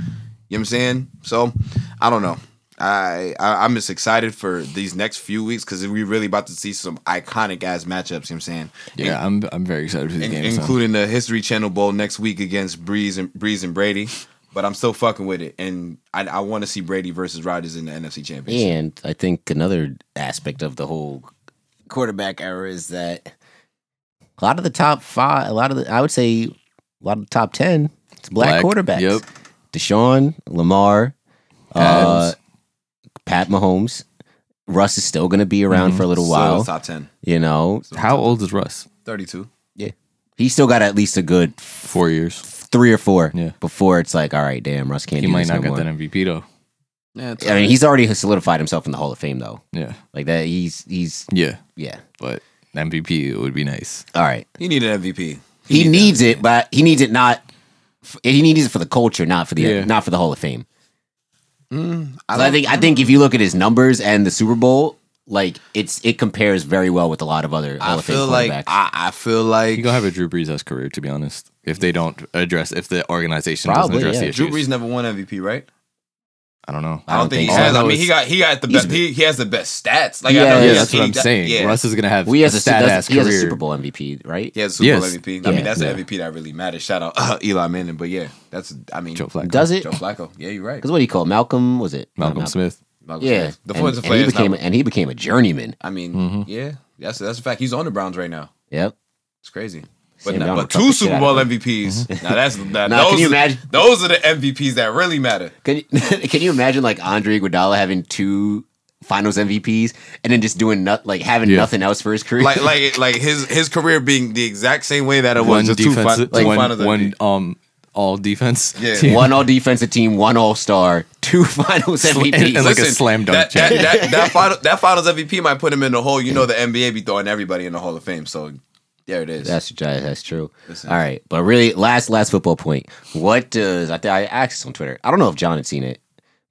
You know what I'm saying? So I don't know. I, I I'm just excited for these next few weeks because we really about to see some iconic ass matchups. You know what I'm saying? Yeah, I'm I'm very excited for the In- game. so. including the History Channel Bowl next week against Breeze and Breeze and Brady. But I'm still fucking with it, and I, I want to see Brady versus Rodgers in the NFC Championship. And I think another aspect of the whole quarterback era is that a lot of the top five, a lot of the, I would say, a lot of the top 10, it's black, Black, quarterbacks. yep. Deshaun, Lamar, uh, Adams. Pat Mahomes. Russ is still going to be Mm-hmm. around for a little Still while. in the top 10, You know, How old is Russ? 32. he's still got at least a good Four years. three or four Yeah. before it's like, all right, damn, Russ can't He do might this not no get more. that MVP though. Yeah, I mean, he's already solidified himself in the Hall of Fame, though. Yeah. Like that, he's he's Yeah. yeah. But MVP would be nice. All right, he need an MVP. he needs it, but he needs it not. f- He needs it for the culture, not for the Yeah. not for the Hall of Fame. Mm, I 'Cause I, think I think if you look at his numbers and the Super Bowl, like it's it compares very well with a lot of other Hall I of Fame feel like quarterbacks. I, I feel like He gonna have a Drew Brees esque career, to be honest. If they don't address, if the organization Probably, doesn't address yeah. the Drew issues, Brees never won MVP, right? I don't know. I don't, think, think he so. has. I No, mean, he got he got the he's best. He, he has the best stats. Like I Yeah, know Yeah, he has- that's what he- I'm that- saying. Yeah. Russ is gonna have we a has a, stat ass he has a career. Super Bowl MVP, right? He has a Super Bowl Yes. MVP. I Yeah. mean, that's Yeah. the MVP that really matters. Shout out uh, Eli Manning, but yeah, that's I mean Joe Flacco. Does it? Joe Flacco. Yeah, you're right. Because what do you call it? Malcolm? Was it not Malcolm Smith. Malcolm Yeah, Smith. the and, defensive and he player. is not- became and he became a journeyman. I mean, yeah, that's that's a fact. He's on the Browns right now. Yep. It's crazy. Sam But, now, Darnold but cut the shit two out Super of Bowl him. MVPs. Mm-hmm. Now that's now Nah, can those, you are- imagine- Those are the MVPs that really matter. Can you, can you imagine like Andre Iguodala having two Finals MVPs and then just doing not like having Yeah. nothing else for his career? Like like like his his career being the exact same way that it One was. Just two, defense, fi- two like finals one, one MVP. um all defense. Yeah. team. one All Defensive Team, one All Star, two Finals MVPs. and like a Listen, slam dunk. That that, champ. that, that, final, that finals MVP might put him in the hole. You know the NBA be throwing everybody in the Hall of Fame. So there it is. that's that's true. All right, but really, last last football point. What does I think I asked this on Twitter? I don't know if John had seen it,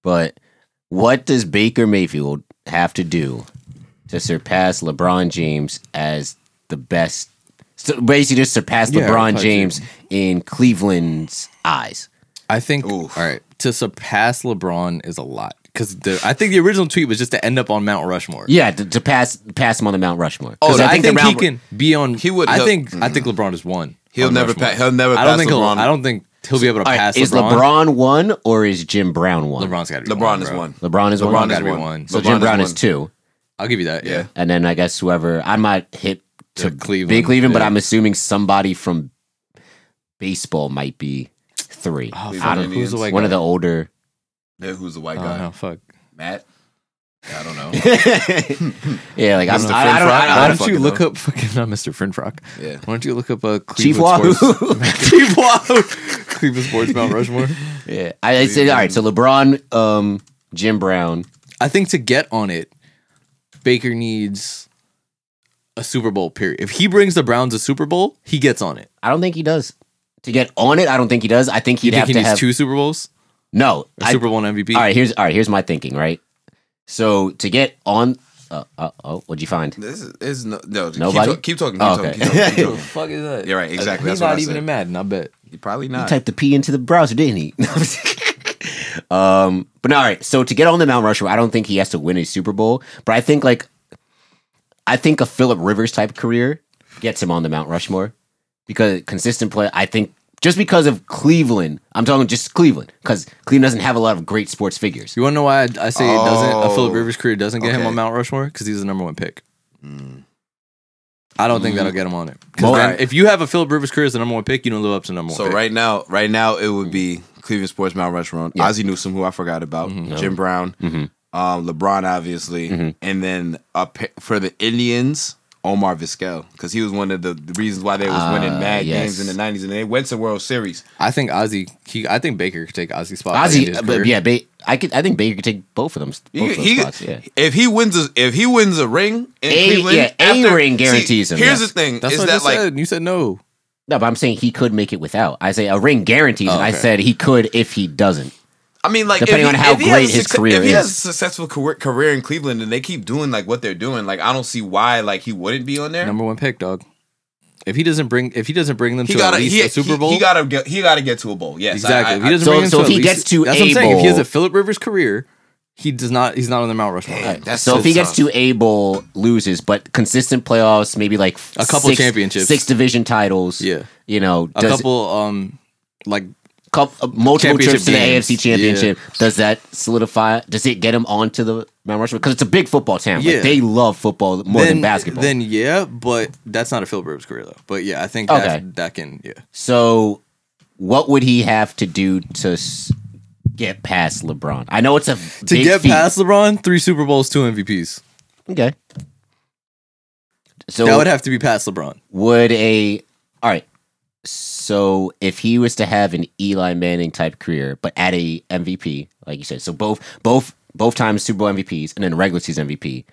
but what does Baker Mayfield have to do to surpass LeBron James as the best? So basically, just surpass Yeah, I LeBron thought James in Cleveland's eyes. I think Oof. all right to surpass LeBron is a lot because I think the original tweet was just to end up on Mount Rushmore. Yeah, to, to pass pass him on the Mount Rushmore. Oh, 'Cause I, think, the Mount- he can be on. He would- I he'll- think. I think Mm-hmm. LeBron is one. He'll on never Rushmore. pass. He'll never I don't pass think. LeBron. He'll, I don't think he'll be able to All right, pass. is LeBron. LeBron one or is Jim Brown one? LeBron's got to be LeBron one, is bro. one. LeBron is one. LeBron Gotta is be one. one. So LeBron Jim Brown is, one. two, I'll give you that. Yeah. Yeah. and then I guess whoever I'm not hip to To Cleveland, big Cleveland, but yeah. I'm assuming somebody from baseball might be three. Oh, I fuck, don't who's the white One guy? of the older. Yeah, who's the white Oh, guy? no, fuck. Matt. I don't know. yeah, like I'm, Mr. I, I don't. Frinfrock? I, Why don't- don't you fucking look know. up fucking not Mr. French Rock? Yeah. Why don't you look up a Chief Cleveland Wahoo. Sports? Chief Wahoo. Cleveland Sports Mount Rushmore. yeah, I, I said all right. So LeBron, um, Jim Brown. I think to get on it, Baker needs a Super Bowl. Period. If he brings the Browns a Super Bowl, he gets on it. I don't think he does. To get on it, I don't think he does. I think he'd You think have he to needs have two Super Bowls? no A I- Super Bowl and MVP. All right, here's all right. Here's my thinking. Right. So to get on, uh, uh, oh, what'd you find? This is, is no, no keep, Nobody? talk- keep talking. Keep Oh, talking. okay. Keep talking. Keep What the talking. fuck is that? You're right, exactly. He's That's what not I even said. in Madden. I bet. Probably He not. typed the P into the browser, didn't he? um, but all right. So to get on the Mount Rushmore, I don't think he has to win a Super Bowl, but I think like, I think a Philip Rivers type career gets him on the Mount Rushmore because consistent play. I think just because of Cleveland, I'm talking just Cleveland because Cleveland doesn't have a lot of great sports figures. You want to know why I, I say it doesn't? A Philip Oh. Rivers career doesn't get him Okay. Hmm. on Mount Rushmore because he's the number one pick. I don't think that'll get him on it. 'Cause Well, then alright. if you have a Philip Rivers career as the number one pick, you don't live up to number one. So pick. right now, right now it would be Cleveland Sports Mount Restaurant, Yeah. Mm-hmm. Ozzie Newsome, who I forgot about, Jim Brown, um, LeBron, obviously, and then up for the Indians, Omar Vizquel, because he was one of the the reasons why they was winning Ah, mad yes. games in the '90s, and they went to World Series. I think Ozzy. He, I think Baker could take Ozzy's spot. by the end Ozzy, uh, of his but career. yeah, ba- I could. I think Baker could take both of them. Both He- of those he- spots. Yeah. If he wins, a, if he wins a ring in A- Cleveland, yeah, a ring guarantees him, Here's yes. the thing: that's is what that I just like said. You said no. No, but I'm saying he could make it without. I say a ring guarantees, Oh, and I okay. said he could if he doesn't. I mean, like Depending if he- on how if he has great a his succe- career if he is. has a successful career, career in Cleveland and they keep doing like what they're doing, like I don't see why like he wouldn't be on there. Number one pick, dog. If he doesn't bring, if he doesn't bring them he to gotta at least he, a Super he- Bowl, He, gotta get he gotta get to a bowl. Yes, I- exactly. I- if he doesn't So- bring them so to if at he least- gets to that's a what I'm saying. If he has bowl- a Philip Rivers career, he does not. He's not on the Mount Rushmore. I- that's so if he gets tough. to a bowl, loses, but consistent playoffs, maybe like A couple six- championships. six division titles. Yeah. you know, A does couple, um, like coup- multiple Championship trips to the games. AFC Championship. Does that solidify? Does it get him onto the Mount Rushmore? Because it's a big football town. Yeah. Like, they love football more then, than basketball. Then yeah, but that's not a Philip Rivers career though. But yeah, I think Okay. that that can yeah. So, what would he have to do to s- get past LeBron? I know it's a To big get feat. past LeBron, three Super Bowls, two MVPs. Okay. So That would have to be past LeBron. would a all right? So if he was to have an Eli Manning type career, but at a MVP, like you said, so both both both times Super Bowl MVPs and then regular season MVP,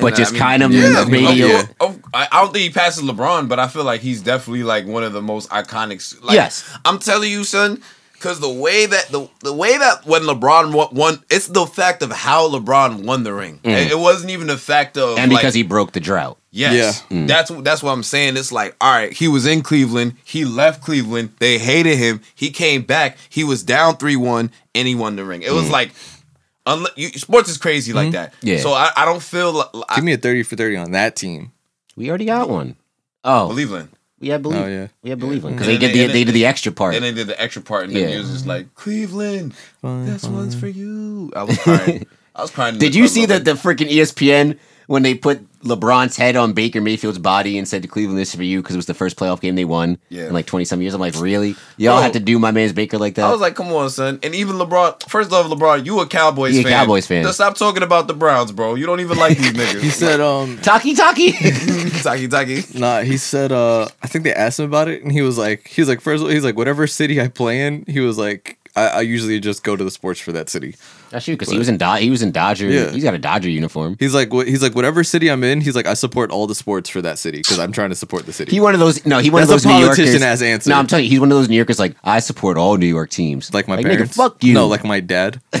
but just kind of Yeah, radio. of- of- I I don't think he passes LeBron, but I feel like he's definitely like one of the most iconic. s- Like, Yes. I'm telling you, son. Because the way that the the way that when LeBron won, won, it's the fact of how LeBron won the ring. It, it wasn't even the fact of Mm. and because like, he broke the drought. Yes. Mm. That's that's what I'm saying. It's like, all right, he was in Cleveland, he left Cleveland, they hated him, he came back, he was down 3-1 and he won the ring. It was like unle- you, sports is crazy like that. Mm. Mm-hmm. Yeah. So I, I don't feel like I, Give me a thirty for thirty on that team. We already got one. Oh, Cleveland. yeah, I believe. Oh, yeah. we had believe because And they did then- the and they did then- the extra part. And they did the extra part and then Yeah. it was just like, Cleveland, this one's for you. I was crying. I was crying. Did you see that the freaking E ESPN when they put LeBron's head on Baker Mayfield's body and said to Cleveland, "This is for you" because it was the first playoff game they won Yeah. Oh. in like twenty some years? I'm like, really? Y'all Bro. had to do my man's Baker like that? I was like, come on, son. And even LeBron, first love LeBron, you a Cowboys You a fan. Cowboys fan. Just stop talking about the Browns, bro. You don't even like these niggas. He said um Taki Taki. Taki Taki. Nah, he said. Uh, I think they asked him about it, and he was like, he was like, first, of all, he's like, whatever city I play in, he was like, I, I usually just go to the sports for that city. That's true because he was in Do- he was in Dodger. Yeah. He's got a Dodger uniform. He's like, wh- he's like, whatever city I'm in, he's like, I support all the sports for that city because I'm trying to support the city. He one of those no, he one That's of a those New Yorkers. politician-ass answer. No, I'm telling you, he's one of those New Yorkers. Like I support all New York teams. like my nigga, parents. fuck you. No, like my dad.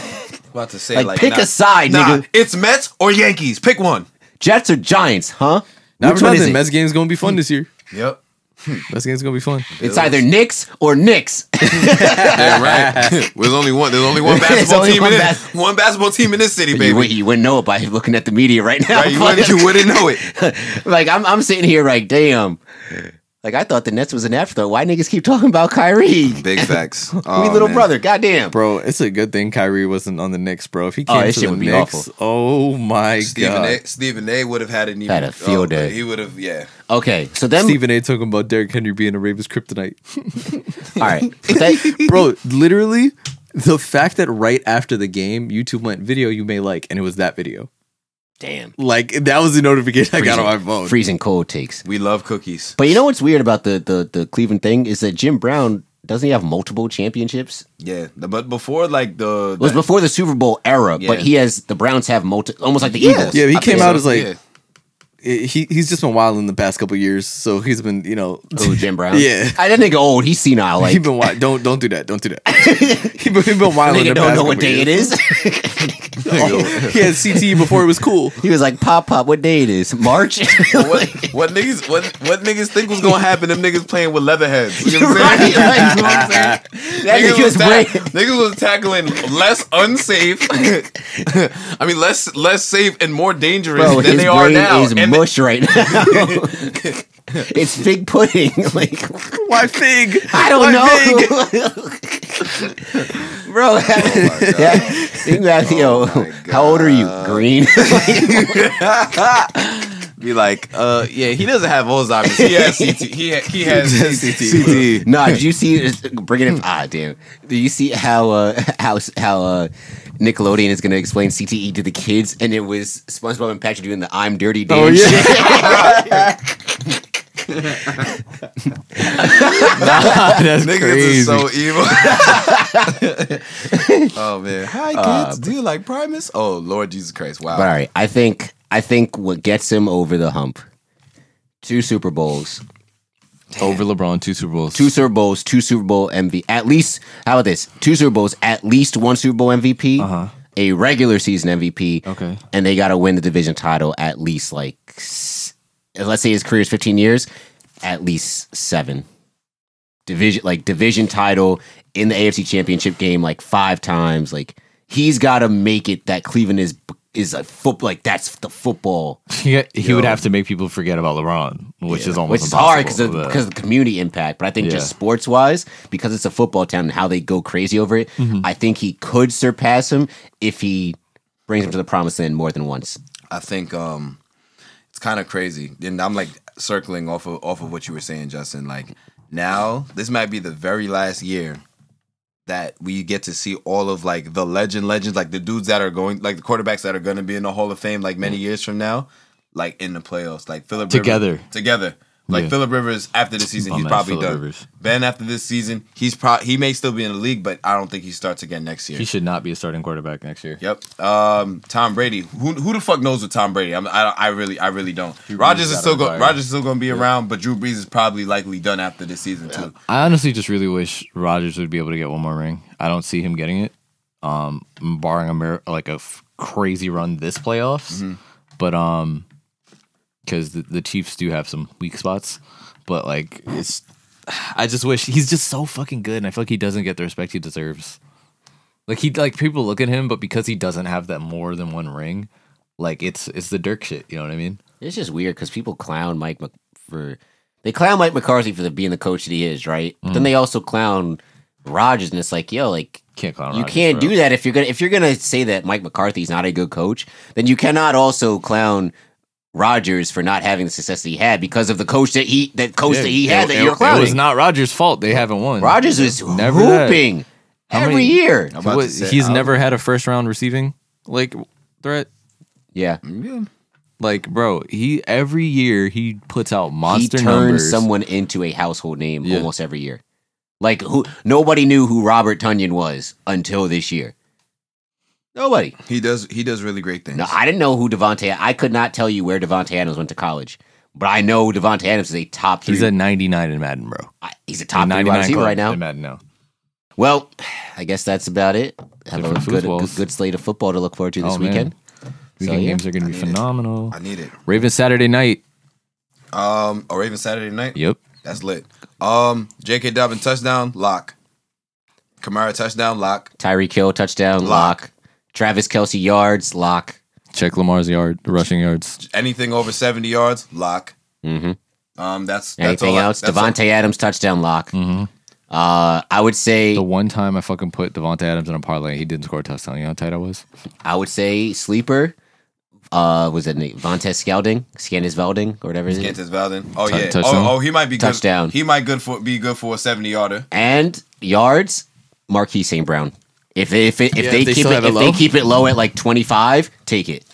About to say Like, pick a side, nah, nigga. It's Mets or Yankees. Pick one. Jets or Giants, huh? Not Which for one is nothing. it? Mets game's gonna be fun this year. Yep. Mets game's gonna be fun. It's either Knicks or Knicks. Damn right. There's only one. There's only one There's basketball only team one in bas- this. One basketball team in this city, you, baby. wou- you wouldn't know it by looking at the media right now. Right, you, but- wouldn't, you wouldn't know it. like I'm, I'm sitting here like, damn. Like I thought the Nets was an afterthought. Why niggas keep talking about Kyrie? Big facts. we little brother, goddamn. Bro, it's a good thing Kyrie wasn't on the Knicks, bro. If he Oh, came this to shit the would be Knicks, awful. oh my Stephen god, A. Stephen A. would have had an even. Had a field day. He would have. Yeah. Okay, so then Stephen A. talking about Derrick Henry being a Ravens kryptonite. all right, but that, bro literally the fact that right after the game youtube went video you may like and it was that video damn, like that was the notification i got on my phone freezing cold takes. We love cookies. But you know what's weird about the the the Cleveland thing is that Jim Brown doesn't he have multiple championships? Yeah. But before like the. It was before the Super Bowl era, but Yeah. he has the Browns have multi, almost like the Eagles. Yeah, he came think out so. as like Yeah. he he's just been wild in the past couple years so he's been you know Oh, Jim Brown. Yeah. I that nigga old. He's senile. he Like been wild don't don't do that don't do that he been, he been wild in the nigga don't past know what couple day it years. Oh, is. he had CTE before it was cool he was like, "Pop, pop, what day it is? March." What, what niggas? What what niggas think was gonna happen? Them niggas playing with leather heads. You know what I'm saying? Right, right. You know what I'm saying? That niggas, nigga was was tack- brave. niggas was tackling less unsafe. I mean, less less safe and more dangerous Bro, than his they are brain now. is And mush right now. it's fig pudding. like why fig I don't know. Bro, that, that, yo, how old are you? Green. be like, uh, yeah, he doesn't have Alzheimer's. He has CT. He, ha- he has CT. CT. Nah, did you see? Bring it up. Ah, damn. Do you see how uh, how how uh, Nickelodeon is going to explain CTE to the kids? And it was SpongeBob and Patrick doing the "I'm dirty" Oh, dance. That's Niggas are so evil. oh man, hi Uh, kids. Do you like Primus? Oh Lord Jesus Christ! Wow. But all right, I think I think what gets him over the hump: two Super Bowls, Over LeBron, two Super Bowls. two Super Bowls, two Super Bowl MVP. At least, how about this? Two Super Bowls, at least one Super Bowl MVP, a regular season MVP. Okay. and they got to win the division title at least like s- let's say his career is 15 years at least seven division like division title in the afc championship game like five times like he's got to make it that cleveland is is a foot like that's the football he, he would have to make people forget about LeBron, which is almost which is hard because impossible, of, but- because of the community impact. But I think just Yeah. sports wise, because it's a football town and how they go crazy over it, Mm-hmm. I think he could surpass him if he brings him to the promised land more than once. I think um, it's kind of crazy, and I'm like circling off of off of what you were saying, Justin. Like now, this might be the very last year that we get to see all of like the legend legends, like the dudes that are going, like the quarterbacks that are going to be in the Hall of Fame, like many years from now, like in the playoffs, like Philip Rivers- Together. together. Like Yeah. Philip Rivers after this season, Oh, he's man, probably Phillip done. Rivers. Ben after this season, he's pro he may still be in the league, but I don't think he starts again next year. he should not be a starting quarterback next year. Yep. Um, Tom Brady. Who who the fuck knows with Tom Brady? I'm, I I really I really don't. Rogers out is of still the go, fire. Rogers is still going to be around, but Drew Brees is probably likely done after this season too. I honestly just really wish Rodgers would be able to get one more ring. I don't see him getting it, um, barring a mir- like a f- crazy run this playoffs. Mm-hmm. But um, because the, the Chiefs do have some weak spots, but like it's, I just wish he's just so fucking good, and I feel like he doesn't get the respect he deserves. Like he like people look at him, but because he doesn't have that more than one ring, like it's it's the Dirk shit. You know what I mean? It's just weird because people clown Mike Mc- for they clown Mike McCarthy for the, being the coach that he is, right? But Mm. then they also clown Rogers, and it's like, yo, like Can't clown. you Rodgers, can't bro. do that if you're gonna if you're gonna say that Mike McCarthy's not a good coach, then you cannot also clown Rogers for not having the success that he had because of the coach that he that coach that Oh, he had it, that it- you're it clowning. was not Rogers' fault. They haven't won. Rogers is Never that. hooping How every many- year. I'm about to What- say- he's um, I'm- never had a first round receiving like threat. Yeah, Like, bro, he every year he puts out he monster turns numbers. someone into a household name Yeah. almost every year. Like who? Nobody knew who Robert Tunyon was until this year. Nobody. He does he does really great things. No, I didn't know who Devonte. I could not tell you where Devonte Adams went to college, but I know Devonte Adams is a top. Three, He's at 99 in Madden, bro. I- he's a top three 99 wide receiver club. right now. I'm mad now. Well, I guess that's about it. Have a Different good, good, footballs. good slate of football to look forward to this Oh, man. weekend. Weekend yeah. games are going to be phenomenal. I need it. Ravens Saturday night. Um, or even Saturday night. Yep. That's lit. Um, J.K. Dobbin touchdown lock. Kamara touchdown lock. Tyree Kill touchdown Lock. lock. Travis Kelsey yards lock. Check Lamar's yard, rushing yards. Anything over seventy yards lock. Mm-hmm. Mhm. Um, that's that's Anything all I- else? that's Devonte Adams touchdown lock. Mhm. Uh, I would say The one time I fucking put Devonta Adams in a parlay, he didn't score a touchdown. You know how tight I was? I would say sleeper. Uh, was it Nate- Vontae Skelding, Scannis Velding, or whatever his name? Cantus Valden. Oh Tou- yeah. touchdown. Oh, oh, he might be good. Touchdown. He might good for be good for a seventy yarder. and yards, Marquise St. Brown. If if it, if Yeah, they if they keep still it have it if they low. keep it low at like twenty five, take it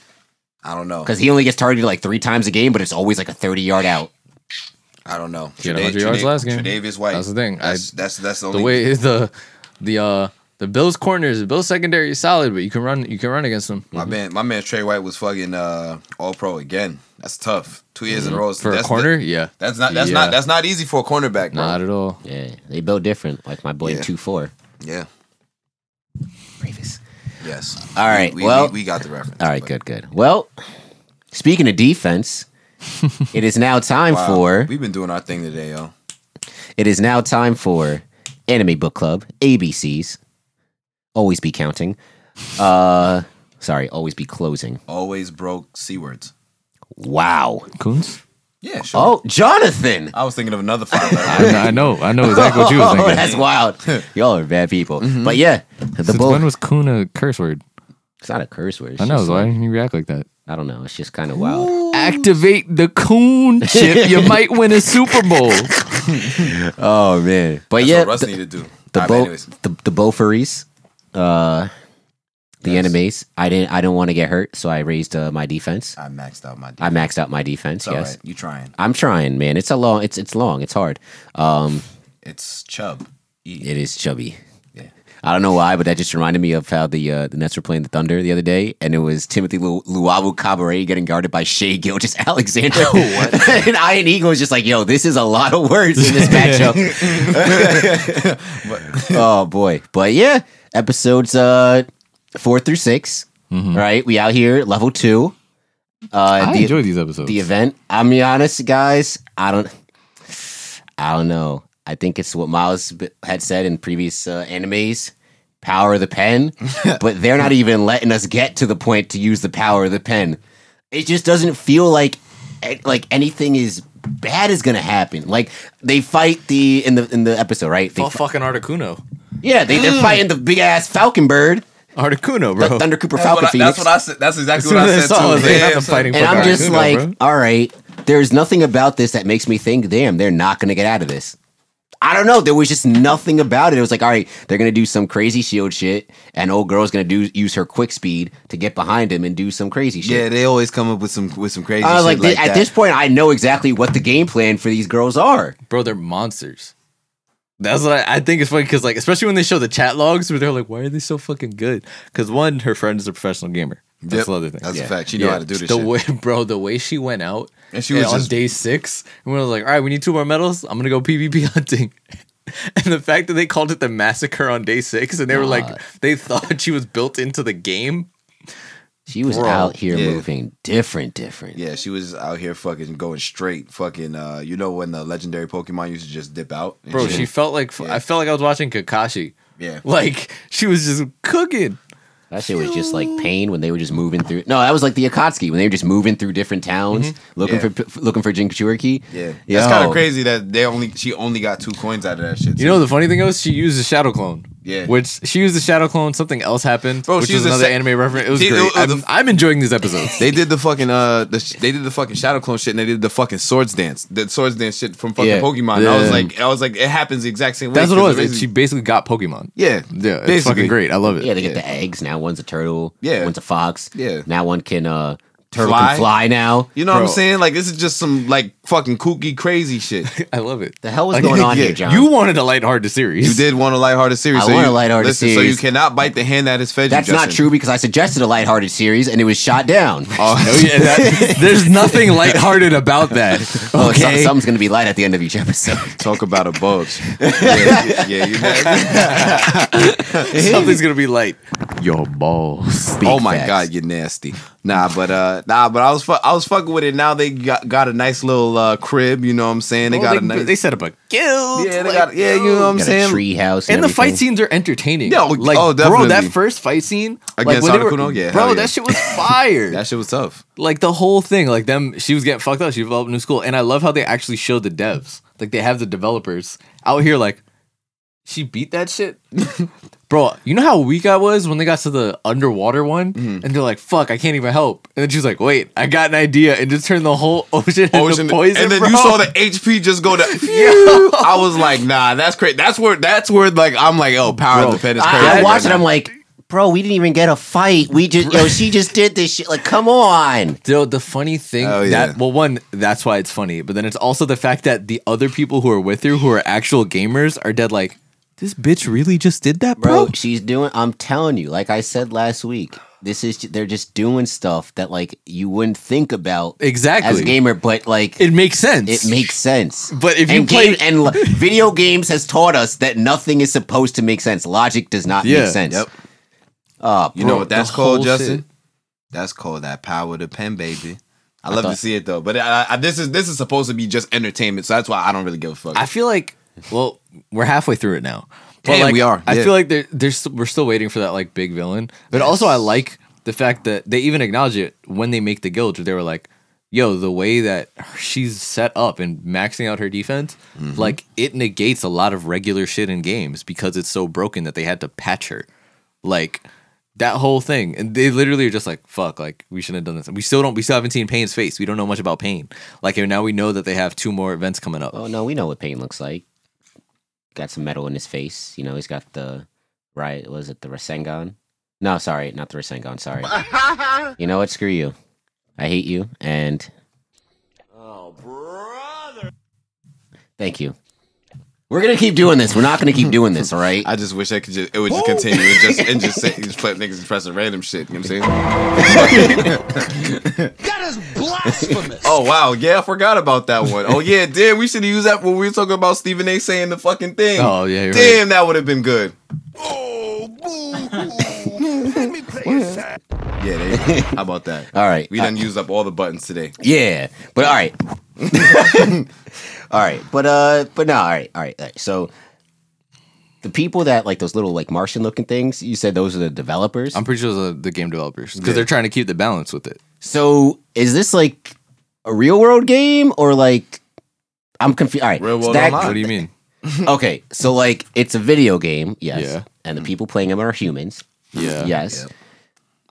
I don't know. because he only gets targeted like three times a game, but it's always like a thirty yard out. I don't know. He had 100 yards last game. Tre'Davious White. That's the thing. I- That's that's, that's the only. The way the the uh the Bills corners, the Bills secondary is solid, but you can run you can run against them. my man, my man Trey White was fucking uh, All Pro again. That's tough. Two years in a row is- Mm-hmm. For a that's corner, the- yeah. that's not that's Yeah. not that's not easy for a cornerback, bro. Not at all. Yeah, they build different, like my boy Yeah. two four. yeah. Previous. Yes. All We- right, We, well- we, we got the reference. All right, but- good, good. Well, speaking of defense, it is now time Wow. for We've been doing our thing today, yo. it is now time for Anime Book Club ABCs. Always be counting. Uh, sorry, always be closing. Always broke c words. Wow. Coons? Yeah, sure. Oh, Jonathan. I was thinking of another five. I, kn- I know. I know exactly what you was Oh, thinking. that's wild. Y'all are bad people. But yeah, the Mm-hmm. Since bull. when was coon a curse word? it's not a curse word. It's I know. just Why like- didn't you react like that? I don't know. It's just kind of wild. activate the coon chip, you might win a Super Bowl. Oh man, but That's yeah, what Russ the, need to do. the All right, Bo, anyways. the the Beaufort's, uh, the enemies. I didn't. I don't want to get hurt, so I raised uh, my defense. I maxed out my. Defense. I maxed out my defense. It's all yes, right. You trying? I'm trying, man. It's a long. It's it's long. It's hard. Um, It's Chubb. E. it is chubby. Yeah. I don't know why, but that just reminded me of how the uh, the Nets were playing the Thunder the other day, and it was Timothy Lu- Luawu Cabaret getting guarded by Shea Gilgis Alexander. and Ian Eagle was just like, "Yo, this is a lot of words in this matchup." oh boy, but yeah, episodes uh, four through 6 Right, we out here level two. Uh, I the- enjoy these episodes. the event. I'm be honest, guys. I don't. I don't know. I think it's what Miles b- had said in previous uh, animes. Power of the pen, but they're not even letting us get to the point to use the power of the pen. It just doesn't feel like eh, like anything is bad is gonna happen. Like they fight the in the in the episode, right? They, fucking Articuno. yeah, they, they're fighting the big ass falcon bird, Articuno, the bro. Thunder Cooper Mm. That's Falcon what, I, Phoenix. that's what I said. That's exactly As what soon I as I said. saw it, I was too. like, Yeah, not the I'm saying- fighting and I'm Fucking just Articuno, like, bro. all right, there's nothing about this that makes me think, damn, they're not going to get out of this. I don't know. There was just nothing about it. It was like, all right, they're going to do some crazy shield shit, and old girl's going to do use her quick speed to get behind him and do some crazy shit. Yeah, they always come up with some with some crazy. I was like, shit like, thi- at that. this point, I know exactly what the game plan for these girls are. bro, they're monsters. That's what I, I think is funny because, like, especially when they show the chat logs, where they're like, "Why are they so fucking good?" Because one, her friend is a professional gamer. That's Yep. the other thing. That's Yeah. a fact. You know how to do this. the shit. way, bro, the way she went out And she was on just- day six, and we were like, "All right, we need two more medals. I'm gonna go PvP hunting." And the fact that they called it the massacre on day six, and they were like, they thought she was built into the game. She was Bro, out here yeah. moving different, different. Yeah, she was out here fucking going straight. Fucking, uh, you know when the legendary Pokemon used to just dip out, And Bro, she felt like I felt like I was watching Kakashi. yeah. Like she was just cooking. That shit was just like pain when they were just moving through. No, that was like the Akatsuki when they were just moving through different towns looking Mm-hmm. Yeah. for for looking for Jinchuriki. Yeah, that's Yo. kind of crazy that they only she only got two coins out of that shit. You know the funny thing was she used a shadow clone. Yeah. Which she used a shadow clone. Something else happened. Bro, which she is used a another sa- anime reference. It was She- great. uh, the- I'm, I'm enjoying these episodes. they did the fucking uh, the, sh- they did the fucking Shadow Clone shit, and they did the fucking swords dance, the swords dance shit from fucking Yeah. Pokemon. I was Yeah. like, I was like, it happens the exact same way. That's what it 'cause was. It- basically- she basically got Pokemon. yeah, Yeah, it's basically. fucking great. I love it. Yeah, they get the eggs now. One's a turtle. Yeah. one's a fox. Yeah. now one can uh turtle Fly. can fly now. You know what I'm Bro. saying? Like this is just some like fucking kooky crazy shit. I love it. The hell was going on Yeah. here, John? You wanted a lighthearted series. You did want a lighthearted series. I so want you, a lighthearted listen, So series. you cannot bite the hand that is fed That's you. not true because I suggested a lighthearted series and it was shot down. No, Oh, yeah, that- there's nothing lighthearted about that. Oh, some- Okay. something's gonna be light at the end of each episode. Talk about a bulge. yeah, yeah, you know. Something's gonna be light. Your balls. Oh my facts. god, you're nasty. Nah, but uh, nah, but I was fu- I was fucking with it. Now they got got a nice little uh, crib. You know what I'm saying? Oh, They Well, got Oh, they, a nice. they set up a guild. yeah, they like, got. Yeah, you know what I'm Got a saying. tree house and, and, the fight everything. scenes are entertaining. Yeah, oh, like oh, bro, that definitely. first fight scene Against like, when they were- Articuno? Yeah, bro, hell yeah. that shit was fire. That shit was tough. like the whole thing, like them, she was getting fucked up. She developed a new school, and I love how they actually show the devs. Like they have the developers out here, like she beat that shit. Bro, you know how weak I was when they got to the underwater one, Mm-hmm. and they're like, "Fuck, I can't even help." And then she's like, "Wait, I got an idea," and just turned the whole ocean, into poison. and then bro. you saw the HP just go to. I was like, nah, that's crazy. That's where. That's where. Like, I'm like, oh, power Bro, of the pen is crazy. I, I right watched it. now. I'm like, bro, we didn't even get a fight. We just yo, she just did this shit. Like, come on. Yo, the funny thing Oh, yeah. that well, one that's why it's funny, but then it's also the fact that the other people who are with her, who are actual gamers, are dead. Like this bitch really just did that, bro. bro, she's doing i'm telling you like i said last week this is they're just doing stuff that like you wouldn't think about Exactly. as a gamer but like it, It makes sense. makes sense But if you and play- game, and lo- video games has taught us that nothing is supposed to make sense logic does not Yeah. make sense Yep. Uh, You know what the that's called, whole Justin? shit. That's called that power of the pen, baby. I love to see it though, but I, I, this is this is supposed to be just entertainment, so that's why I don't really give a fuck. I feel like well, we're halfway through it now. But Damn, like, we are, I yeah. feel like there, there's we're still waiting for that like big villain. But also, I like the fact that they even acknowledge it when they make the guild. Where they were like, "Yo, the way that she's set up and maxing out her defense, Mm-hmm. like it negates a lot of regular shit in games because it's so broken that they had to patch her." Like That whole thing, and they literally are just like, "Fuck!" Like we shouldn't have done this. We still don't. We still haven't seen Payne's face. We don't know much about Payne. Like and now we know that they have two more events coming up. Oh no, we know what pain looks like. Got some metal in his face. You know, he's got the right. Was it the Rasengan? No, sorry, not the Rasengan. Sorry. you know what? Screw you. I hate you. And oh brother, thank you. We're gonna keep doing this. We're not gonna keep doing this. All right. I just wish I could just it would just continue and just and just say just put niggas pressing random shit. You know what I'm saying? That is blasphemous. oh wow, yeah, I forgot about that one. Oh yeah, damn, we should have used that when we were talking about Stephen A saying the fucking thing. Oh, yeah, you're damn, that would have been good. oh, boo. Let me play it sad. Yeah, they, how about that? All right. We done used up all the buttons today. Yeah, but all right, all right, but uh, but no, all right, all right, all right. So the people that like those little like Martian looking things, you said those are the developers. I'm pretty sure those are the game developers because they're trying to keep the balance with it. so is this like a real world game or like I'm confused? All right, Real so world that- online. What do you mean? okay, so like it's a video game, yes, Yeah. and the people playing them are humans, Yeah. yes.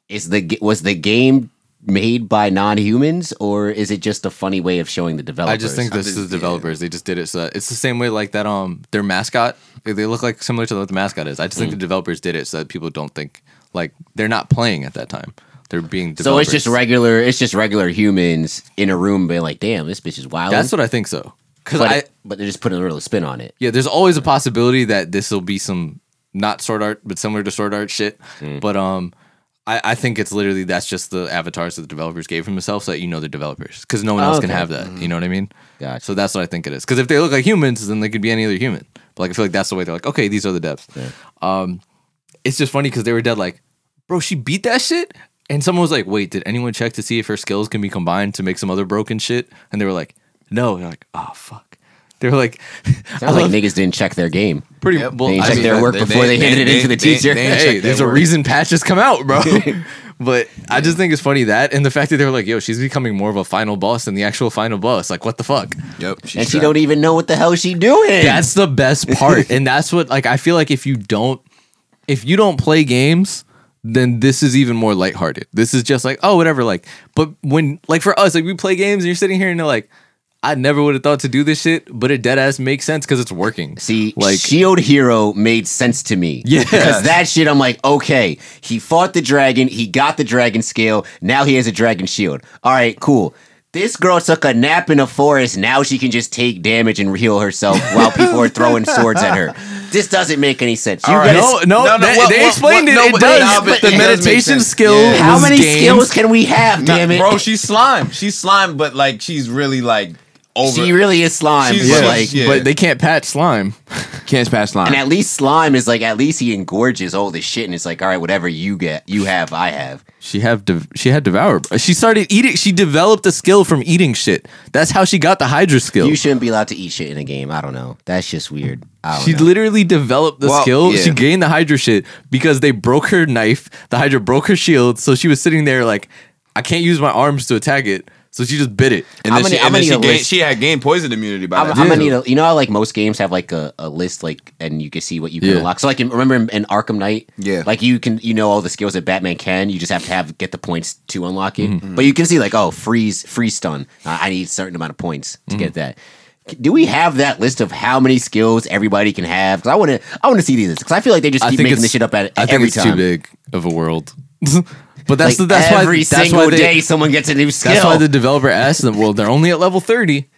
Is the ga- was the game made by non humans or is it just a funny way of showing the developers? I just think this is developers. They just did it so that it's the same way like that. Um, their mascot. They look like similar to what the mascot is. I just Mm. think the developers did it so that people don't think like they're not playing at that time. They're being So it's developers. just regular. It's just regular humans in a room being like, "Damn, this bitch is wild." That's what I think so. Because but, I it- but they're just putting a little spin on it. yeah, there's always a possibility that this will be some not sword art but similar to sword art shit. But um, I I think it's literally that's just the avatars that the developers gave himself so that you know they're developers because no one Oh, else can okay. have that. You know what I mean? Gotcha. So that's what I think it is. Because if they look like humans, then they could be any other human. But like I feel like that's the way they're like, okay, these are the devs. Um, it's just funny because they were dead like, bro, she beat that shit. And someone was like, wait, did anyone check to see if her skills can be combined to make some other broken shit? And they were like, no. They're like, oh fuck. They were like, I Sounds like love- niggas didn't check their game. pretty well. They didn't I check mean, their work they- before they, they- handed they- it into the they- teacher. they- check hey, that there's a word. reason patches come out, bro. but I just think it's funny that, and the fact that they were like, yo, she's becoming more of a final boss than the actual final boss. Like, what the fuck? Yep. and she don't even know what the hell she doing. That's the best part. and that's what like I feel like if you don't if you don't play games, then this is even more lighthearted. This is just like, oh, whatever, like but when like for us, like we play games and you're sitting here and they're like, I never would have thought to do this shit, but it dead ass makes sense because it's working. See, like Shield Hero made sense to me. Yeah. Because that shit, I'm like, okay, he fought the dragon, he got the dragon scale, now he has a dragon shield. All right, cool. This girl took a nap in a forest, now she can just take damage and heal herself while people are throwing swords at her. This doesn't make any sense. You All right. guys- no, No, no, no, they, what- they what- explained what- it. no, it but- does, nah, but but it the does make meditation sense. skill. Yeah. How was many games. skills can we have, damn it? Bro, she's slime. She's slime, but like she's really like over. she really is slime. She's- but yeah. like, Yeah. But they can't patch slime. Can't pass line. And at least slime is like, at least he engorges all this shit, and it's like, all right, whatever you get, you have, I have. She have dev- she had devour. She started eating. She developed a skill from eating shit. That's how she got the Hydra skill. You shouldn't be allowed to eat shit in a game. I don't know. That's just weird. I don't She know. literally developed the Well, skill. yeah. She gained the Hydra shit because they broke her knife. The Hydra broke her shield, so she was sitting there like, I can't use my arms to attack it. So she just bit it. and I'm then gonna- she, I'm and gonna then need a she, gained, list. she had gained poison immunity by I'm, that. I'm too. gonna need a, you know how like most games have like a, a list like and you can see what you can Yeah. unlock. So like in, remember in, in Arkham Knight, Yeah. like you can you know all the skills that Batman can. You just have to have get the points to unlock it. Mm-hmm. But you can see like oh freeze freeze stun. Uh, I need a certain amount of points to get Mm-hmm. that. C- Do we have that list of how many skills everybody can have? Because I want to I want to see these because I feel like they just I keep think making it's- this shit up at, I think every it's time. too big of a world. but that's Like, the, that's why every that's single why they, day someone gets a new skill. That's why the developer asked them. Well, they're only at level thirty.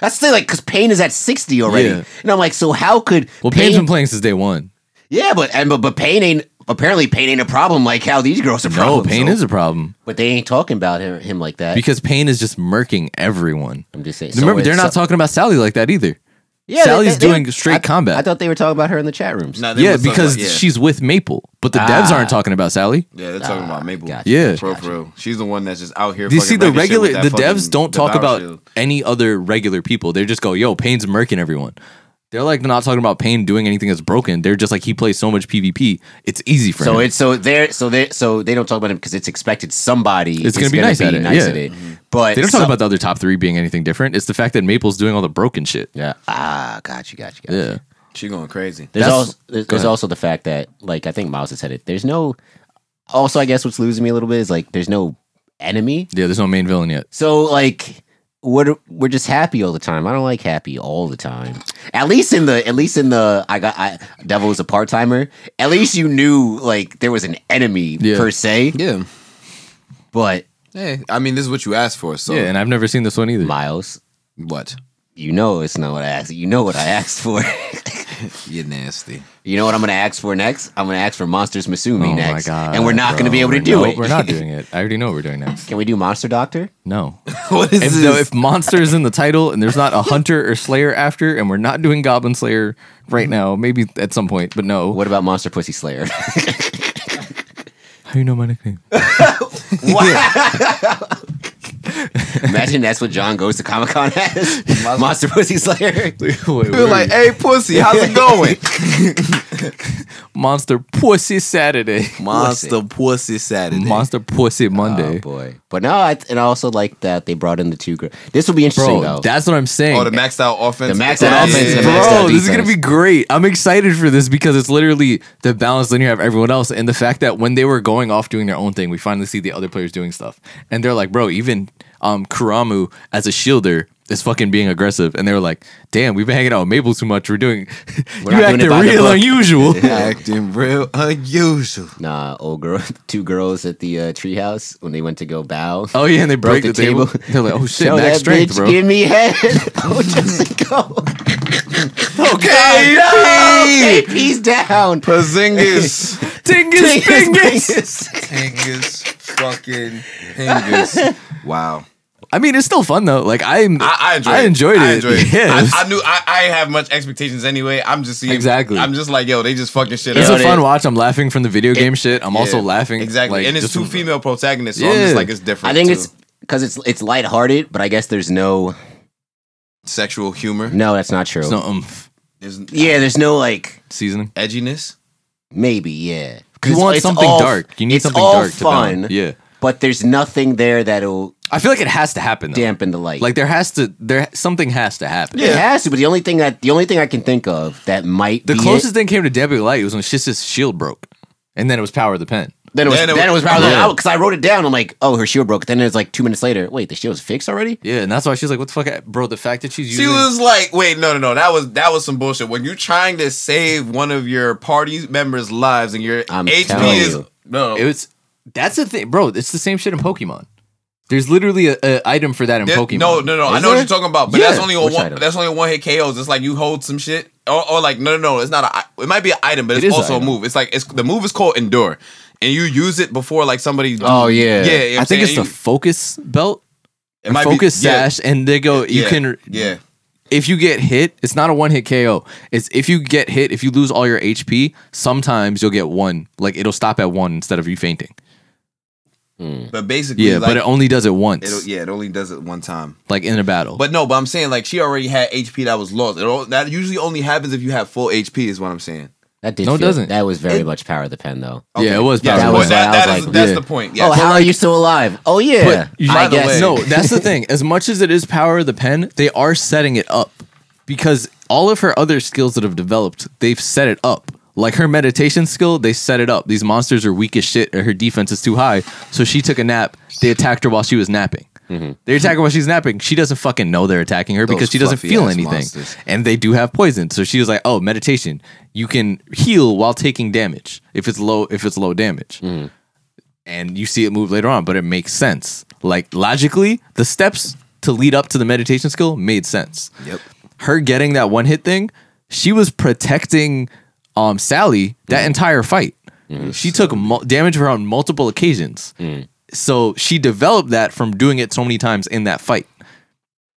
That's the thing, like, because Payne is at 60 already. Yeah. And I'm like, so how could. Well, Payne's been playing since day one. Yeah, but, and, but, but Payne ain't. Apparently, Payne ain't a problem like how these girls are No, problems. Payne so- is a problem But they ain't talking about him, him like that. because Payne is just murking everyone. I'm just saying. Remember, so they're it's- not so- talking about Sally like that either. Yeah, Sally's doing I, straight combat. I thought they were talking about her in the chat rooms. Nah, they yeah, was talking because about- yeah. Ah. she's with Maple, but the devs aren't talking about Sally. Yeah, they're talking about Maple. gotcha, Yeah. for, real, for real. She's the one that's just out here. Do you fucking see the wrecking shit regular with the that fucking devs don't talk devour about shield. any other regular people. They just go, "Yo, Payne's murking everyone." They're like not talking about Payne doing anything that's broken. They're just like he plays so much PvP, it's easy for So him. it's so they so they so they don't talk about him because it's expected somebody It's gonna is be nice at it, yeah. But they don't some- talk about the other top three being anything different. It's the fact that Maple's doing all the broken shit. yeah. Ah, got you, got you, got you. Yeah, She going crazy. There's That's- also there's, there's ahead. also the fact that like I think Miles has said it. There's no also, I guess what's losing me a little bit is like there's no enemy. Yeah, there's no main villain yet. So like what are- we're just happy all the time. I don't like happy all the time. At least in the at least in the I got I Devil was a part timer. At least you knew like there was an enemy Yeah. per se. Yeah. But Hey, I mean, this is what you asked for. So yeah, and I've never seen this one either. Miles, what? you know it's not what I asked. You know what I asked for. You're nasty. you know what I'm gonna ask for next? I'm gonna ask for Monsters Masumi Oh my next. God, and we're not gonna be able to do Nope, it. We're not doing it. I already know what we're doing next. Can we do Monster Doctor? No. What is If, this? the, if monster is in the title and there's not a hunter or slayer after, and we're not doing Goblin Slayer right now, maybe at some point, but no. What about Monster Pussy Slayer? How do you know my nickname? Imagine that's what John goes to Comic Con as Monster Pussy Slayer. You're like, hey, pussy, how's it going? Monster Pussy Saturday. Monster Pussy Saturday. Monster Pussy Oh Monday. Ah, boy! But no, I, and I also like that they brought in the two girls. This will be interesting Bro, though. that's what I'm saying. Oh, the maxed out offense. The maxed out offense and the maxed out Bro, this is gonna defense. be great. I'm excited for this because it's literally the balance linear of everyone else, and the fact that when they were going off doing their own thing, we finally see the other players doing stuff, and they're like, "Bro, even um Kuramu as a shielder is fucking being aggressive," and they were like, "Damn, we've been hanging out with Mabel too much. We're doing not you doing it acting by the real book." unusual." Acting real unusual. nah, old girl, two girls at the uh, treehouse when they went to go bow. Oh yeah, and they break, the, table. They're like, "Oh shit, Show that max strength, bitch, bro." give me head. oh, Jessica. Okay, Oh, he's down. Pazingus. Tingus, pingus. Hingus. Fucking Hingus. Wow. I mean, it's still fun though. Like I'm, I, I enjoyed it. I enjoyed it. I enjoyed it. Yeah, it was- I, I knew I, I didn't have much expectations anyway. I'm just seeing. Exactly. I'm just like, yo, they just fucking shit It's up. a fun watch. I'm laughing from the video game shit. I'm also Yeah, laughing. Exactly. like, and it's just two from- female protagonists, so I'm just Yeah. like, it's different. I think too. it's because it's it's lighthearted, but I guess there's no sexual humor. no. That's not true. There's no oomph There's yeah, there's no like seasoning. edginess. maybe yeah. 'Cause You it's- want it's something all- dark. You need it's something all dark. To fun, balance. yeah. but there's nothing there that'll I feel like it has to happen. Though. dampen the light. Like there has to there something has to happen. It has to, but the only thing that the only thing I can think of that might The be closest it, thing came to Debbie Light was when Shis's shield broke, and then it was Power of the Pen. then it was Then it then it was was- probably Yeah. because I wrote it down. I'm like, oh, her shield broke. Then it's like two minutes later. Wait, the shield's fixed already. Yeah, and that's why she's like, "What the fuck, bro?" The fact that she's She using was like, wait, no, no, no. That was that was some bullshit. When you're trying to save one of your party members' lives and your I'm telling HP is you. no, it was that's the thing, bro. It's the same shit in Pokemon. There's literally a, a item for that in There- Pokemon. No, no, no. I Is know what there? you're talking about, but Yeah. that's only on Which one. item? That's only on one hit KOs. It's like you hold some shit, or, or like no, no, no. It's not a. i- It might be an item, but It it's is also a item. move. It's like it's the move is called endure, and you use it before like somebody. Oh, yeah. yeah. you know what I I'm think saying? it's the And focus belt, you- it might be- focus yeah, sash, and they go. You yeah, can yeah. if you get hit, it's not a one hit KO. It's if you get hit, if you lose all your HP, sometimes you'll get one. Like it'll stop at one instead of you fainting. But basically, Hmm. Yeah, like, but it only does it once, it'll- yeah, it only does it one time. like in a battle. But no, but I'm saying like she already had HP that was lost. It all, that usually only happens if you have full HP, is what I'm saying. That did No, it feel- doesn't. That was very much power of the pen though. yeah, it was. Yeah, that that Power Rangers. was- that, I was that is like, that's yeah. the point. oh, Yeah, how are you still alive? Oh yeah, But you- I by the guess way- No, that's the thing. As much as it is power of the pen, they are setting it up because all of her other skills that have developed, they've set it up. Like her meditation skill, they set it up. These monsters are weak as shit, or her defense is too high. So she took a nap. They attacked her while she was napping. They attack her while she's napping. She doesn't fucking know they're attacking her because she doesn't fluffy feel ass anything. monsters. And they do have poison. So she was like, "Oh, meditation. You can heal while taking damage if it's low if it's low damage." Mm. and you see it move later on, but it makes sense. Like logically, the steps to lead up to the meditation skill made sense. Yep. Her getting that one hit thing, she was protecting um Sally that entire fight. She took mul- damage for her on multiple occasions. So she developed that from doing it so many times in that fight.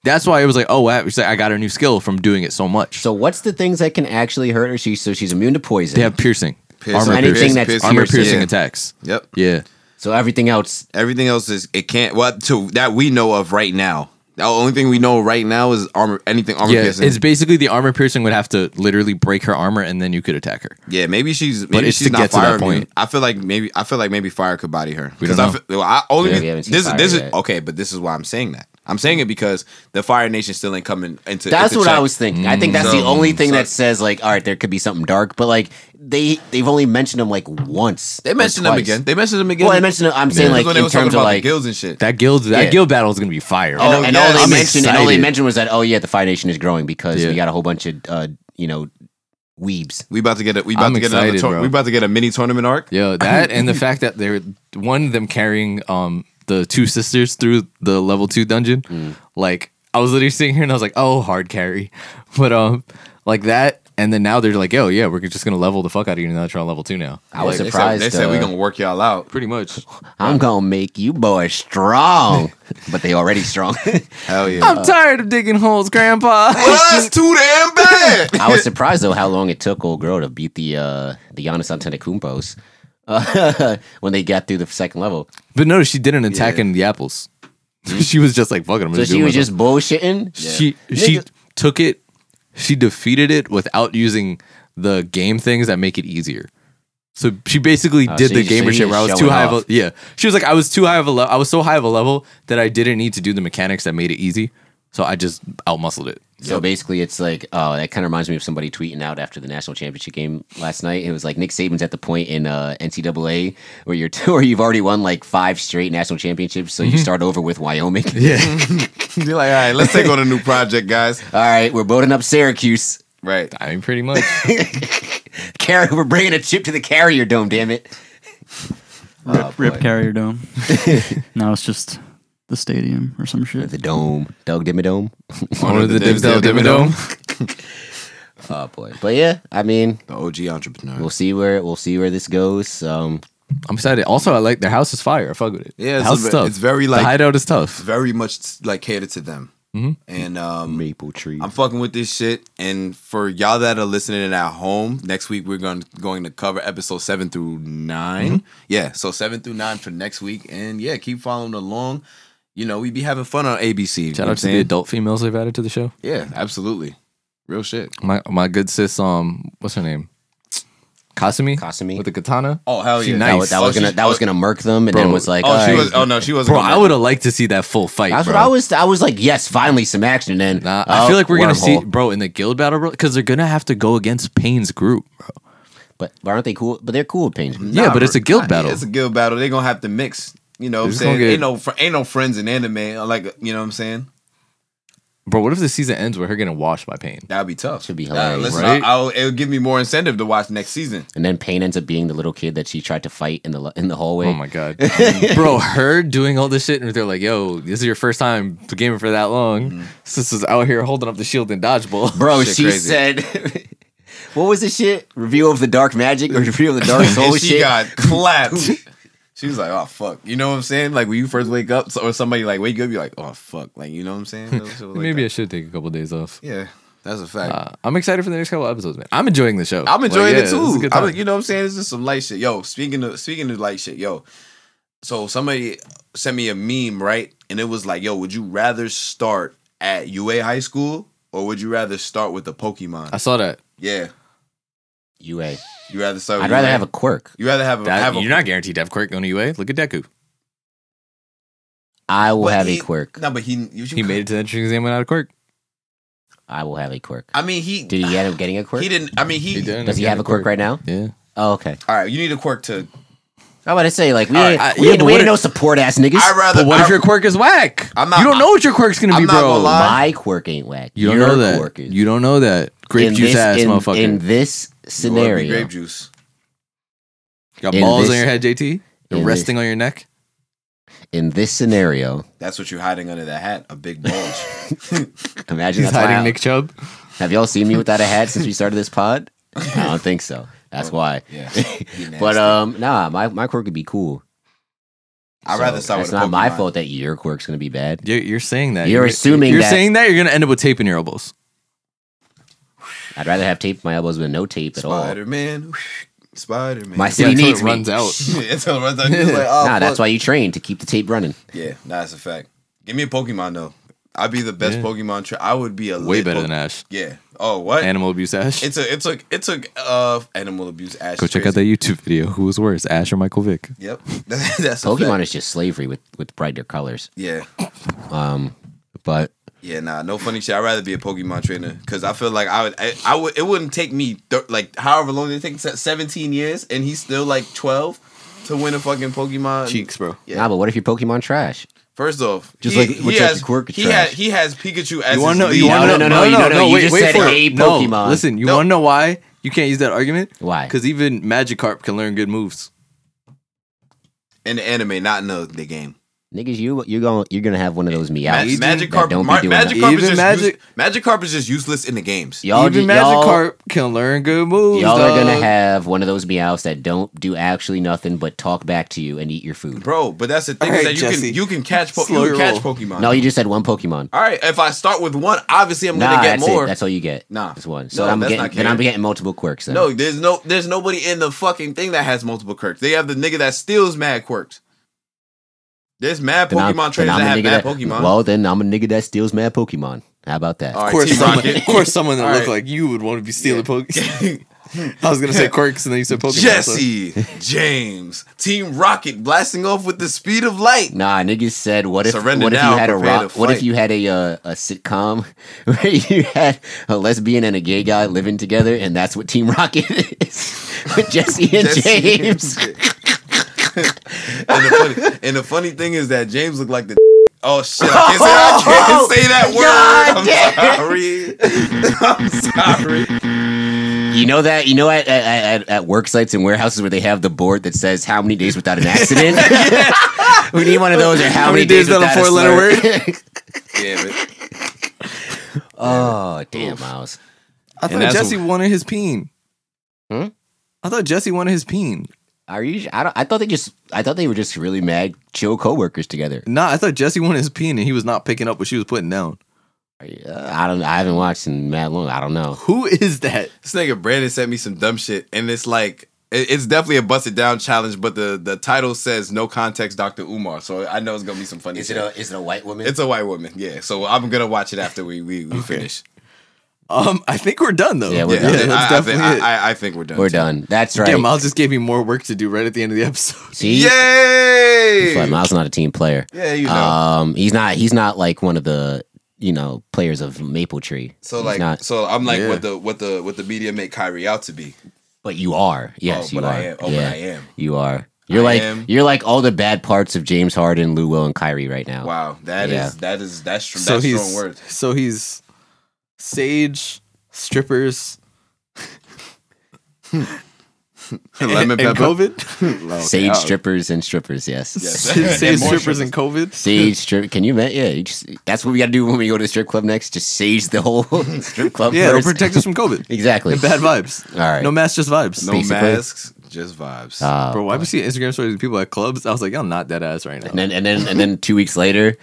That's why it was like, oh, wow. She's like, I got a new skill from doing it so much. So what's the things that can actually hurt her? She so she's immune to poison. they have piercing, Piercing, armor, anything piercing, that's armor piercing. piercing Yeah. attacks. Yep. Yeah. So everything else, Everything else is it can't. Well, to that we know of right now. The only thing we know right now is armor. Anything armor Yeah, piercing. it's basically the armor piercing would have to literally break her armor, and then you could attack her. yeah, maybe she's. Maybe it's she's to not get to that fire point. immune. I feel like maybe. I feel like maybe fire could body her. We don't 'Cause I know. feel- well, I only Yeah, we haven't seen this is fire this is yet. okay, but this is why I'm saying that. I'm saying it because the Fire Nation still ain't coming into. that's into what check. Mm. I was thinking. I think that's the So- only thing so- that says like, all right, there could be something dark, but like they they've only mentioned him like once. They or mentioned them twice. again. They mentioned them again. Well, I mentioned him. I'm saying Because like when they in was talking terms of about the like. guilds and shit. That guild, that Yeah. guild battle is gonna be fire. And, Oh, and all yes. they I'm mentioned, and all they excited. mentioned was that, oh yeah, the Fi Nation is growing because Yeah. we got a whole bunch of, uh, you know, weebs. We about to get a we about I'm to get another excited, tour- bro. we about to get a mini tournament arc. Yeah, that and the fact that they're one them carrying um the two sisters through the level two dungeon. Mm. Like I was literally sitting here and I was like, oh, hard carry, but um, like that. And then now they're like, oh yeah, we're just gonna level the fuck out of you now that you're on level two now. I was They said, surprised. they said uh, we gonna work y'all out. Pretty much. I'm gonna make you boys strong, but they already strong. Hell yeah. Uh, I'm tired of digging holes, Grandpa. Well, that's too damn bad. I was surprised though how long it took old girl to beat the uh the Giannis Antetokounmpos uh, when they got through the second level. but no, she didn't attack in the apples. she was just like, fuck it, I'm Mm. So gonna do she it was myself. just bullshitting. she she took it she defeated it without using the game things that make it easier so she basically Oh, did so the you- so gamer you shit where i just was too showing high of off. a yeah she was like i was too high of a level i was so high of a level that i didn't need to do the mechanics that made it easy so i just outmuscled it So basically, it's like oh, that kind of reminds me of somebody tweeting out after the national championship game last night. It was like Nick Saban's at the point in uh, NCAA where you're where you've already won like five straight national championships, so you start over with Wyoming. yeah You're like, all right, let's take on a new project, guys. All right, we're building up Syracuse. Right. i mean pretty much Carrier, we're bringing a chip to the Carrier Dome. Damn it! Rip, rip Carrier Dome. now it's just the stadium or some shit. The dome, Doug Dimmadome. one of the Dibs- Dibs- Dibs- Dimmadome. Oh boy, but yeah, I mean, The OG entrepreneur. we'll see where we'll see where this goes. Um, i'm excited also i like their house is fire i fuck with it Yeah, it's house a is ve- tough it's very, The like- hideout is tough very much like catered to them. Mm-hmm. And um, maple tree. I'm fucking with this shit. And for y'all that are listening at home, next week we're going going to cover episode seven through 9 Mm-hmm. Yeah, so seven through nine for next week. And yeah, keep following along. You know, we be having fun on ABC. you know shout what I'm out to the saying? adult females they've added to the show Yeah, absolutely. Real shit. my my good sis um what's her name Kasumi Kasumi. with the katana Oh hell She yeah! That nice. was, that Oh, was gonna she's- that was gonna murk them, and then Bro. was like, Oh, all she right. was. Oh no, she wasn't. bro gonna I make would have liked to see that full fight That's bro. what I was. I was like, yes, finally some action. And then Nah, I oh, feel like we're gonna see wormhole. bro in the guild battle bro because they're gonna have to go against Payne's group bro But, but aren't they cool? But they're cool with Paige. Nah, yeah but it's bro. a guild Nah, battle It's a guild battle. They're gonna have to mix. You know what I'm It's saying? gonna get- Ain't no fr- ain't no friends in anime. Like you know what I'm saying? bro what if the season ends with her getting washed by Payne That'd be tough. Should be Nah, hilarious, listen, right? I, will it'll give me more incentive to watch next season. And then Payne ends up being the little kid that she tried to fight in the in the hallway. oh my god bro her doing all this shit and they're like yo this is your first time gaming for that long Mm-hmm. sis is out here holding up the shield in dodgeball Bro, Shit she crazy. said, "What was the shit? Reveal of the Dark Magic or reveal of the Dark Soul and she Oh, shit?" got clapped. she was like, "Oh fuck," you know what I'm saying? Like when you first wake up, so- or somebody like wake you up, you're like, "Oh fuck," like you know what I'm saying? Little shit like maybe I that. should take a couple days off yeah, that's a fact. Uh, I'm excited for the next couple episodes, man. I'm enjoying the show. I'm enjoying Like, yeah, it this is a too. good I'm, time. you know what I'm saying? It's just some light shit. Yo, speaking of speaking of light shit, yo. So somebody sent me a meme, right? And it was like, yo, would you rather start at UA high school or would you rather start with the Pokemon? I saw that. yeah. UA. You rather start I'd with rather UA? have a quirk. You rather have a, That- have a you're not guaranteed to have Quirk going to UA. Look at Deku. I will but have he- a quirk. No, but he you, He made it to the entrance exam without a Quirk. I will have a quirk. I mean, he Did he end up getting a quirk? he didn't I mean, he, didn't. Does he have a quirk right now? Yeah. Oh, okay. All right, you need a quirk to I was about to say, like, we All ain't, right, I- we yeah, ain't, but we what ain't if- no support ass niggas. I rather But what I, if your Quirk is whack? I'm not- you don't know what your Quirk's going to I'm be, not bro. gonna lie. My quirk ain't whack. You don't Your know that. quirk is. You don't know that. Grape in juice this, ass in, motherfucker. In this You wanna be scenario, grape juice. Got in balls this- on your head, JT. You're in resting on your neck. in this scenario, That's what you're hiding under that hat, a big bulge. imagine He's that's why. hiding I- Nick Chubb. have y'all seen me without a hat since we started this pod? I don't think so. That's why. yeah. But um, nah, my, my quirk would be cool. I'd So rather start It's with a not my Pokemon. fault that your quirk's gonna be bad. You're, you're saying that. You're assuming You're that- saying that you're going to end up with tape in your elbows. I'd rather have tape in my elbows than no tape at all. Spider Man, Spider Man. My city until needs it me. runs out. until it runs out. You're like, oh, nah, that's fuck. why you train to keep the tape running. Yeah, nah, that's a fact. Give me a Pokemon though. I'd be the best Yeah. Pokemon. Tra- I would be a Way lit better Poke- than Ash. Yeah. Oh, what? Animal abuse Ash. It took. It took. It took. Uh, animal abuse. Ash. Go check out that YouTube video. Who was worse, Ash or Michael Vick? Yep. that's a Pokemon fact. is just slavery with with brighter colors. Yeah. Um, but Yeah, nah, no funny shit. I'd rather be a Pokemon trainer because I feel like I would, I, I would, it wouldn't take me thir- like however long it takes, seventeen years, and he's still like twelve to win a fucking Pokemon. Cheeks, bro. Yeah. Nah, but what if your Pokemon trash? First off, Just he, like he with has Jurassic Quirk, he trash. has he has Pikachu as You his want to know? lead. You wanna No, know- no, no, you don't know. You wait, just wait said for it. a No, Pokemon. listen, you No. want to know why you can't use that argument? Why? Because even Magikarp can learn good moves. in the anime, not in the, the game. Niggas, you you going you're gonna have one of those Ma- meows. that Magikarp, don't Mar- be doing that. Magikarp, Even is just Magic- use- Magikarp is just useless in the games. Y'all, even ju- y'all- Magikarp can learn good moves. Y'all are gonna dog. have one of those meows that don't do actually nothing but talk back to you and eat your food. Bro, but that's the thing All is right, that you Jesse. can you can catch po- Slow you can your catch roll. Pokemon. No, you just said one Pokemon. All right, if I start with one, obviously I'm Nah, gonna get that's more. it. That's all you get. Nah. that's one. So No, I'm that's getting not then I'm fair. getting multiple quirks. Then. No, there's no, there's nobody in the fucking thing that has multiple quirks. They have the nigga that steals mad quirks. There's mad Then I'm- Pokemon then trainers I'm a that have nigga mad that- Pokemon. Well, then I'm a nigga that steals mad Pokemon. How about that? All Of right, course, someone, T-Rocket. of course, someone that looked All like you would want to be stealing Pokemon. I was gonna say quirks, and then you said Pokemon. so- Jesse, James, Team Rocket blasting off with the speed of light. Nah, niggas said, "What if? Surrender what if now, you had a prepare rock? to What if fight. you had a uh, a sitcom where you had a lesbian and a gay guy living together, and that's what Team Rocket is with Jesse and Jesse. James? And the, funny, and the funny thing is that James looked like the. Oh shit! I can't say, I can't say that Oh, word. I'm sorry. I'm sorry. you know that? You know at, at at- at work sites and warehouses where they have the board that says how many days without an accident. we need one of those. Or how, many days without a four-letter word? Damn it. oh damn, Miles. I thought that's- Jesse wanted his peen. Hmm? I thought Jesse wanted his peen. Are you? I don't. I thought they just. I thought they were just really mad, chill coworkers together. Nah, I thought Jesse wanted his peen, and he was not picking up what she was putting down. Uh, I don't. I haven't watched in mad long. I don't know. Who is that? This nigga Brandon sent me some dumb shit, and it's like it- it's definitely a busted down challenge, but the the title says no context, Doctor Umar. So I know it's gonna be some funny Is shit. it a? Is it a white woman? it's a white woman, yeah. So I'm gonna watch it after we we, we finish. Um, I think we're done though. Yeah, we're Yeah, I, done. think- that's I, I think, definitely it. I, I- I think we're done. We're too. done. That's right. Damn, Miles just gave me more work to do right at the end of the episode. See, Yay! But Miles is not a team player. Yeah, you know. Um, he's not. He's not like one of the you know players of Maple Tree. so He's like, not- so I'm like Yeah. what the what the what the media make Kyrie out to be. but you are. Yes, oh, you but are. I am. Oh, yeah, but I am. you are. You're I like am. you're like all the bad parts of James Harden, Lou Will, and Kyrie right now. Wow, that is Oh. Yeah. that is that's str- so that's he's strong words. so he's sage strippers Lemon and pepper. COVID. Sage strippers and strippers. Yes. sage strippers and COVID. Sage strip. Can you imagine? Yeah, you just, that's what we got to do when we go to the strip club next. Just sage the whole strip club. Yeah, it'll first. protect us from COVID. exactly. and bad vibes. All right. no masks, just vibes. No basically- masks, just vibes. Uh, Bro, why we see Instagram stories of people at clubs? I was like, y'all not that ass right now. and then and then and then two weeks later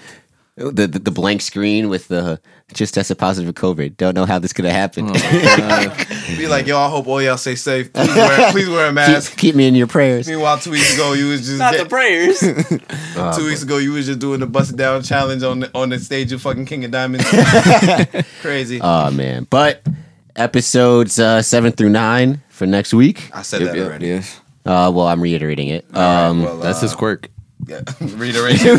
the, the the blank screen with the just tested positive for covid don't know how this could have happened Oh. Be like, yo, I hope all y'all stay safe. Please wear, please wear a keep, mask. keep me in your prayers Meanwhile, two weeks ago, you was just dead- prayers. two weeks ago you was just doing the busted down challenge on the, on the stage of fucking King of Diamonds. Crazy. oh man but episodes uh seven through nine for next week I said that already. yes. uh well i'm reiterating it um Well, That's uh, his quirk. yeah. reiteration.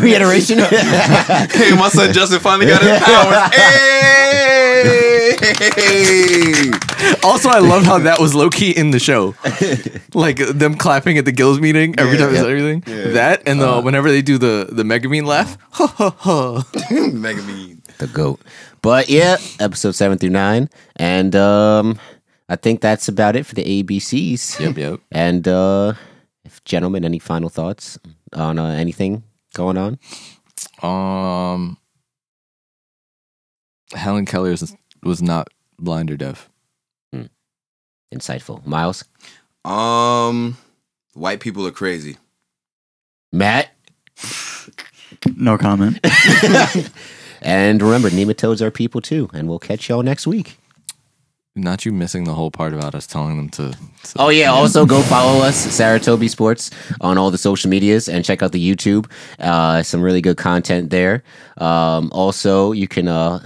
reiteration hey, my son Justin finally got his powers. Hey. Also, I love how that was low key in the show, like them clapping at the Gills meeting every time. It's everything that and the whenever they do the the Mega Mean laugh. Mega mean. the goat but yeah episode seven through nine and um i think that's about it for the abcs Yep, yep. and uh if gentlemen any final thoughts on uh, anything going on Um, Helen Keller is, was not blind or deaf. insightful miles Um, white people are crazy. Matt. No comment. And remember, nematodes are people too, and we'll catch y'all next week. Not you missing the whole part about us telling them to. to- Oh yeah, also go follow us, Saratobi Sports, on all the social medias, and check out the YouTube. Uh, some really good content there. Um, also, you can uh,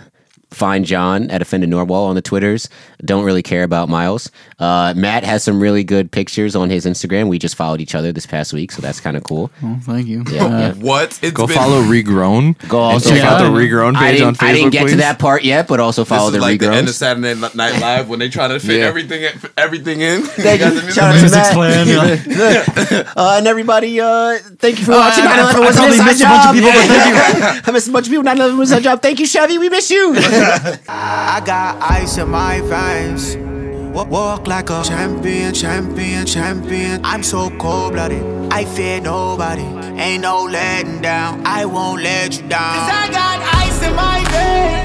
Find John at Offended Norwal on the Twitters. Don't really care about Miles. Uh, Matt has some really good pictures on his Instagram. We just followed each other this past week, so that's kind of cool. Well, thank you. Yeah, Uh, yeah. What? It's Go been- follow Regrown. Go and also check out the follow- Regrown I page didn't, on Facebook. I didn't get please. to that part yet, but also This follow is the like the end of regrowns. Saturday Night Live when they try to fit Yeah. everything everything in. Thank guys you. are missing Shout out to Music's Matt. playing. yeah. Uh, and everybody, uh, thank you for watching. I- I 9/11 pro- I was an probably inside missed a bunch of job. people, but I missed a bunch of people. 9/11 was a job. Thank you, Chevy. We miss you. I got ice in my veins. Wa- Walk like a champion, champion, champion. I'm so cold blooded. I fear nobody. Ain't no letting down. I won't let you down. Cause I got ice in my veins.